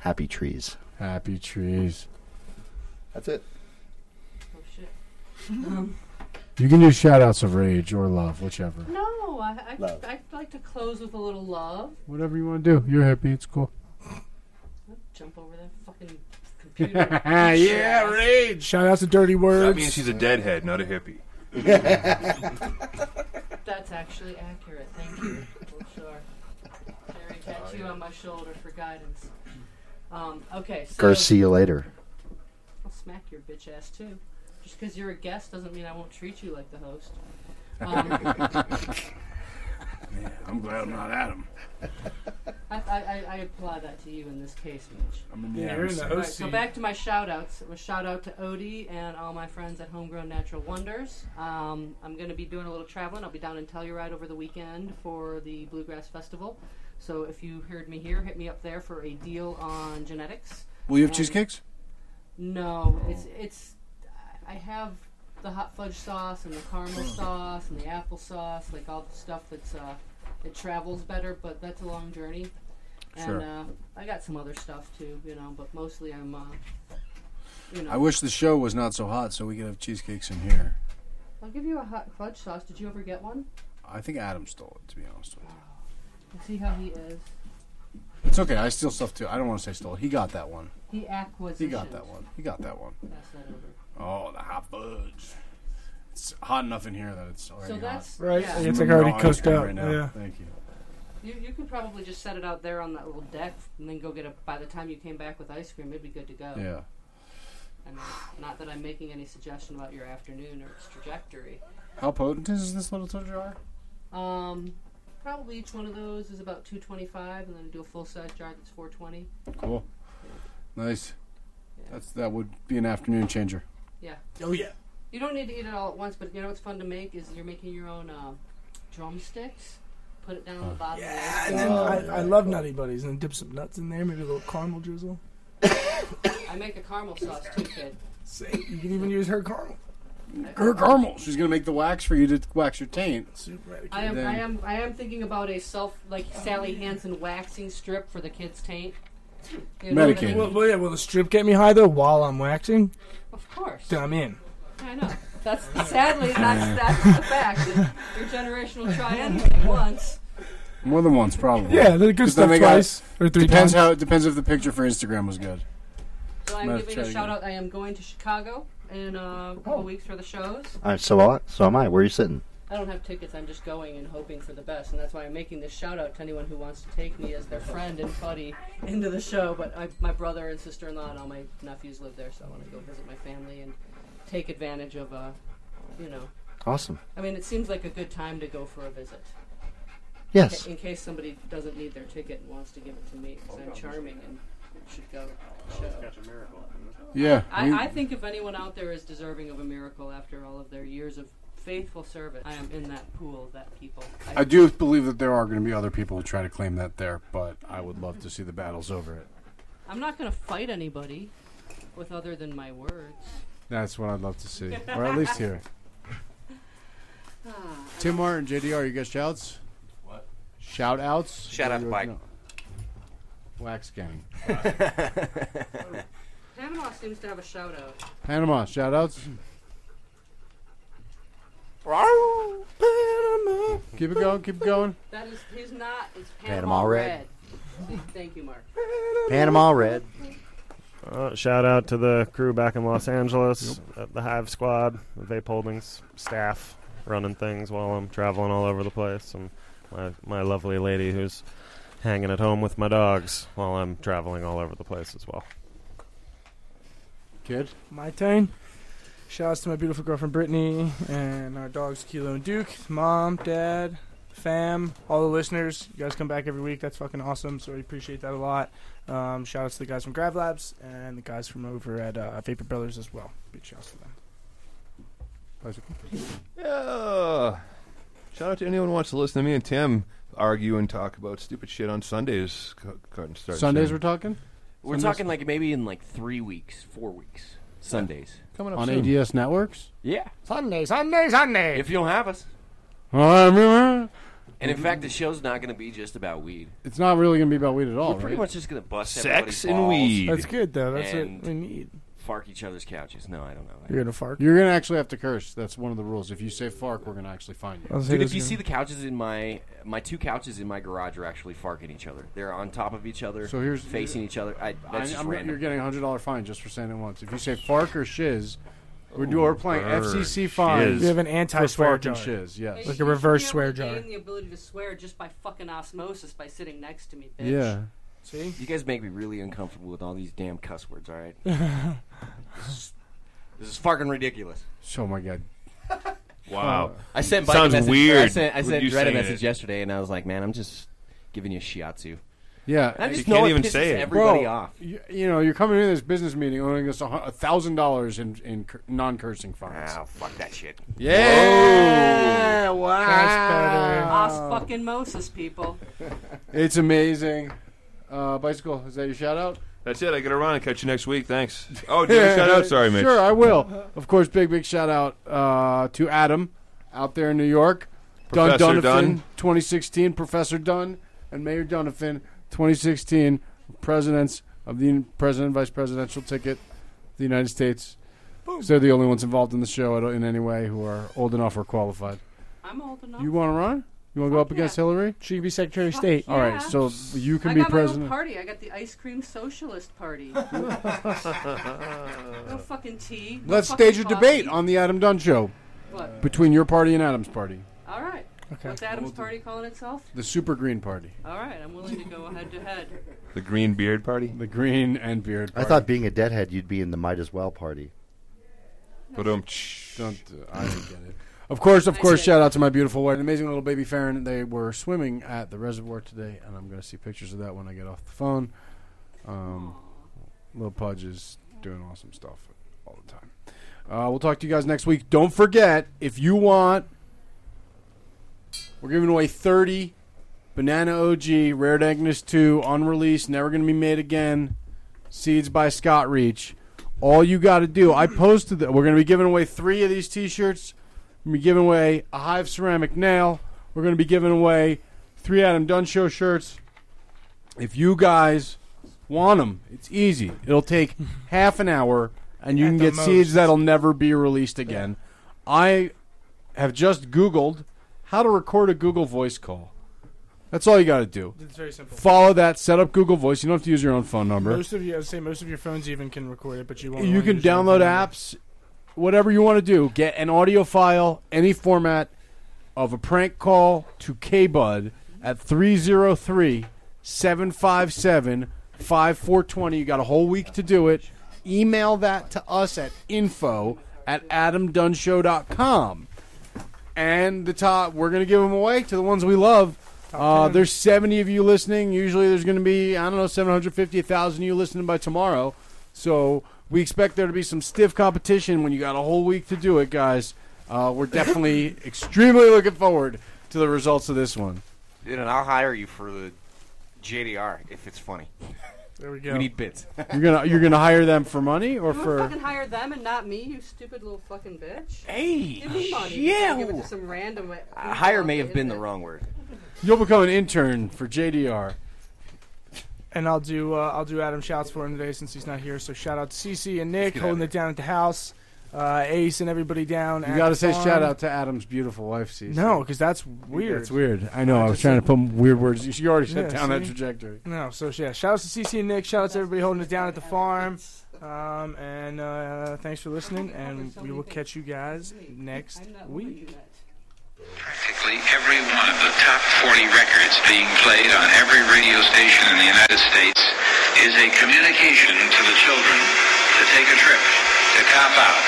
E: Happy trees.
C: Happy trees.
E: That's it.
C: You can do shout outs of rage or love, whichever.
L: No, I, I, I'd like to close with a little love.
C: Whatever you want to do. You're hippie. It's cool.
L: Jump over that fucking computer.
C: yeah,
F: rage. Shout out to Dirty Words.
D: That means he's a deadhead, not a hippie.
L: That's actually accurate. Thank you. For sure. There, I got you on my shoulder for guidance. Um, okay. So
E: Gar, see you later.
L: I'll smack your bitch ass too. Just because you're a guest doesn't mean I won't treat you like the host. Um,
C: I'm glad I'm not Adam.
L: I, I, I- I apply that to you in this case, Mitch.
C: I'm in the Yeah, you're in the
L: All right, so
C: OC.
L: back to my shout outs. A shout out to Odie and all my friends at Homegrown Natural Wonders. Um, I'm going to be doing a little traveling. I'll be down in Telluride over the weekend for the Bluegrass Festival. So if you heard me here, hit me up there for a deal on genetics.
C: Will you have
L: And-
C: cheesecakes?
L: No, it's it's. I have the hot fudge sauce and the caramel
C: Hmm.
L: sauce and the apple sauce, like all the stuff that's uh, it travels better, but that's a long journey. And
C: Sure.
L: uh, I got some other stuff too, you know, but mostly I'm. Uh, you know,
C: I wish the show was not so hot so we could have cheesecakes in here.
L: I'll give you a hot fudge sauce. Did you ever get one?
C: I think Adam stole it, to be honest with you.
L: Let's see how he is.
C: It's okay. I steal stuff too. I don't want to say stole. He got that one.
L: He acquisitioned.
C: He got that one. He got that one.
L: Pass that over.
C: Oh, the hot fudge. It's hot enough in here that it's already
L: that's-
C: hot.
L: Right, yeah.
F: it's like
C: Remember
F: already
C: ice
F: cooked
C: cream
F: up,
C: Right now.
F: yeah.
C: Thank you.
L: You, you could probably just set it out there on that little deck and then go get a. By the time you came back with ice cream, it'd be good to go.
C: Yeah.
L: I mean, not that I'm making any suggestion about your afternoon or its trajectory.
C: How potent is this little Oh, toe jar?
L: Um, probably each one of those is about 225, and then do a full size jar that's 420.
C: Cool. Nice. That's that would be an afternoon changer.
L: Yeah.
C: Oh yeah.
L: You don't need to eat it all at once, but you know what's fun to make is you're making your own uh, drumsticks. Put it down on the bottom.
F: Oh, And
L: of the
F: then
L: ice cream.
F: I, I love Nutty Buddies and dip some nuts in there, maybe a little caramel drizzle.
L: I make a caramel sauce too, kid.
F: You can even use her caramel.
C: Her caramel. She's gonna make the wax for you to wax your taint.
L: I am,
C: Then-
L: I am, I am thinking about a self like Sally Hansen waxing strip for the kids' taint. You know what I mean?
F: Well, well, yeah, will the strip get me high though while I'm waxing?
L: Of course.
F: Then I'm in.
L: I know. That's sadly that's that's the fact. that Your generation will try anything once.
C: More than once, probably.
F: Yeah, they're good
C: 'Cause then
F: stuff
C: they got-
F: twice or three
C: depends
F: times.
C: how it depends if the picture for Instagram was good.
L: So
C: Might
L: I'm
C: have to
L: giving
C: try
L: a
C: it
L: shout
C: again.
L: out. I am going to Chicago in uh, a
F: Oh.
L: couple weeks for the shows.
P: All right, so
E: uh,
P: I, so am I. Where are you sitting?
L: I don't have tickets. I'm just going and hoping for the best, and that's why I'm making this shout out to anyone who wants to take me as their friend and buddy into the show. But I, my brother and sister-in-law and all my nephews live there, so I want to go visit my family and take advantage of, uh, you know.
P: Awesome.
L: I mean, it seems like a good time to go for a visit.
P: Yes.
L: In case somebody doesn't need their ticket and wants to give it to me, because I'm charming and should go. Show.
C: Yeah, we-
L: I, I think if anyone out there is deserving of a miracle after all of their years of faithful service, I am in that pool of that people.
C: I do believe that there are going to be other people who try to claim that there, but I would love to see the battles over it.
L: I'm not going to fight anybody with other than my words.
Q: That's what I'd love to see, or at least hear. Tim Martin, JDR, you guys shouts? What? Shout outs?
R: Shout out,
Q: Or you-
R: Mike.
Q: no. Wax gang.
L: Panama seems to have a shout out.
Q: Panama, shout outs? Keep it going, keep it going.
L: That is, he's not. It's Panama,
E: Panama
L: Red.
E: Red.
L: See, Thank you, Mark.
E: Panama Red.
H: Uh, shout out to the crew back in Los Angeles, uh, the Hive Squad, the Vape Holdings staff running things while I'm traveling all over the place, and my my lovely lady who's hanging at home with my dogs while I'm traveling all over the place as well.
Q: Kid?
F: My turn. Shouts to my beautiful girlfriend Brittany and our dogs Kilo and Duke, mom, dad, fam, all the listeners. You guys come back every week. That's fucking awesome. So we appreciate that a lot. Um, shout outs to the guys from Grav Labs and the guys from over at uh, Vapor Brothers as well. Big shouts to them.
D: Yeah. Shout out to anyone who wants to listen to me and Tim argue and talk about stupid shit on Sundays. Co- co- start
Q: Sundays
D: soon.
Q: we're talking?
I: We're
Q: Sundays?
I: talking like maybe in like three weeks, four weeks. Sundays.
D: Coming
Q: On ADS networks?
I: Yeah.
F: Sunday, Sunday, Sunday.
I: If you don't have us.
Q: Alright, remember?
I: And in fact, the show's not going to be just about weed.
Q: It's not Oh, really going to be about weed at all,
I: We're pretty
Q: right?
I: much just going to bust
D: Sex
I: everybody's
D: and
I: balls
D: weed.
F: That's good, though. That's what
I: and
F: we need.
I: Fark each other's couches. No, I don't know.
F: You're gonna fart.
Q: You're gonna actually have to curse. That's one of the rules. If you say fark, we're gonna actually find you.
I: Dude, if you see the couches in my my two couches in my garage are actually farking each other. They're on top of each other.
Q: So here's-
I: facing each other. I,
Q: I,
I: that's just
Q: I'm,
I: random.
Q: you're getting a hundred dollar fine just for saying it once. If you say fark or shiz, we're do we're playing
F: Err,
Q: FCC fines.
F: shiz. We have an
Q: for
F: anti-swear
Q: fark and
F: jar.
Q: shiz. Yes,
F: Like a reverse swear jar.
L: Gain the ability to swear just by fucking osmosis by sitting next to me, bitch.
Q: Yeah.
F: See?
I: You guys make me really uncomfortable with all these damn cuss words, all right? this, is, this is fucking ridiculous.
Q: Oh my god.
D: Wow.
I: I sent Mike
D: Sounds
I: a message, I
D: weird
I: sent, I
D: with
I: sent
D: you
I: Red a
D: saying it.
I: message yesterday, and I was like, man, I'm just giving you a shiatsu.
Q: Yeah,
I: And I just know it pisses everybody
Q: Bro,
I: off.
Q: You, you know, you're coming into this business meeting owing us a thousand dollars in in cur- non-cursing fines.
I: Oh, fuck that shit.
Q: Yeah. Wow.
L: Os fucking Moses, people.
D: Oh.
C: It's amazing. Uh, bicycle, is that your shout out?
D: That's it. I got to run. I'll catch you next week. Thanks. Oh, do you have a shout out? Sorry, Mitch.
C: Sure, I will. Of course, big, big shout out uh, to Adam out there in New York. Dunn
D: Professor
C: Donovan,
D: Dunn.
C: 2016, Professor Dunn and Mayor Donovan, 2016, presidents of the president and vice presidential ticket of the United States. So they're the only ones involved in the show at- in any way who are old enough or qualified.
L: I'm old enough.
C: You want to run? You want to go up against Hillary?
F: She can be Secretary of
L: Fuck State.
C: All
L: yeah.
C: right, so you can
L: I
C: be
L: got My
C: president.
L: own party. I got the ice cream socialist party.
D: Ah.
L: no fucking tea. no
C: Let's
L: fucking
C: stage a
L: coffee.
C: debate on the Adam Dunn show
L: What?
C: between your party and Adam's party,
L: All right.
C: Okay.
L: What's Adam's party calling itself?
C: the Super Green Party,
L: All right. I'm willing to go head to head.
D: the Green Beard Party,
C: the Green and Beard.
E: I
C: Party.
E: thought being a deadhead, you'd be in the might as well party.
D: But um,
C: don't uh, I didn't get it. Of course, of course. Shout out to my beautiful wife, an amazing little baby Farron. They were swimming at the reservoir today, and I'm going to see pictures of that when I get off the phone. Um, little Pudge is doing awesome stuff all the time. Uh, we'll talk to you guys next week. Don't forget, if you want, we're giving away 30 Banana OG, Rare Dankness 2, unreleased, never going to be made again. Seeds by Scott Reach. All you got to do, I posted that. We're going to be giving away three of these t shirts. We're going to be giving away a Hive ceramic nail. We're going to be giving away three Adam Dunn Show shirts. If you guys want them, it's easy. It'll take half an hour, and you
F: At
C: can
F: the
C: get
F: most.
C: seeds that'll never be released again. I have just Googled how to record a Google voice call. That's all you got to do.
F: It's very simple.
C: Follow that. Set up Google Voice. You don't have to use your own phone number.
F: Most of you, I'd say, most of your phones even can record it, but you won't.
C: You can download apps, whatever you want to do. Get an audio file, any format of a prank call to K Bud at 303 757 5420. You got a whole week to do it. Email that to us at info at adamdunshow.com. And the top, we're going to give them away to the ones we love. Uh, there's 70 of you listening. Usually there's going to be, I don't know, 750, 1,000 of you listening by tomorrow. So we expect there to be some stiff competition when you got a whole week to do it, guys. Uh, we're definitely extremely looking forward to the results of this one.
I: Dude, and I'll hire you for the JDR if it's funny.
F: There we
C: go.
I: We need bits.
C: You're gonna you're gonna hire them for money or
L: you
C: for
L: want to fucking hire them and not me, you stupid little fucking bitch?
S: Hey,
L: give me money.
S: yeah.
L: Give it to some random.
S: Uh, hire may have been the wrong word.
C: you'll become an intern for JDR.
F: And I'll do uh, I'll do Adam shouts for him today since he's not here. So shout out to CC and Nick
C: get
F: holding it down at the house, uh, Ace and everybody down.
C: You
F: at
C: got to
F: the
C: say
F: farm.
C: shout out to Adam's beautiful wife, Cece.
F: No, because that's weird.
C: That's weird. I know. I, was trying to put weird words. You- You already shut
F: Yeah,
C: down that
F: see?
C: trajectory.
F: No, so yeah. Shout out to CC and Nick. Shout out to everybody holding it down at the farm. Um, and uh, thanks for listening. And we will catch you guys next week.
T: Practically every one of the top 40 records being played on every radio station in the United States is a communication to the children to take a trip, to cop out,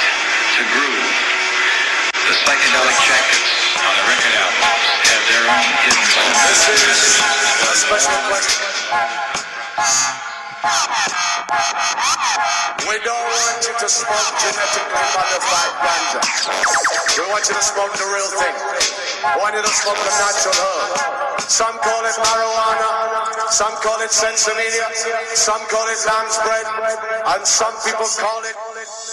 T: to groove. The psychedelic jackets on the record albums have their own hidden
B: This is a special question. We don't want you to smoke genetically modified ganja. We want you to smoke the real thing. We want you to smoke the natural herb. Some call it marijuana, some call it sensimilla, some call it lamb's bread, and some people call it